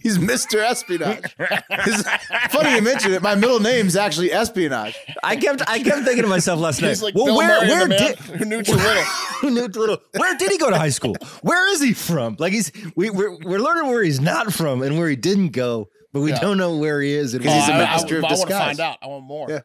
Speaker 3: He's Mr. Espionage. It's funny you mention it. My middle name's actually Espionage.
Speaker 1: I kept I kept thinking to myself last night.
Speaker 4: He's like
Speaker 1: well,
Speaker 4: Bill
Speaker 1: where where
Speaker 4: Murray, the man
Speaker 1: did
Speaker 4: who knew too little.
Speaker 1: who knew little? Where did he go to high school? Where is he from? Like he's we we're, we're learning where he's not from and where he didn't go, but we
Speaker 4: Yeah.
Speaker 1: don't know where he is. And
Speaker 3: He's a
Speaker 4: Uh, I- I-
Speaker 3: master of
Speaker 4: I, want to
Speaker 3: disguise.
Speaker 4: find out. I want more.
Speaker 3: Yeah.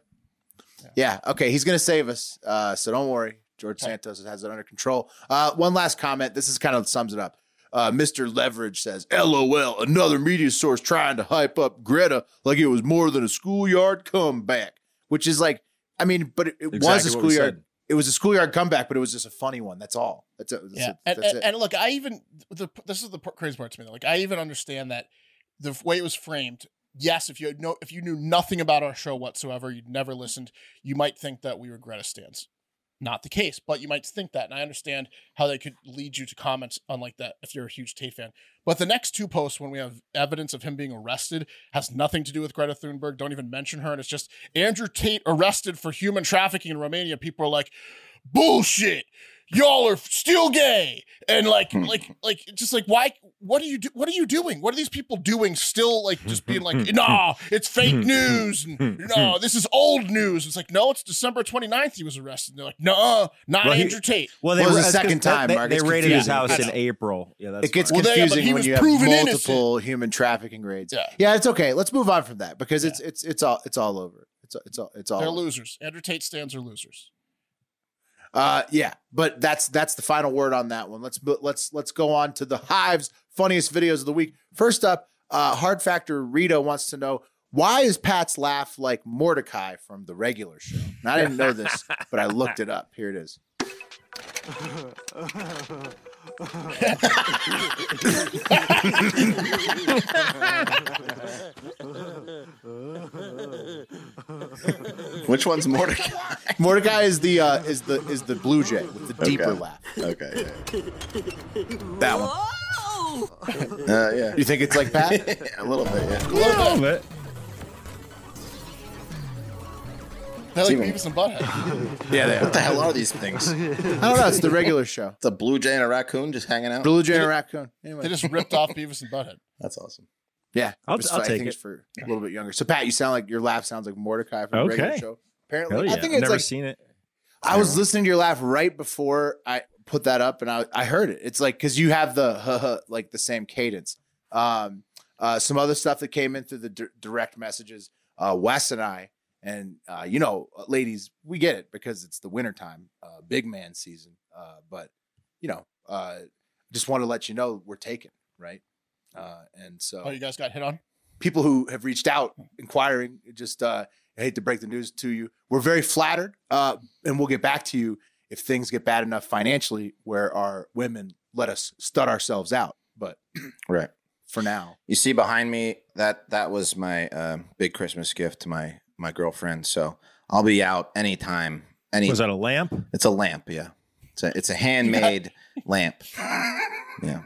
Speaker 3: Yeah. Okay. He's going to save us. Uh, so don't worry. George Santos has it under control. Uh, one last comment. This is kind of sums it up. Uh, Mr. Leverage says, LOL, another media source trying to hype up Greta like it was more than a schoolyard comeback, which is like, I mean, but it, it was a
Speaker 1: Exactly what we
Speaker 3: schoolyard.
Speaker 1: said.
Speaker 3: It was a schoolyard comeback, but it was just a funny one. That's all. That's it. That's
Speaker 4: Yeah,
Speaker 3: it.
Speaker 4: and,
Speaker 3: That's
Speaker 4: and,
Speaker 3: it.
Speaker 4: and look, I even the this is the p- crazy part to me. Like, I even understand that the f- way it was framed. Yes, if you had no, if you knew nothing about our show whatsoever, you'd never listened. You might think that we regret a stance. Not the case, but you might think that, and I understand how they could lead you to comments unlike that if you're a huge Tate fan. But the next two posts, when we have evidence of him being arrested, has nothing to do with Greta Thunberg. Don't even mention her, and it's just Andrew Tate arrested for human trafficking in Romania. People are like, bullshit y'all are still gay and like like like just like why what are you do, what are you doing what are these people doing still like just being like nah it's fake news and no this is old news it's like no it's december 29th he was arrested and they're like no not
Speaker 1: Well, he-
Speaker 4: andrew tate
Speaker 1: well,
Speaker 3: Well, it was
Speaker 1: ra-
Speaker 3: the
Speaker 1: that's
Speaker 3: second
Speaker 1: 'cause
Speaker 3: time,
Speaker 1: They,
Speaker 3: Mark.
Speaker 1: they
Speaker 3: It's
Speaker 1: raided his
Speaker 3: confusing.
Speaker 1: house in
Speaker 4: Yeah.
Speaker 1: April. Yeah, that's
Speaker 3: it gets
Speaker 1: fine.
Speaker 4: Well, they- yeah, but
Speaker 3: confusing
Speaker 4: he
Speaker 3: when
Speaker 4: was
Speaker 3: you have
Speaker 4: proven
Speaker 3: multiple
Speaker 4: innocent.
Speaker 3: human trafficking raids.
Speaker 4: Yeah.
Speaker 3: yeah, it's okay. Let's move on from that because it's it's it's all it's all over. It's it's all it's all.
Speaker 4: they're
Speaker 3: over.
Speaker 4: losers andrew tate stands are losers
Speaker 3: Uh, yeah, but that's that's the final word on that one. Let's but let's let's go on to the Hive's funniest videos of the week. First up, uh, Hard Factor Rita wants to know why is Pat's laugh like Mordecai from the regular show? And I didn't know this, but I looked it up. Here it is.
Speaker 2: Which one's Mordecai?
Speaker 3: Mordecai is the uh, is the is the blue jay with the deeper
Speaker 2: Okay.
Speaker 3: laugh.
Speaker 2: okay. yeah.
Speaker 3: That one.
Speaker 2: Uh, yeah.
Speaker 3: You think it's like Pat?
Speaker 2: A little bit. Yeah.
Speaker 1: A little bit.
Speaker 4: They're like
Speaker 2: Steven.
Speaker 4: Beavis and Butthead.
Speaker 3: Yeah, they
Speaker 2: What the hell are these things? It's
Speaker 3: I don't know. It's the regular show.
Speaker 2: a blue jay and a raccoon just hanging out.
Speaker 3: Blue Jay and a Raccoon.
Speaker 4: They
Speaker 3: Anyway,
Speaker 4: just ripped off Beavis and Butthead.
Speaker 2: That's awesome.
Speaker 3: yeah,
Speaker 1: I'll-
Speaker 3: Just,
Speaker 1: I'll
Speaker 3: I
Speaker 1: take
Speaker 3: think
Speaker 1: it.
Speaker 3: it's for a little bit younger. So Pat, you sound like your laugh sounds like Mordecai from the regular
Speaker 1: Okay.
Speaker 3: show. Apparently,
Speaker 1: Hell yeah.
Speaker 3: I think
Speaker 1: I've
Speaker 3: it's
Speaker 1: never
Speaker 3: like
Speaker 1: seen it.
Speaker 3: I was listening to your laugh right before I put that up, and I I heard it. It's like because you have the huh, huh, like the same cadence. Um, uh, some other stuff that came in through the dir- direct messages. Uh, Wes and I, and uh, you know, ladies, we get it because it's the wintertime, uh, big man season. Uh, but you know, uh, just want to let you know we're taken, right? Uh, and so
Speaker 4: Oh, you guys got hit on?
Speaker 3: people who have reached out inquiring just uh, I hate to break the news to you. We're very flattered, uh, and we'll get back to you if things get bad enough financially where our women let us stud ourselves out. But
Speaker 2: Right.
Speaker 3: for now,
Speaker 2: You see behind me that that was my uh, big Christmas gift to my my girlfriend. So I'll be out anytime. Any
Speaker 1: Was that a lamp?
Speaker 2: it's a lamp, yeah. It's a it's a handmade lamp. Yeah,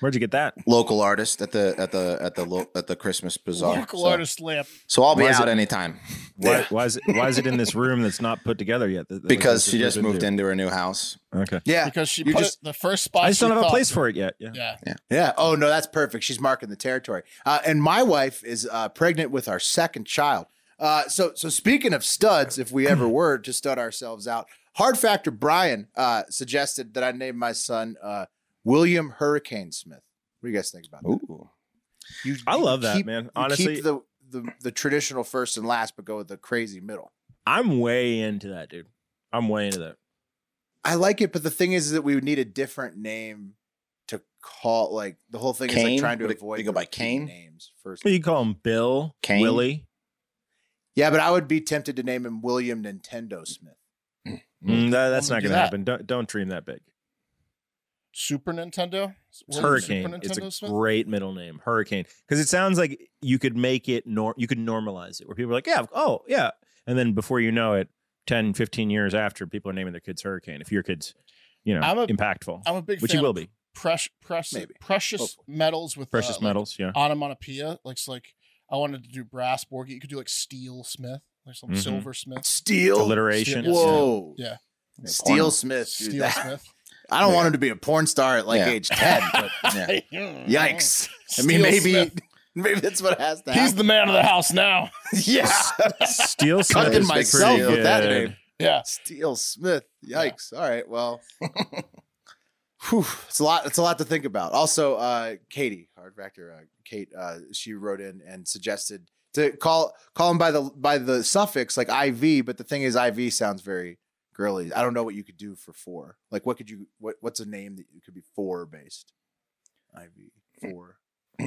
Speaker 1: Where'd you get that?
Speaker 2: local artist at the at the at the lo- at the Christmas bazaar.
Speaker 4: Local
Speaker 2: so,
Speaker 4: artist lamp.
Speaker 2: So I'll be
Speaker 1: Why is
Speaker 2: out
Speaker 1: it-
Speaker 2: anytime
Speaker 1: Why, why is it? Why is it in this room that's not put together yet? That- that was
Speaker 2: because she
Speaker 1: moved
Speaker 2: just moved into her new house.
Speaker 1: Okay.
Speaker 3: yeah,
Speaker 4: Because she
Speaker 3: Uh, you
Speaker 4: put
Speaker 3: just-
Speaker 4: it the first spot.
Speaker 1: I just
Speaker 4: she
Speaker 1: don't have a
Speaker 4: thought-
Speaker 1: place for it yet. Yeah.
Speaker 4: Yeah.
Speaker 3: yeah. Oh no, that's perfect. She's marking the territory. Uh, and my wife is uh, pregnant with our second child. Uh, so so speaking of studs, if we ever were to stud ourselves out, hard factor Brian uh, suggested that I name my son uh, William Hurricane Smith. What do you guys think about that?
Speaker 2: Ooh,
Speaker 3: You,
Speaker 1: I
Speaker 3: you
Speaker 1: love that,
Speaker 3: keep-
Speaker 1: man.
Speaker 3: you
Speaker 1: Honestly-
Speaker 3: keep the, the the traditional first and last, but go with the crazy middle.
Speaker 1: I'm way into that, dude. I'm way into that.
Speaker 3: I like it, but the thing is, that we would need a different name to call. Like the whole thing is
Speaker 2: Kane?
Speaker 3: like trying to
Speaker 2: Would it-
Speaker 3: avoid
Speaker 2: they go by
Speaker 3: repeat
Speaker 2: Kane?
Speaker 3: names first.
Speaker 1: You call him Bill,
Speaker 2: Kane?
Speaker 1: Willie.
Speaker 3: Yeah, but I would be tempted to name him William Nintendo Smith.
Speaker 1: Mm, that- that's
Speaker 4: Don't
Speaker 1: not going
Speaker 4: do
Speaker 1: to
Speaker 4: that.
Speaker 1: happen. Don't don't dream that big.
Speaker 4: Super Nintendo?
Speaker 1: It's
Speaker 4: William
Speaker 1: Hurricane.
Speaker 4: Super
Speaker 1: It's
Speaker 4: Nintendo
Speaker 1: a
Speaker 4: Smith?
Speaker 1: great middle name, Hurricane, because it sounds like you could make it nor you could normalize it where people are like, yeah, oh yeah, and then before you know it, 10, 15 years after, people are naming their kids Hurricane. If your kids, you know,
Speaker 4: I'm a-
Speaker 1: impactful,
Speaker 4: I'm a big
Speaker 1: which
Speaker 4: fan
Speaker 1: you will
Speaker 4: of
Speaker 1: be,
Speaker 4: Precious, precious,
Speaker 3: Maybe.
Speaker 4: precious
Speaker 3: Hopefully.
Speaker 4: metals with
Speaker 1: precious
Speaker 4: uh, like,
Speaker 1: metals. Yeah,
Speaker 4: onomatopoeia. Like, it's like I wanted to do brass borg. You could do like steel smith, like some
Speaker 1: Mhm.
Speaker 4: silver smith,
Speaker 3: Steel.
Speaker 1: alliteration.
Speaker 4: Yes,
Speaker 3: Whoa.
Speaker 4: yeah. Yeah.
Speaker 3: Steel Smith. dude,
Speaker 4: steel
Speaker 3: that-
Speaker 4: smith.
Speaker 3: I don't want him to be a porn star at like
Speaker 2: Yeah.
Speaker 3: age ten. But
Speaker 2: Yeah.
Speaker 3: yikes. I
Speaker 4: Steel
Speaker 3: mean, maybe
Speaker 4: Smith.
Speaker 3: maybe that's what has to
Speaker 4: He's
Speaker 3: happen.
Speaker 4: the man of the house now.
Speaker 3: yeah.
Speaker 1: Steel Smith
Speaker 3: Cucking
Speaker 1: is pretty
Speaker 3: myself with that
Speaker 1: good.
Speaker 3: name.
Speaker 4: Yeah.
Speaker 3: Steel Smith. Yikes. All right. Well, whew, it's a lot. It's a lot to think about. Also, uh, Katie, hard factor. Uh, Kate, uh, she wrote in and suggested to call call him by the by the suffix like IV. But the thing is, IV sounds very girly. I don't know what you could do for four. Like, what could you? What What's a name that you could be four based? IV four.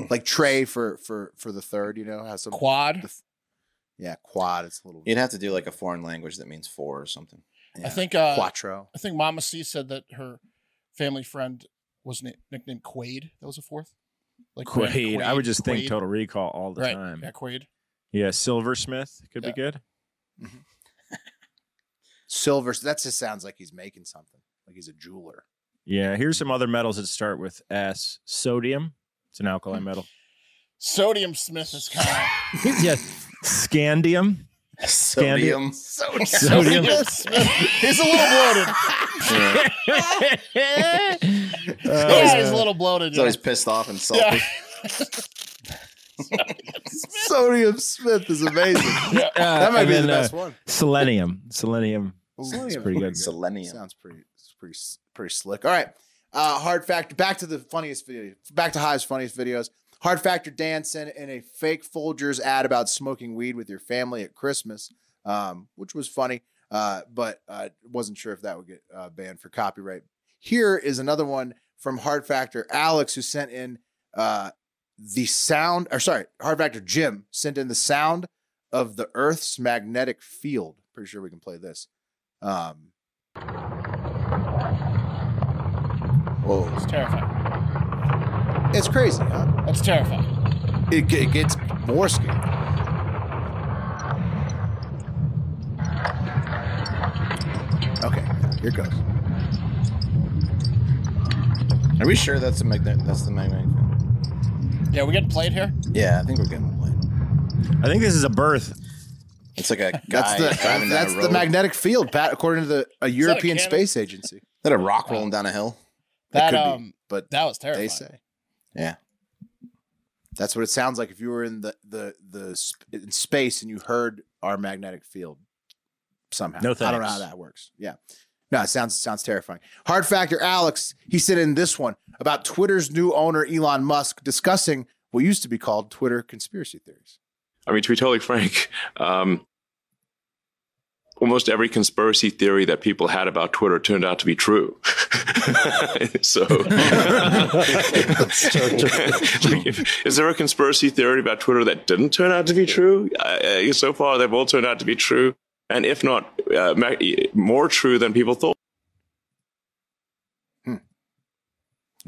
Speaker 3: Like Trey for for for the third. You know, has some
Speaker 4: Quad.
Speaker 3: yeah quad. It's a little
Speaker 2: You'd have to do like a foreign language that means four or something.
Speaker 4: I think uh,
Speaker 3: quattro.
Speaker 4: I think Mama C said that her family friend was na- nicknamed Quade. That was a fourth. Like
Speaker 1: Quaid.
Speaker 4: Grant
Speaker 1: I would just
Speaker 4: Quaid.
Speaker 1: think Total Recall all the
Speaker 4: right.
Speaker 1: time.
Speaker 4: Yeah, Quade.
Speaker 1: Yeah, Silversmith could
Speaker 4: Yeah.
Speaker 1: be good.
Speaker 3: Silver. That just sounds like he's making something. Like he's a jeweler.
Speaker 1: Yeah, here's some other metals that start with S. Sodium. It's an alkali metal.
Speaker 4: Sodium Smith is kind of
Speaker 1: yeah. Scandium.
Speaker 2: Sodium.
Speaker 1: Sodium.
Speaker 4: he's a little bloated. yeah, he's a little bloated.
Speaker 2: He's
Speaker 4: Yeah.
Speaker 2: always pissed off and salty.
Speaker 4: Yeah.
Speaker 3: Sodium Smith is amazing.
Speaker 1: that
Speaker 3: that might be the best one.
Speaker 1: Selenium. Selenium. uh, It's
Speaker 3: Selenium.
Speaker 1: pretty good.
Speaker 2: Selenium.
Speaker 3: Sounds pretty, it's pretty, s- pretty slick. All right. Uh, hard factor. Back to the funniest video. Back to Hive's funniest videos. Hard factor Dan sent in a fake Folgers ad about smoking weed with your family at Christmas, um, which was funny, uh, but uh, wasn't sure if that would get uh, banned for copyright. Here is another one from Hard Factor Alex, who sent in uh, the sound, or sorry, Hard Factor Jim sent in the sound of the Earth's magnetic field. Pretty sure we can play this. Um,
Speaker 2: Whoa.
Speaker 4: It's terrifying.
Speaker 3: It's crazy. Huh?
Speaker 4: That's terrifying.
Speaker 3: It, ge- it gets more scary. Okay, here goes.
Speaker 2: Are we sure that's the magnet? That's the magnetic field?
Speaker 4: Yeah, we getting played here.
Speaker 2: Yeah, I think we're getting the plane.
Speaker 1: I think this is a birth.
Speaker 2: It's like a guy
Speaker 3: That's the
Speaker 2: driving down
Speaker 3: that's
Speaker 2: a
Speaker 3: the
Speaker 2: road.
Speaker 3: magnetic field, Pat, according to the a European
Speaker 4: cannon?
Speaker 3: Space Agency.
Speaker 2: Is that a
Speaker 4: Uh,
Speaker 2: rock rolling down a hill?
Speaker 4: That
Speaker 3: could be,
Speaker 4: um,
Speaker 3: but
Speaker 4: that was terrifying.
Speaker 3: They say.
Speaker 2: Yeah.
Speaker 3: That's what it sounds like if you were in the the the sp- in space and you heard our magnetic field somehow.
Speaker 1: No
Speaker 3: I don't know
Speaker 1: thanks.
Speaker 3: how that works. Yeah. No, it sounds sounds terrifying. Hard factor Alex, he said in this one about Twitter's new owner Elon Musk discussing what used to be called Twitter conspiracy theories.
Speaker 10: I mean, to be totally frank, um, almost every conspiracy theory that people had about Twitter turned out to be true. so, like, if- is there a conspiracy theory about Twitter that didn't turn out to be true? Uh, uh, so far, they've all turned out to be true, and if not, uh, ma- more true than people thought.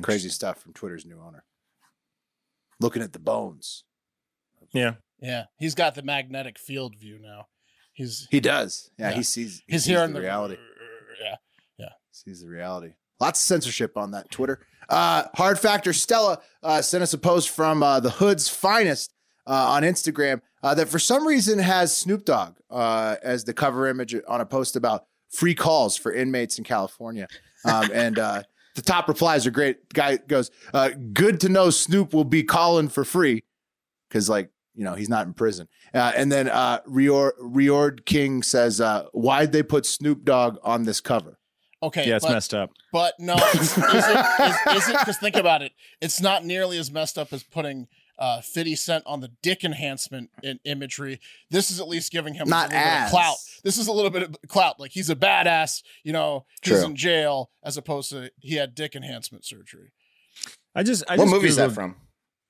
Speaker 3: Crazy stuff from Twitter's new owner. Looking at the bones.
Speaker 1: Yeah.
Speaker 4: Yeah, he's got the magnetic field view now. He's
Speaker 3: He does. Yeah,
Speaker 4: Yeah.
Speaker 3: he sees he
Speaker 4: he's
Speaker 3: sees
Speaker 4: here in
Speaker 3: the reality.
Speaker 4: Yeah,
Speaker 3: sees the reality. Lots of censorship on that Twitter. Uh, hard factor Stella uh, sent us a post from uh, the Hood's finest uh, on Instagram uh, that for some reason has Snoop Dogg uh, as the cover image on a post about free calls for inmates in California. Um, and uh, the top replies are great. Guy goes, uh, "Good to know Snoop will be calling for free because like." You know, he's not in prison. Uh, and then uh, Rior, Riord King says, uh, Why'd they put Snoop Dogg on this cover?
Speaker 4: okay,
Speaker 1: Yeah, it's
Speaker 4: but,
Speaker 1: messed up.
Speaker 4: but no, it's, isn't, is, isn't, just think about it. It's not nearly as messed up as putting uh, 50 Cent on the dick enhancement in imagery. This is at least giving him
Speaker 3: Not
Speaker 4: a little bit
Speaker 3: as.
Speaker 4: of clout. This is a little bit of clout. Like he's a badass, you know, he's
Speaker 2: True.
Speaker 4: in jail as opposed to he had dick enhancement surgery.
Speaker 1: I just I
Speaker 2: what
Speaker 1: just
Speaker 2: movie is that
Speaker 1: Googled
Speaker 2: from?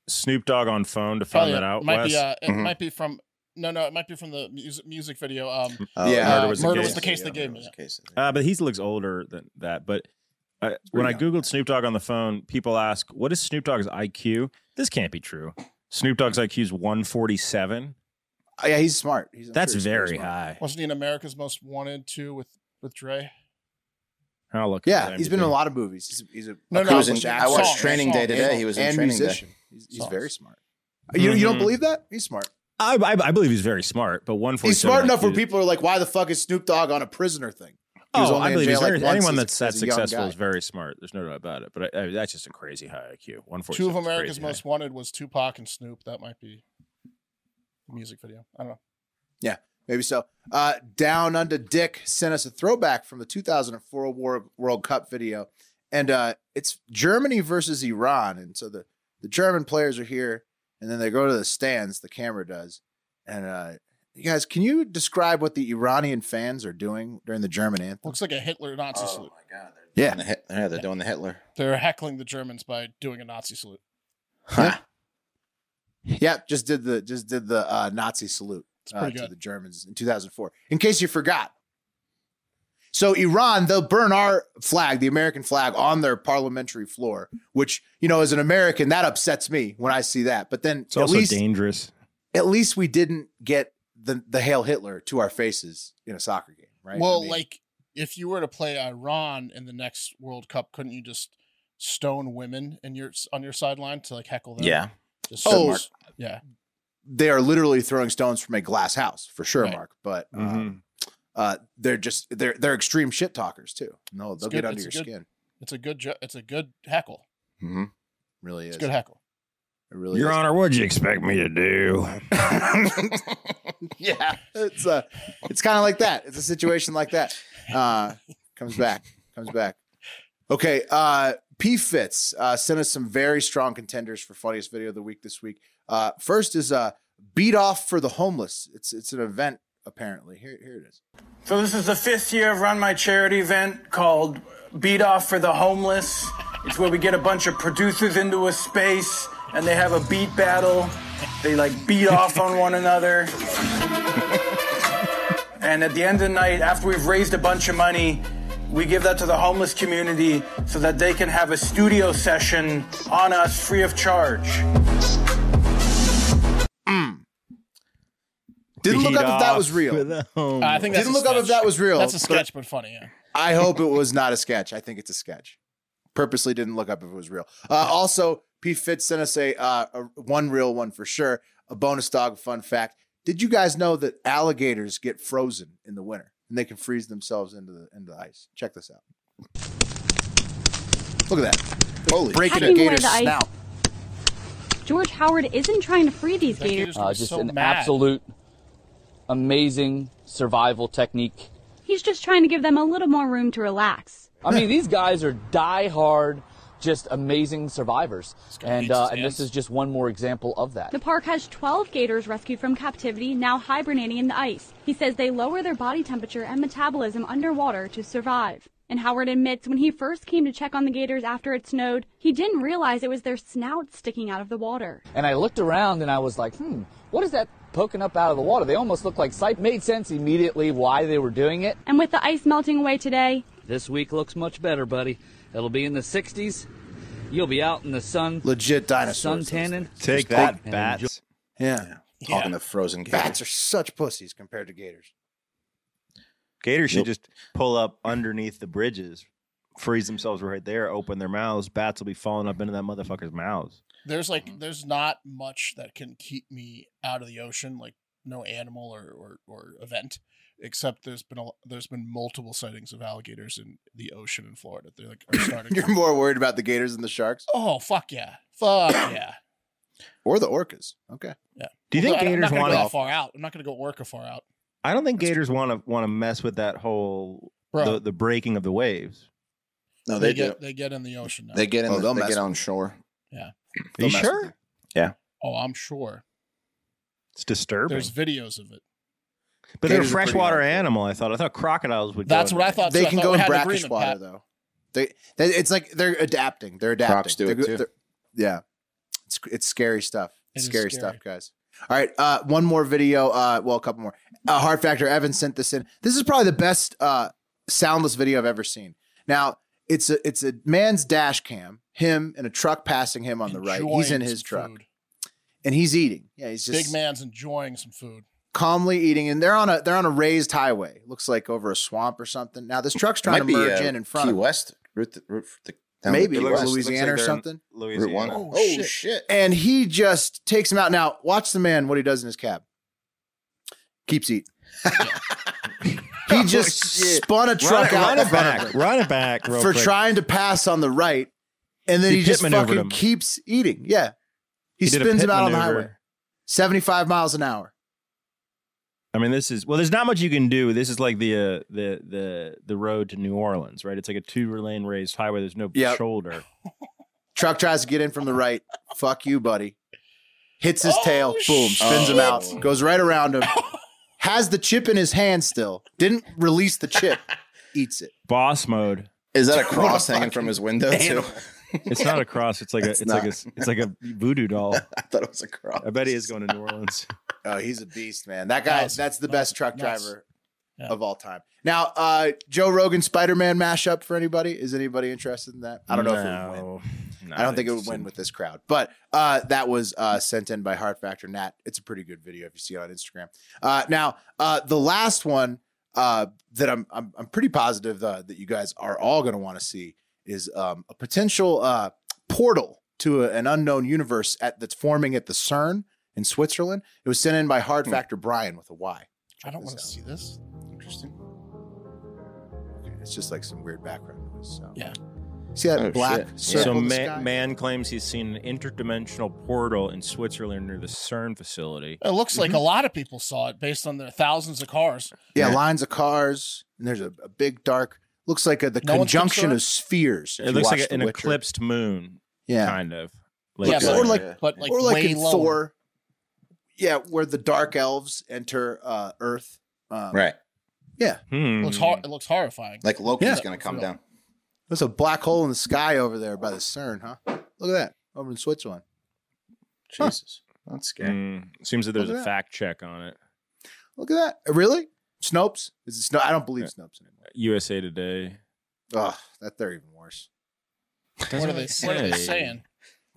Speaker 1: Snoop Dogg on phone to find that
Speaker 4: uh,
Speaker 1: out.
Speaker 4: might
Speaker 1: Wes.
Speaker 4: be uh, it
Speaker 2: Mhm.
Speaker 4: might be from no no, it might be from the music music video. Um
Speaker 3: Yeah.
Speaker 4: Uh,
Speaker 1: Murder was the
Speaker 4: Murder
Speaker 1: case.
Speaker 4: was the case they gave me.
Speaker 1: Uh, but he looks older than that. But uh, when I Googled Snoop Dogg on the phone, people ask, what is Snoop Dogg's IQ? This can't be true. Snoop Dogg's IQ is 147.
Speaker 3: Oh, yeah, he's smart. He's I'm
Speaker 1: That's
Speaker 3: sure he's
Speaker 1: very
Speaker 3: smart.
Speaker 1: high.
Speaker 4: Wasn't he in America's Most Wanted too with with Dre?
Speaker 1: I'll look. at
Speaker 3: Yeah,
Speaker 1: his
Speaker 3: he's been in a
Speaker 1: IMDb.
Speaker 3: lot of movies. He's, he's a
Speaker 4: No, no,
Speaker 2: He was in-
Speaker 3: accomplished
Speaker 2: I
Speaker 3: actor
Speaker 2: watched
Speaker 4: Song,
Speaker 2: Training Day Mm-hmm.
Speaker 4: song.
Speaker 2: today. He was in
Speaker 3: and
Speaker 2: Training
Speaker 3: musician. He's, he's
Speaker 4: Songs.
Speaker 3: very smart. You, you don't
Speaker 1: Mhm.
Speaker 3: believe that? He's smart.
Speaker 1: I, I, I believe he's very smart, but 147.
Speaker 3: He's smart enough where
Speaker 1: IQ
Speaker 3: people are like, "Why the fuck is Snoop Dogg on a prisoner thing?" He was
Speaker 1: Oh,
Speaker 3: only
Speaker 1: I
Speaker 3: in
Speaker 1: believe
Speaker 3: jail,
Speaker 1: he's
Speaker 3: like,
Speaker 1: very,
Speaker 3: once
Speaker 1: anyone
Speaker 3: as-
Speaker 1: that's that
Speaker 3: as a young
Speaker 1: successful
Speaker 3: guy.
Speaker 1: is very smart. There's no doubt about it. But I, I, that's just a crazy high IQ. 147.
Speaker 4: Two of
Speaker 1: is
Speaker 4: America's
Speaker 1: crazy
Speaker 4: Most Wanted was Tupac and Snoop. That might be the music video. I don't know.
Speaker 3: Maybe so. Uh, Down Under Dick sent us a throwback from the 2004 War, World Cup video. And uh, it's Germany versus Iran. And so the, the German players are here, and then they go to the stands, the camera does. And uh, you guys, can you describe what the Iranian fans are doing during the German anthem?
Speaker 4: Looks like a Hitler
Speaker 3: Oh
Speaker 4: Nazi salute.
Speaker 3: Yeah.
Speaker 2: The Hit- yeah, they're doing the Hitler.
Speaker 4: They're heckling the Germans by doing a Nazi salute.
Speaker 2: Huh.
Speaker 3: Yep, just did the just did the uh, Nazi salute
Speaker 4: It's
Speaker 3: uh,
Speaker 4: pretty
Speaker 3: to
Speaker 4: good.
Speaker 3: the Germans in 2004. In case you forgot, so Iran they'll burn our flag, the American flag, on their parliamentary floor. Which you know, as an American, that upsets me when I see that. But then
Speaker 1: It's
Speaker 3: at
Speaker 1: also
Speaker 3: least
Speaker 1: dangerous.
Speaker 3: at least we didn't get the the hail Hitler to our faces in a soccer game, right? I
Speaker 4: Well,
Speaker 3: mean,
Speaker 4: like if you were to play Iran in the next World Cup, couldn't you just stone women in your on your sideline to like heckle them?
Speaker 2: Yeah.
Speaker 4: Just
Speaker 3: Oh,
Speaker 4: oh, yeah.
Speaker 3: they are literally throwing stones from a glass house for sure,
Speaker 4: Right.
Speaker 3: Mark. But uh,
Speaker 1: Mhm.
Speaker 3: uh, they're just they're they're extreme shit talkers too. No, they'll
Speaker 4: good-
Speaker 3: get under
Speaker 4: it's
Speaker 3: your
Speaker 4: good.
Speaker 3: skin.
Speaker 4: It's a good. jo- It's a good heckle.
Speaker 2: hmm
Speaker 3: Really
Speaker 4: It's
Speaker 3: is.
Speaker 4: a good heckle.
Speaker 3: It really
Speaker 1: Your
Speaker 3: is.
Speaker 1: Honor, what'd you expect me to do?
Speaker 3: yeah, it's uh, it's kind of like that. It's a situation like that. Uh, comes back, comes back. Okay, uh, P Fitz uh, sent us some very strong contenders for funniest video of the week this week. Uh, first is uh, beat off for the homeless. It's it's an event apparently. Here here it is.
Speaker 9: So this is the fifth year I've run my charity event called Beat Off for the Homeless. It's where we get a bunch of producers into a space and they have a beat battle. They like beat off on one another. and at the end of the night, after we've raised a bunch of money, we give that to the homeless community so that they can have a studio session on us free of charge.
Speaker 3: Didn't look
Speaker 1: Beat
Speaker 3: up if that
Speaker 1: off
Speaker 3: was real.
Speaker 1: with a home.
Speaker 4: I think that's
Speaker 3: Oh Didn't
Speaker 4: a
Speaker 3: look up if
Speaker 4: sketch.
Speaker 3: that was Oh, real.
Speaker 4: That's a
Speaker 3: but
Speaker 4: sketch, but funny. Yeah.
Speaker 3: I hope it was not a sketch. I think it's a sketch. Purposely didn't look up if it was real. Uh, also, P. Fitz sent us a, uh, a one real one for sure. A bonus dog fun fact. Did you guys know that alligators get frozen in the winter and they can freeze themselves into the into the ice? Check this out. Look at that. Holy breaking a
Speaker 11: Hacking away
Speaker 3: gator's
Speaker 11: the ice.
Speaker 3: snout.
Speaker 11: George Howard isn't trying to free these gators.
Speaker 12: Uh, just an absolute amazing survival technique.
Speaker 11: He's just trying to give them a little more room to relax.
Speaker 12: I mean, these guys are die-hard, just amazing survivors, and uh, and this is just one more example of that.
Speaker 11: The park has 12 gators rescued from captivity, now hibernating in the ice. He says they lower their body temperature and metabolism underwater to survive. And Howard admits when he first came to check on the gators after it snowed, he didn't realize it was their snout sticking out of the water.
Speaker 12: And I looked around and I was like, hmm, what is that poking up out of the water? They almost look like sight. Made sense immediately why they were doing it.
Speaker 11: And with the ice melting away today,
Speaker 12: This week looks much better, buddy. It'll be in the 60s. You'll be out in the sun.
Speaker 3: Legit dinosaurs.
Speaker 12: Sun tanning.
Speaker 2: Take that, And bats. enjoy-
Speaker 3: Yeah.
Speaker 2: Talking to frozen gators.
Speaker 3: Bats are such pussies compared to gators.
Speaker 1: Gator should just pull up underneath the bridges, freeze themselves right there, open their mouths. Bats will be falling up into that motherfucker's mouths.
Speaker 4: There's
Speaker 3: Mm-hmm.
Speaker 4: like there's not much that can keep me out of the ocean, like no animal or or, or event, except there's been a, there's been multiple sightings of alligators in the ocean in Florida. They're like are starting.
Speaker 3: You're more worried about the gators than the sharks
Speaker 4: oh fuck yeah, fuck yeah.
Speaker 3: or the orcas. Okay.
Speaker 4: Yeah.
Speaker 1: Do you think
Speaker 4: Although
Speaker 1: gators
Speaker 4: I'm not gonna
Speaker 1: want
Speaker 4: go
Speaker 1: to?
Speaker 4: that far out? I'm not going to go orca far out.
Speaker 1: I don't think gators want to want to mess with that whole
Speaker 4: Bro.
Speaker 1: the, the breaking of the waves.
Speaker 2: No, they, do.
Speaker 4: get they get in the ocean. Now.
Speaker 2: They get in.
Speaker 4: Oh,
Speaker 2: the,
Speaker 4: they'll
Speaker 2: they
Speaker 4: mess
Speaker 2: get
Speaker 4: with
Speaker 2: on shore.
Speaker 4: Yeah.
Speaker 1: Are
Speaker 2: They'll
Speaker 1: you
Speaker 2: mess with
Speaker 1: sure?
Speaker 2: Yeah.
Speaker 4: Oh, I'm sure.
Speaker 1: It's disturbing.
Speaker 4: There's videos of it.
Speaker 1: but they're a
Speaker 3: Gators are pretty
Speaker 1: freshwater animal. I thought. I thought crocodiles would.
Speaker 4: That's
Speaker 1: go
Speaker 4: what
Speaker 1: in
Speaker 4: I thought.
Speaker 3: they
Speaker 4: so I
Speaker 3: can
Speaker 4: thought
Speaker 3: go
Speaker 4: we
Speaker 3: in
Speaker 4: had an
Speaker 3: brackish
Speaker 4: agreement,
Speaker 3: water
Speaker 4: Pat.
Speaker 3: though. They, they it's like they're adapting. They're adapting.
Speaker 2: Crocs do
Speaker 3: they're,
Speaker 2: it,
Speaker 3: go-
Speaker 2: too.
Speaker 3: they're- yeah, it's it's scary stuff.
Speaker 4: It
Speaker 3: It's
Speaker 4: is
Speaker 3: scary,
Speaker 4: scary.
Speaker 3: stuff, guys. All right, uh, one more video. Uh, well, a couple more. Uh, Hard Factor. Evan sent this in. This is probably the best uh, soundless video I've ever seen. Now it's a it's a man's dash cam. Him and a truck passing him on the right. He's in
Speaker 4: Enjoying
Speaker 3: his
Speaker 4: some
Speaker 3: truck
Speaker 4: food.
Speaker 3: and he's eating. Yeah, he's just
Speaker 4: Big man's enjoying some food.
Speaker 3: calmly eating and they're on a they're on a raised highway looks like over a swamp or something now this truck's trying to merge in in front
Speaker 2: uh,
Speaker 3: of
Speaker 2: Key West. Route th- route for the, down
Speaker 3: Maybe,
Speaker 2: Key
Speaker 3: or
Speaker 2: West.
Speaker 3: Louisiana or
Speaker 2: they're in
Speaker 3: something.
Speaker 2: Route one.
Speaker 4: Oh,
Speaker 2: shit.
Speaker 3: and he just takes him out now watch the man what he does in his cab keeps eating he just spun a truck
Speaker 1: Oh, Run,
Speaker 3: out
Speaker 1: it-
Speaker 3: in
Speaker 1: run it
Speaker 3: front of
Speaker 1: back.
Speaker 3: him
Speaker 1: Run it back. Real
Speaker 3: for
Speaker 1: quick.
Speaker 3: trying to pass on the right and then
Speaker 1: He
Speaker 3: he, just
Speaker 1: pit maneuvered
Speaker 3: fucking
Speaker 1: him.
Speaker 3: keeps eating yeah he,
Speaker 1: did a
Speaker 3: spins
Speaker 1: pit
Speaker 3: him out on the
Speaker 1: maneuver.
Speaker 3: highway 75 miles an hour
Speaker 1: I mean, this is well. There's not much you can do. This is like the uh, the the the road to New Orleans, right? It's like a two lane raised highway. There's no
Speaker 3: Yep.
Speaker 1: shoulder.
Speaker 3: Truck tries to get in from the right. Fuck you, buddy. Hits his tail. Boom. Spins him out. Goes right around him. Has the chip in his hand still. Didn't release the chip. Eats it.
Speaker 1: Boss mode.
Speaker 2: Is that a cross hanging from his window too?
Speaker 1: It's not a cross. It's like a.
Speaker 2: It's
Speaker 1: It's, like a.
Speaker 2: not.
Speaker 1: It's like a voodoo doll.
Speaker 2: I thought it was a cross.
Speaker 1: I bet he is going to New Orleans.
Speaker 3: Oh, he's a beast, man. That guy.
Speaker 4: Nice.
Speaker 3: That's the
Speaker 4: Nice.
Speaker 3: best truck
Speaker 4: Nice.
Speaker 3: driver
Speaker 4: Yeah.
Speaker 3: of all time. Now, uh, Joe Rogan Spider Man mashup for anybody? Is anybody interested in that? I don't know if it would win. I don't think it would win with this crowd, but uh, that was uh, sent in by Heart Factor Nat. It's a pretty good video if you see it on Instagram. Uh, now, uh, the last one uh, that I'm, I'm I'm pretty positive uh, that you guys are all going to want to see is um, a potential uh, portal to a, an unknown universe at that's forming at the CERN in Switzerland. It was sent in by Hard Factor Brian with a Y.
Speaker 4: Hmm. I don't
Speaker 3: this
Speaker 4: want to see this.
Speaker 2: Interesting.
Speaker 3: Okay, It's just like some weird background noise. So.
Speaker 4: Yeah.
Speaker 3: See that
Speaker 2: Oh,
Speaker 3: black
Speaker 2: shit.
Speaker 3: circle
Speaker 1: so
Speaker 3: in the
Speaker 1: ma-
Speaker 3: sky?
Speaker 1: man claims he's seen an interdimensional portal in Switzerland near the CERN facility.
Speaker 4: It looks like a lot of people saw it based on the thousands of cars.
Speaker 3: Yeah, lines of cars, and there's a, a big dark. Looks like a, the
Speaker 4: No one's
Speaker 3: conjunction of
Speaker 4: concerned?
Speaker 3: spheres. if
Speaker 1: It
Speaker 3: you
Speaker 1: looks
Speaker 3: watch
Speaker 1: like
Speaker 3: The
Speaker 1: an
Speaker 3: Witcher.
Speaker 1: eclipsed moon,
Speaker 3: Yeah,
Speaker 1: kind of.
Speaker 4: yeah,
Speaker 1: Like, uh,
Speaker 4: but,
Speaker 3: or
Speaker 4: or
Speaker 3: like-
Speaker 4: like, but like,
Speaker 3: or like
Speaker 4: way
Speaker 3: in
Speaker 4: lower.
Speaker 3: Thor. Yeah, where the dark elves enter uh, Earth. Um,
Speaker 2: Right.
Speaker 4: It
Speaker 1: hmm.
Speaker 4: looks, hor- it looks horrifying.
Speaker 2: Like Loki's
Speaker 3: Yeah.
Speaker 2: going to come
Speaker 4: Yeah.
Speaker 2: down.
Speaker 3: There's a black hole in the sky over there by the CERN, huh? Look at that over in Switzerland. Huh.
Speaker 2: Jesus. That's scary.
Speaker 1: Hmm. Seems that there's
Speaker 3: Look at
Speaker 1: a
Speaker 3: that.
Speaker 1: fact check on it.
Speaker 3: Look at that. Really? Snopes? Is it Sno I don't believe Snopes anymore.
Speaker 1: USA Today.
Speaker 3: Oh, that they're even worse.
Speaker 4: What are, they, what are they saying?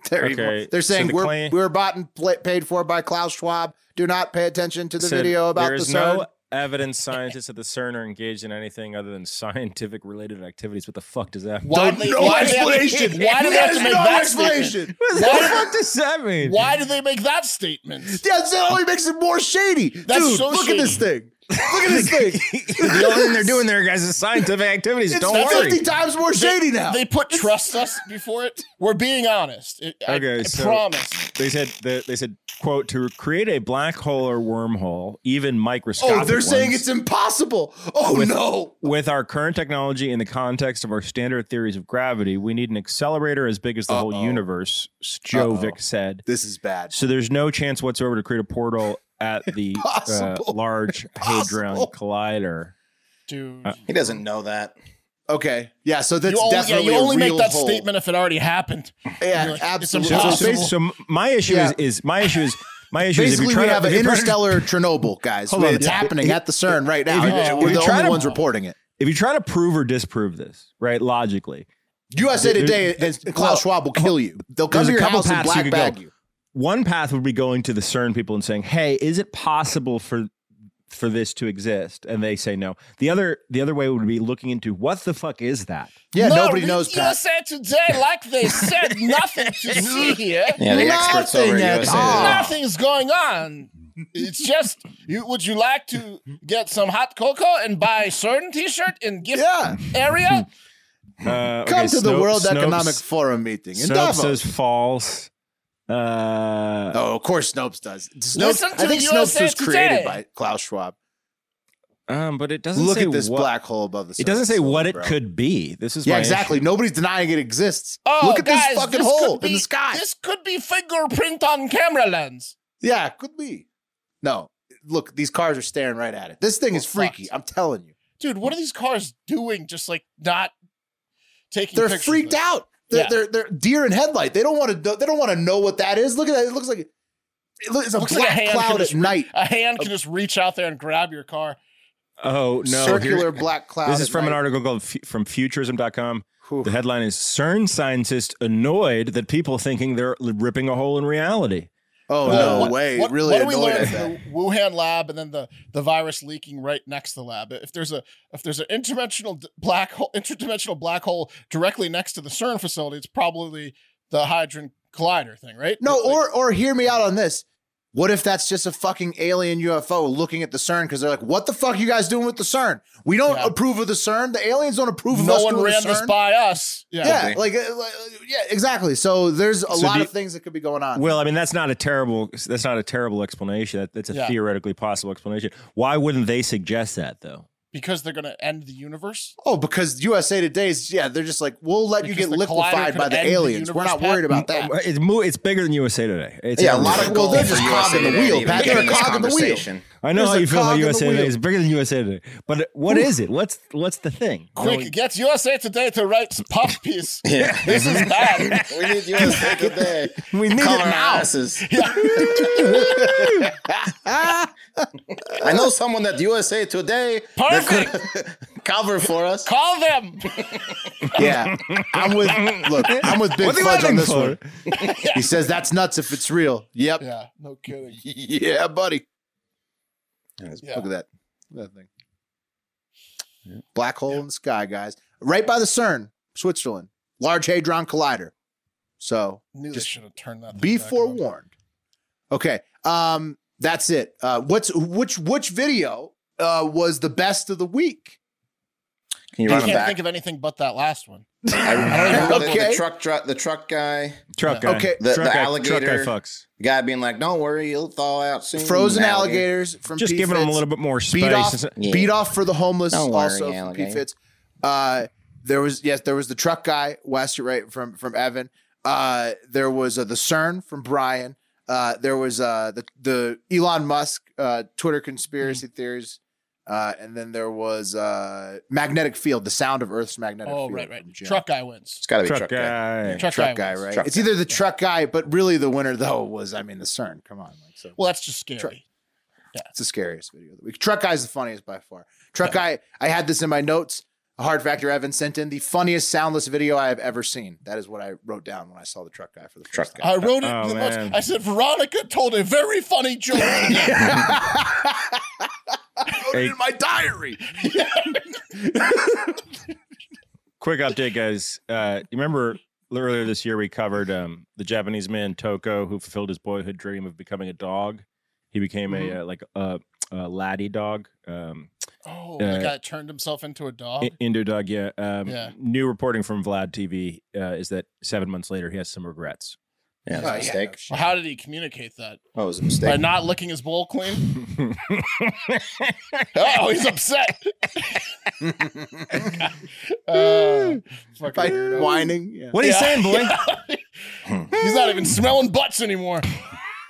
Speaker 3: They're, even
Speaker 1: Okay,
Speaker 3: wor- they're
Speaker 1: so
Speaker 3: saying
Speaker 1: the
Speaker 3: we're
Speaker 1: claim-
Speaker 3: we were bought and pla- paid for by Klaus Schwab. Do not pay attention to the
Speaker 1: Said,
Speaker 3: video about
Speaker 1: there
Speaker 3: the
Speaker 1: is
Speaker 3: CERN.
Speaker 1: no evidence scientists at the CERN are engaged in anything other than scientific related activities. What the fuck does that mean?
Speaker 4: Why Don't- do they- no why do they have to- explanation. why do they have to There's make no that statement? explanation.
Speaker 1: What
Speaker 4: Why-
Speaker 1: the fuck does that mean?
Speaker 4: Why do they make that statement?
Speaker 3: That's that only makes it more shady.
Speaker 4: That's
Speaker 3: Dude,
Speaker 4: so
Speaker 3: look
Speaker 4: shady.
Speaker 3: at this thing. Look at this thing.
Speaker 1: the only thing they're doing there, guys, is scientific activities.
Speaker 3: It's
Speaker 1: Don't
Speaker 3: not
Speaker 1: worry.
Speaker 3: 50 times more shady now.
Speaker 4: They put trust us before it. We're being honest. It, I-
Speaker 1: Okay,
Speaker 4: I,
Speaker 1: so
Speaker 4: promise.
Speaker 1: They said the, they said quote to create a black hole or wormhole, even microscopic.
Speaker 3: Oh, they're saying
Speaker 1: ones,
Speaker 3: it's impossible. Oh
Speaker 1: with,
Speaker 3: no.
Speaker 1: With our current technology in the context of our standard theories of gravity, we need an accelerator as big as the whole universe, Jovic said.
Speaker 3: This is bad.
Speaker 1: So there's no chance whatsoever to create a portal at the uh,
Speaker 3: Impossible.
Speaker 1: Large Hadron Collider.
Speaker 4: Dude.
Speaker 1: Uh,
Speaker 2: He doesn't know that.
Speaker 3: Okay. Yeah, so that's
Speaker 4: you only, yeah,
Speaker 3: definitely
Speaker 4: you only
Speaker 3: a
Speaker 4: make
Speaker 3: real
Speaker 4: that
Speaker 3: hole.
Speaker 4: statement if it already happened.
Speaker 3: Yeah,
Speaker 4: You're like,
Speaker 3: absolutely.
Speaker 4: It's
Speaker 1: So, so,
Speaker 4: impossible.
Speaker 1: bas- so my issue
Speaker 3: Yeah.
Speaker 1: is, is my issue is my issue is if
Speaker 3: Basically,
Speaker 1: you try
Speaker 3: we
Speaker 1: to,
Speaker 3: have
Speaker 1: if
Speaker 3: an
Speaker 1: you try to-
Speaker 3: interstellar Chernobyl, guys.
Speaker 1: Hold
Speaker 3: Wait,
Speaker 1: on.
Speaker 3: it's
Speaker 1: Yeah.
Speaker 3: happening at the CERN right now.
Speaker 1: If you- if
Speaker 3: We're
Speaker 1: you
Speaker 3: the
Speaker 1: try
Speaker 3: only
Speaker 1: to-
Speaker 3: ones reporting it.
Speaker 1: if you try to prove or disprove this, right? Logically,
Speaker 3: USA
Speaker 1: There-
Speaker 3: Today
Speaker 1: there-
Speaker 3: and Klaus Schwab will kill you. They'll come
Speaker 1: there's
Speaker 3: to
Speaker 1: a
Speaker 3: your
Speaker 1: couple
Speaker 3: house and
Speaker 1: paths you
Speaker 3: black
Speaker 1: could
Speaker 3: bag
Speaker 1: go.
Speaker 3: you.
Speaker 1: One path would be going to the CERN people and saying, "Hey, is it possible for for this to exist?" And they say no. The other the other way would be looking into what the fuck is that?
Speaker 3: Yeah,
Speaker 4: No,
Speaker 3: nobody
Speaker 4: read
Speaker 3: knows. Pat.
Speaker 4: USA Today, like they said, nothing to see here.
Speaker 2: Yeah, the experts over
Speaker 3: Nothing
Speaker 2: at
Speaker 3: at
Speaker 2: USA.
Speaker 3: all.
Speaker 2: Today.
Speaker 4: Nothing's going on. It's just, you, would you like to get some hot cocoa and buy a certain T-shirt in gift
Speaker 3: Yeah.
Speaker 4: area?
Speaker 1: Uh, okay,
Speaker 3: Come to the
Speaker 1: Snopes-
Speaker 3: World
Speaker 1: Snopes-
Speaker 3: Economic Forum meeting in
Speaker 1: Snopes
Speaker 3: Davos.
Speaker 1: says false. Uh,
Speaker 3: oh, of course Snopes does. Snopes,
Speaker 4: Listen
Speaker 3: I
Speaker 4: to
Speaker 3: think Snopes
Speaker 4: USA
Speaker 3: was created
Speaker 4: Today.
Speaker 3: by Klaus Schwab.
Speaker 1: um, but it doesn't
Speaker 3: Look
Speaker 1: say
Speaker 3: at this
Speaker 1: what,
Speaker 3: black hole above the surface.
Speaker 1: It doesn't say
Speaker 3: though,
Speaker 1: what it
Speaker 3: bro.
Speaker 1: could be. This is
Speaker 3: Yeah,
Speaker 1: my
Speaker 3: exactly.
Speaker 1: issue.
Speaker 3: Nobody's denying it exists.
Speaker 4: Oh,
Speaker 3: Look at
Speaker 4: guys,
Speaker 3: this fucking
Speaker 4: this
Speaker 3: hole
Speaker 4: could be,
Speaker 3: in the sky.
Speaker 4: This could be fingerprint on camera lens.
Speaker 3: Yeah, could be. No, look, these cars are staring right at it. This thing
Speaker 4: We're
Speaker 3: is freaky.
Speaker 4: fucked.
Speaker 3: I'm telling you,
Speaker 4: Dude, what are these cars doing? Just like not taking.
Speaker 3: they're
Speaker 4: pictures
Speaker 3: freaked
Speaker 4: of it?
Speaker 3: out. They're,
Speaker 4: Yeah.
Speaker 3: they're they're deer in headlight. They don't want to. They don't want to know what that is. Look at that. It looks like it looks, it's a
Speaker 4: Looks like a
Speaker 3: black
Speaker 4: hand
Speaker 3: cloud
Speaker 4: could
Speaker 3: at
Speaker 4: just re-
Speaker 3: night.
Speaker 4: A hand can just reach out there and grab your car.
Speaker 1: Oh no!
Speaker 3: Circular
Speaker 1: here-
Speaker 3: black cloud.
Speaker 1: This is
Speaker 3: at
Speaker 1: from an
Speaker 3: night.
Speaker 1: article called Fu- from Futurism.com.
Speaker 3: Whew.
Speaker 1: The headline is CERN scientists annoyed that people thinking they're l- ripping a hole in reality.
Speaker 3: Oh
Speaker 4: Well,
Speaker 3: no
Speaker 4: what-
Speaker 3: way!
Speaker 4: What,
Speaker 3: really
Speaker 4: what do we
Speaker 3: annoyed
Speaker 4: learn
Speaker 3: at
Speaker 4: from
Speaker 3: that.
Speaker 4: the Wuhan lab and then the, the virus leaking right next to the lab? If there's a if there's an interdimensional d- black hole interdimensional black hole directly next to the CERN facility, it's probably the Hydrogen Collider thing, right?
Speaker 3: No,
Speaker 4: Like-
Speaker 3: or or hear me out on this. What if that's just a fucking alien UFO looking at the CERN because they're like, "What the fuck you guys doing with the CERN? We don't
Speaker 4: Yeah.
Speaker 3: approve of the CERN. The aliens don't approve of
Speaker 4: no
Speaker 3: us
Speaker 4: one
Speaker 3: doing
Speaker 4: ran
Speaker 3: the
Speaker 4: this
Speaker 3: CERN."
Speaker 4: by us.
Speaker 3: yeah,
Speaker 4: Yeah.
Speaker 3: like, uh, like, uh, yeah, exactly. So there's a
Speaker 1: So
Speaker 3: lot
Speaker 1: do
Speaker 3: of
Speaker 1: you-
Speaker 3: things that could be going on.
Speaker 1: Well, I mean that's not a terrible that's not a terrible explanation. That, that's a
Speaker 4: Yeah.
Speaker 1: theoretically possible explanation. Why wouldn't they suggest that though?
Speaker 4: because they're gonna end the universe.
Speaker 3: oh, because USA Today's, yeah, they're just like, we'll let you
Speaker 4: Because
Speaker 3: get
Speaker 4: the collider
Speaker 3: liquefied
Speaker 4: could
Speaker 3: by the
Speaker 4: end the
Speaker 3: aliens. We're not
Speaker 4: universe,
Speaker 3: worried about that.
Speaker 1: Um, It's mo- it's bigger than USA Today. It's
Speaker 2: Yeah, a
Speaker 1: everywhere.
Speaker 2: lot of
Speaker 3: Well,
Speaker 2: gold
Speaker 3: they're
Speaker 2: for
Speaker 3: just
Speaker 2: USA
Speaker 3: cogging the
Speaker 2: Today.
Speaker 3: wheel,
Speaker 2: even
Speaker 3: Pat.
Speaker 2: getting
Speaker 3: They're
Speaker 2: in this
Speaker 3: cogging the wheel.
Speaker 2: conversation.
Speaker 1: I know
Speaker 3: There's
Speaker 1: how
Speaker 3: a
Speaker 1: you feel
Speaker 3: cog
Speaker 1: about
Speaker 3: in the
Speaker 1: USA Today.
Speaker 3: wheel.
Speaker 1: It's bigger than USA Today. But what is it? What's what's the thing?
Speaker 4: Quick,
Speaker 1: Knowing-
Speaker 4: get USA Today to write puff piece.
Speaker 2: Yeah.
Speaker 4: This is bad.
Speaker 2: we need USA Today.
Speaker 1: We need
Speaker 2: Color
Speaker 1: it
Speaker 2: our
Speaker 1: now.
Speaker 2: asses. I know someone that USA Today that could cover for us.
Speaker 4: Call them.
Speaker 3: yeah, I'm with look, I'm with Big
Speaker 1: What are you
Speaker 3: Fudge on
Speaker 1: waiting
Speaker 3: this
Speaker 1: for?
Speaker 3: one. he says that's nuts if it's real. Yep. Yeah,
Speaker 4: yeah, no kidding.
Speaker 3: buddy.
Speaker 4: Yeah.
Speaker 3: Look at that. Look at that thing. Black hole in the sky, guys. Right by the CERN, Switzerland. Large Hadron Collider. So
Speaker 4: Knew they
Speaker 3: Just
Speaker 4: should have turned that. thing
Speaker 3: be
Speaker 4: back on.
Speaker 3: forewarned. Okay. Um, that's it. Uh, what's which which video uh was the best of the week?
Speaker 2: Can you
Speaker 4: I
Speaker 2: run
Speaker 4: can't
Speaker 2: them back?
Speaker 4: think of anything but that last one.
Speaker 2: I, I remember the- the,
Speaker 3: Okay.
Speaker 2: truck dri- the truck guy,
Speaker 1: Truck
Speaker 4: Yeah.
Speaker 1: guy.
Speaker 3: Okay.
Speaker 2: the,
Speaker 1: Truck
Speaker 2: the
Speaker 1: guy-
Speaker 2: alligator
Speaker 1: Truck guy fucks.
Speaker 2: guy being like, "Don't worry, you'll thaw out soon."
Speaker 3: Frozen alligators from
Speaker 1: Just
Speaker 3: P.
Speaker 1: giving them a
Speaker 3: Fitz.
Speaker 1: little bit more space.
Speaker 3: beat off,
Speaker 1: It's not-
Speaker 2: Yeah.
Speaker 3: beat off for the homeless.
Speaker 2: Don't worry,
Speaker 3: also from
Speaker 2: alligator.
Speaker 3: P Fitz. Uh, there was yes, there was the truck guy West right from from Evan. Uh, there was uh, the CERN from Brian. Uh, there was uh, the the Elon Musk uh, Twitter
Speaker 2: Hmm.
Speaker 3: conspiracy theories. Uh, and then there was uh, magnetic field, the sound of Earth's magnetic
Speaker 4: Oh,
Speaker 3: field.
Speaker 4: right, right.
Speaker 3: from Jim.
Speaker 4: Truck guy wins.
Speaker 2: It's got to be
Speaker 1: Truck,
Speaker 2: truck, guy.
Speaker 1: guy.
Speaker 4: Truck,
Speaker 3: truck guy,
Speaker 4: wins.
Speaker 3: right?
Speaker 2: Truck
Speaker 3: it's either the truck guy, but really the winner though was I mean the CERN. Come on, like so.
Speaker 4: Well, that's just scary.
Speaker 3: Truck- It's the scariest video of the week. Truck Guy's the funniest by far. Truck Guy, I had this in my notes. Hard Factor Evan sent in the funniest soundless video I have ever seen. That is what I wrote down when I saw the Truck Guy for the first
Speaker 2: Truck
Speaker 3: time.
Speaker 4: I wrote it.
Speaker 1: Oh,
Speaker 4: in the notes.
Speaker 1: man.
Speaker 4: I said Veronica told a very funny joke.
Speaker 3: oh wrote it in my diary.
Speaker 1: Quick update, guys. Uh, you remember earlier this year we covered um, the Japanese man Toko who fulfilled his boyhood dream of becoming a dog. He became
Speaker 4: Mm-hmm.
Speaker 1: a uh, like a, a laddie dog. Um,
Speaker 4: Oh,
Speaker 1: uh,
Speaker 4: the guy that turned himself into a dog.
Speaker 1: I- Indo dog, yeah. Um,
Speaker 4: Oh. Yeah.
Speaker 1: New reporting from Vlad TV uh, is that seven months later he has some regrets.
Speaker 2: Yeah,
Speaker 4: Oh, yeah. Well, how did he communicate that?
Speaker 2: Oh, it was a
Speaker 4: By
Speaker 2: mistake.
Speaker 4: not licking his bowl clean? oh, he's upset. Uh, fucking
Speaker 3: By
Speaker 4: weirdo.
Speaker 3: whining, yeah.
Speaker 1: What are you saying, boy?
Speaker 4: he's not even smelling butts anymore.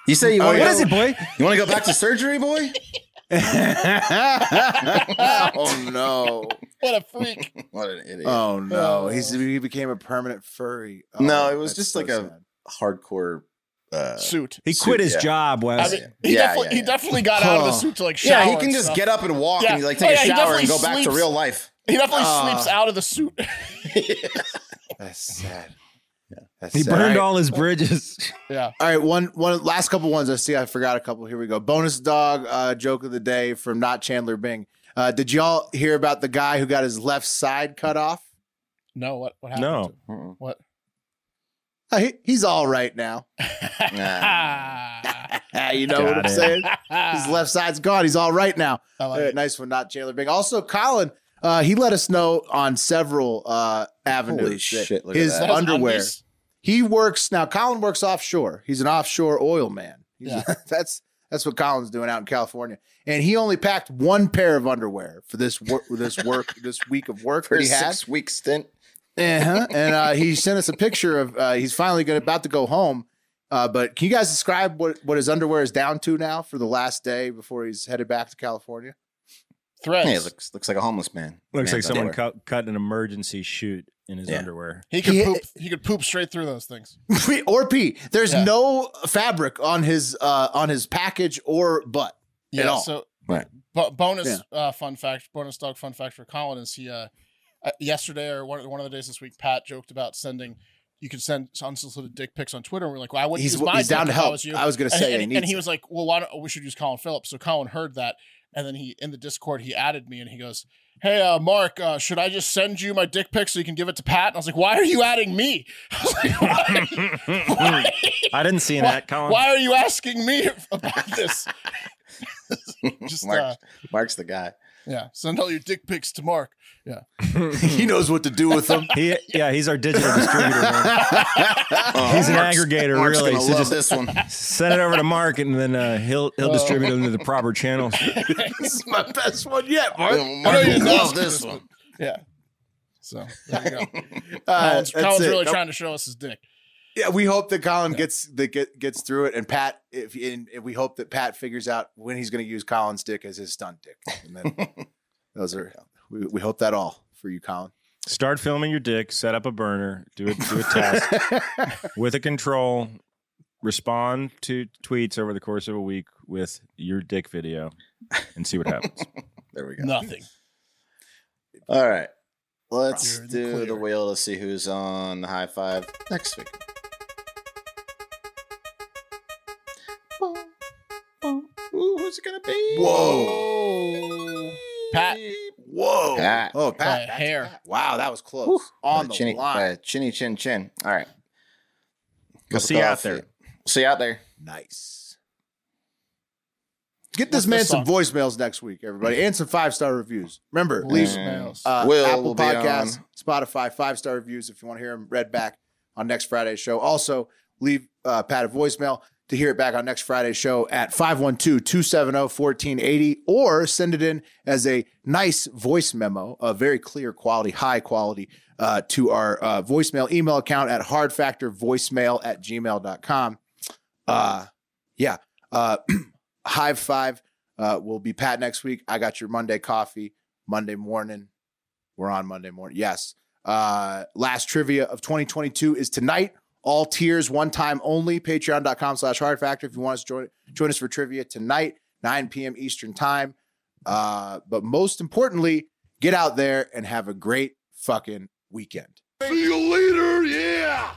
Speaker 2: You say you
Speaker 4: Oh,
Speaker 2: want
Speaker 4: what
Speaker 2: to
Speaker 4: is it,
Speaker 1: boy?
Speaker 2: You want to go back to surgery, boy?
Speaker 3: oh no!
Speaker 4: What a freak.
Speaker 2: What an idiot!
Speaker 3: Oh no! He's he became a permanent furry. Oh,
Speaker 2: no, it was
Speaker 3: that's
Speaker 2: just
Speaker 3: so
Speaker 2: like
Speaker 3: sad.
Speaker 2: a hardcore uh,
Speaker 4: Suit.
Speaker 1: He quit his
Speaker 2: yeah.
Speaker 1: job, Wes.
Speaker 4: I mean, he,
Speaker 2: Yeah,
Speaker 4: definitely,
Speaker 2: yeah,
Speaker 4: he
Speaker 2: yeah.
Speaker 4: definitely got out of the
Speaker 2: Huh.
Speaker 4: suit to like shower.
Speaker 2: Yeah, he can
Speaker 4: and
Speaker 2: just
Speaker 4: stuff.
Speaker 2: get up and walk and, like, take a
Speaker 4: yeah, he
Speaker 2: shower and
Speaker 4: definitely
Speaker 2: go back to real life.
Speaker 4: He definitely
Speaker 2: Ah.
Speaker 4: sleeps out of the suit.
Speaker 3: That's sad. That's
Speaker 1: he
Speaker 3: sad.
Speaker 1: burned
Speaker 3: Alright.
Speaker 1: all his bridges.
Speaker 4: Yeah.
Speaker 3: All right, one one last couple ones. I see I forgot a couple. Here we go. Bonus dog uh, joke of the day from not Chandler Bing. Uh, did y'all hear about the guy who got his left side cut off?
Speaker 4: No, what what happened?
Speaker 1: no.
Speaker 4: to him? What?
Speaker 3: Uh, he, he's all right now. Ah, you know what I'm
Speaker 1: Got it.
Speaker 3: saying? His left side's gone. He's all right now.
Speaker 4: I like
Speaker 3: All right, nice one, not Chandler Bing. Also, Colin, uh, he let us know on several uh, avenues
Speaker 2: Holy
Speaker 3: that
Speaker 2: shit, look at
Speaker 3: his
Speaker 2: that.
Speaker 4: Those
Speaker 3: underwear.
Speaker 4: undies?
Speaker 3: He works now. Colin works offshore. He's an offshore oil man. He's-
Speaker 4: Yeah.
Speaker 3: that's that's what Colin's doing out in California. And he only packed one pair of underwear for this work this work this week of work
Speaker 2: For
Speaker 3: that
Speaker 2: a
Speaker 3: he had.
Speaker 2: six week stint.
Speaker 3: Uh-huh. And uh, he sent us a picture of uh, he's finally gonna, about to go home. Uh, but can you guys describe what, what his underwear is down to now for the last day before he's headed back to California?
Speaker 4: Threads.
Speaker 2: Yeah, he looks looks like a homeless man.
Speaker 1: Looks like
Speaker 2: Man's
Speaker 1: someone
Speaker 2: underwear.
Speaker 1: cut, cut an emergency shoot in his
Speaker 2: Yeah.
Speaker 1: underwear.
Speaker 4: he could
Speaker 3: he-
Speaker 4: poop. He could poop straight through those things.
Speaker 3: or pee. There's
Speaker 4: Yeah.
Speaker 3: no fabric on his uh, on his package or butt at all.
Speaker 4: So
Speaker 2: Right.
Speaker 4: bo- bonus uh, fun fact, bonus dog fun fact for Colin is he uh, uh, yesterday or one, one of the days this week, Pat joked about sending. You could send unsolicited dick pics on Twitter. And we're like, well, I wouldn't
Speaker 3: He's-
Speaker 4: use my
Speaker 3: he's down
Speaker 4: dick
Speaker 3: to
Speaker 4: if I
Speaker 3: help.
Speaker 4: was you.
Speaker 3: I was gonna
Speaker 4: And-
Speaker 3: say,
Speaker 4: and,
Speaker 3: he
Speaker 4: and,
Speaker 3: needs
Speaker 4: he was like, well, why don't we should use Colin Phillips? So Colin heard that, and then he in the Discord he added me, and he goes, "Hey, uh, Mark, uh, should I just send you my dick pic so you can give it to Pat?" And I was like, "Why are you adding me?" I was like, "Why- why-
Speaker 1: I didn't see
Speaker 4: why-
Speaker 1: that, Colin.
Speaker 4: Why are you asking me about this? Just
Speaker 2: Mark,
Speaker 4: uh,
Speaker 2: Mark's the guy.
Speaker 4: yeah, send all your dick pics to Mark. Yeah,
Speaker 3: he knows what to do with them.
Speaker 1: He, yeah, he's our digital distributor. man. he's an aggregator,
Speaker 2: Mark's
Speaker 1: really.
Speaker 2: gonna
Speaker 1: So
Speaker 2: love Oh.
Speaker 1: just
Speaker 2: this one.
Speaker 1: send it over to Mark, and then uh, he'll he'll distribute them to the proper channels.
Speaker 3: this is my best one yet, Mark.
Speaker 2: Mark will love this one.
Speaker 4: yeah. So there you go.
Speaker 3: Uh, that's
Speaker 4: Colin's, Colin's
Speaker 3: it.
Speaker 4: really
Speaker 3: Nope.
Speaker 4: trying to show us his dick.
Speaker 3: Yeah, we hope that Colin gets that get, gets through it, and Pat. If and, and we hope that Pat figures out when he's going to use Colin's dick as his stunt dick, and then those are we, we hope that all for you, Colin.
Speaker 1: Start filming your dick. Set up a burner. Do it. Do a test with a control. Respond to tweets over the course of a week with your dick video, and see what happens.
Speaker 2: There we go.
Speaker 4: Nothing.
Speaker 2: All right. Let's
Speaker 4: You're in the
Speaker 2: do the
Speaker 4: clear.
Speaker 2: wheel to see who's on the high five next week. Ooh, who's it gonna be?
Speaker 3: Whoa,
Speaker 4: Oh, Pat.
Speaker 3: whoa,
Speaker 2: Pat.
Speaker 3: oh
Speaker 4: By a
Speaker 3: Pat,
Speaker 4: hair.
Speaker 3: Wow, that was close
Speaker 2: On
Speaker 3: on the
Speaker 2: chinny,
Speaker 3: line.
Speaker 2: by chinny chin chin. All right.
Speaker 1: We'll see you out there.
Speaker 2: See you out there.
Speaker 3: Nice. Get this
Speaker 4: What's
Speaker 3: man
Speaker 4: this
Speaker 3: some
Speaker 4: song?
Speaker 3: voicemails next week, everybody, and some five star reviews. Remember, leave
Speaker 2: Yeah.
Speaker 4: Voicemails.
Speaker 3: uh,
Speaker 2: Will
Speaker 3: Apple
Speaker 2: will be
Speaker 3: Podcasts,
Speaker 2: on.
Speaker 3: Spotify, five star reviews if you want to hear them read back on next Friday's show. Also, leave uh, Pat a voicemail to hear it back on next Friday's show at 512 270 1480 oh, or send it in as a nice voice memo, a very clear quality, high quality, uh, to our uh, voicemail email account at hardfactorvoicemail at gmail.com. Uh, yeah. Uh, Hive Five uh, will be Pat next week. I got your Monday coffee, Monday morning. We're on Monday morning. Yes. Uh, last trivia of 2022 is tonight. All tiers, one time only. Patreon.com slash hard factor. If you want us to join, join us for trivia tonight, 9 p.m. Eastern time. Uh, but most importantly, get out there and have a great fucking weekend.
Speaker 5: See you later. Yeah.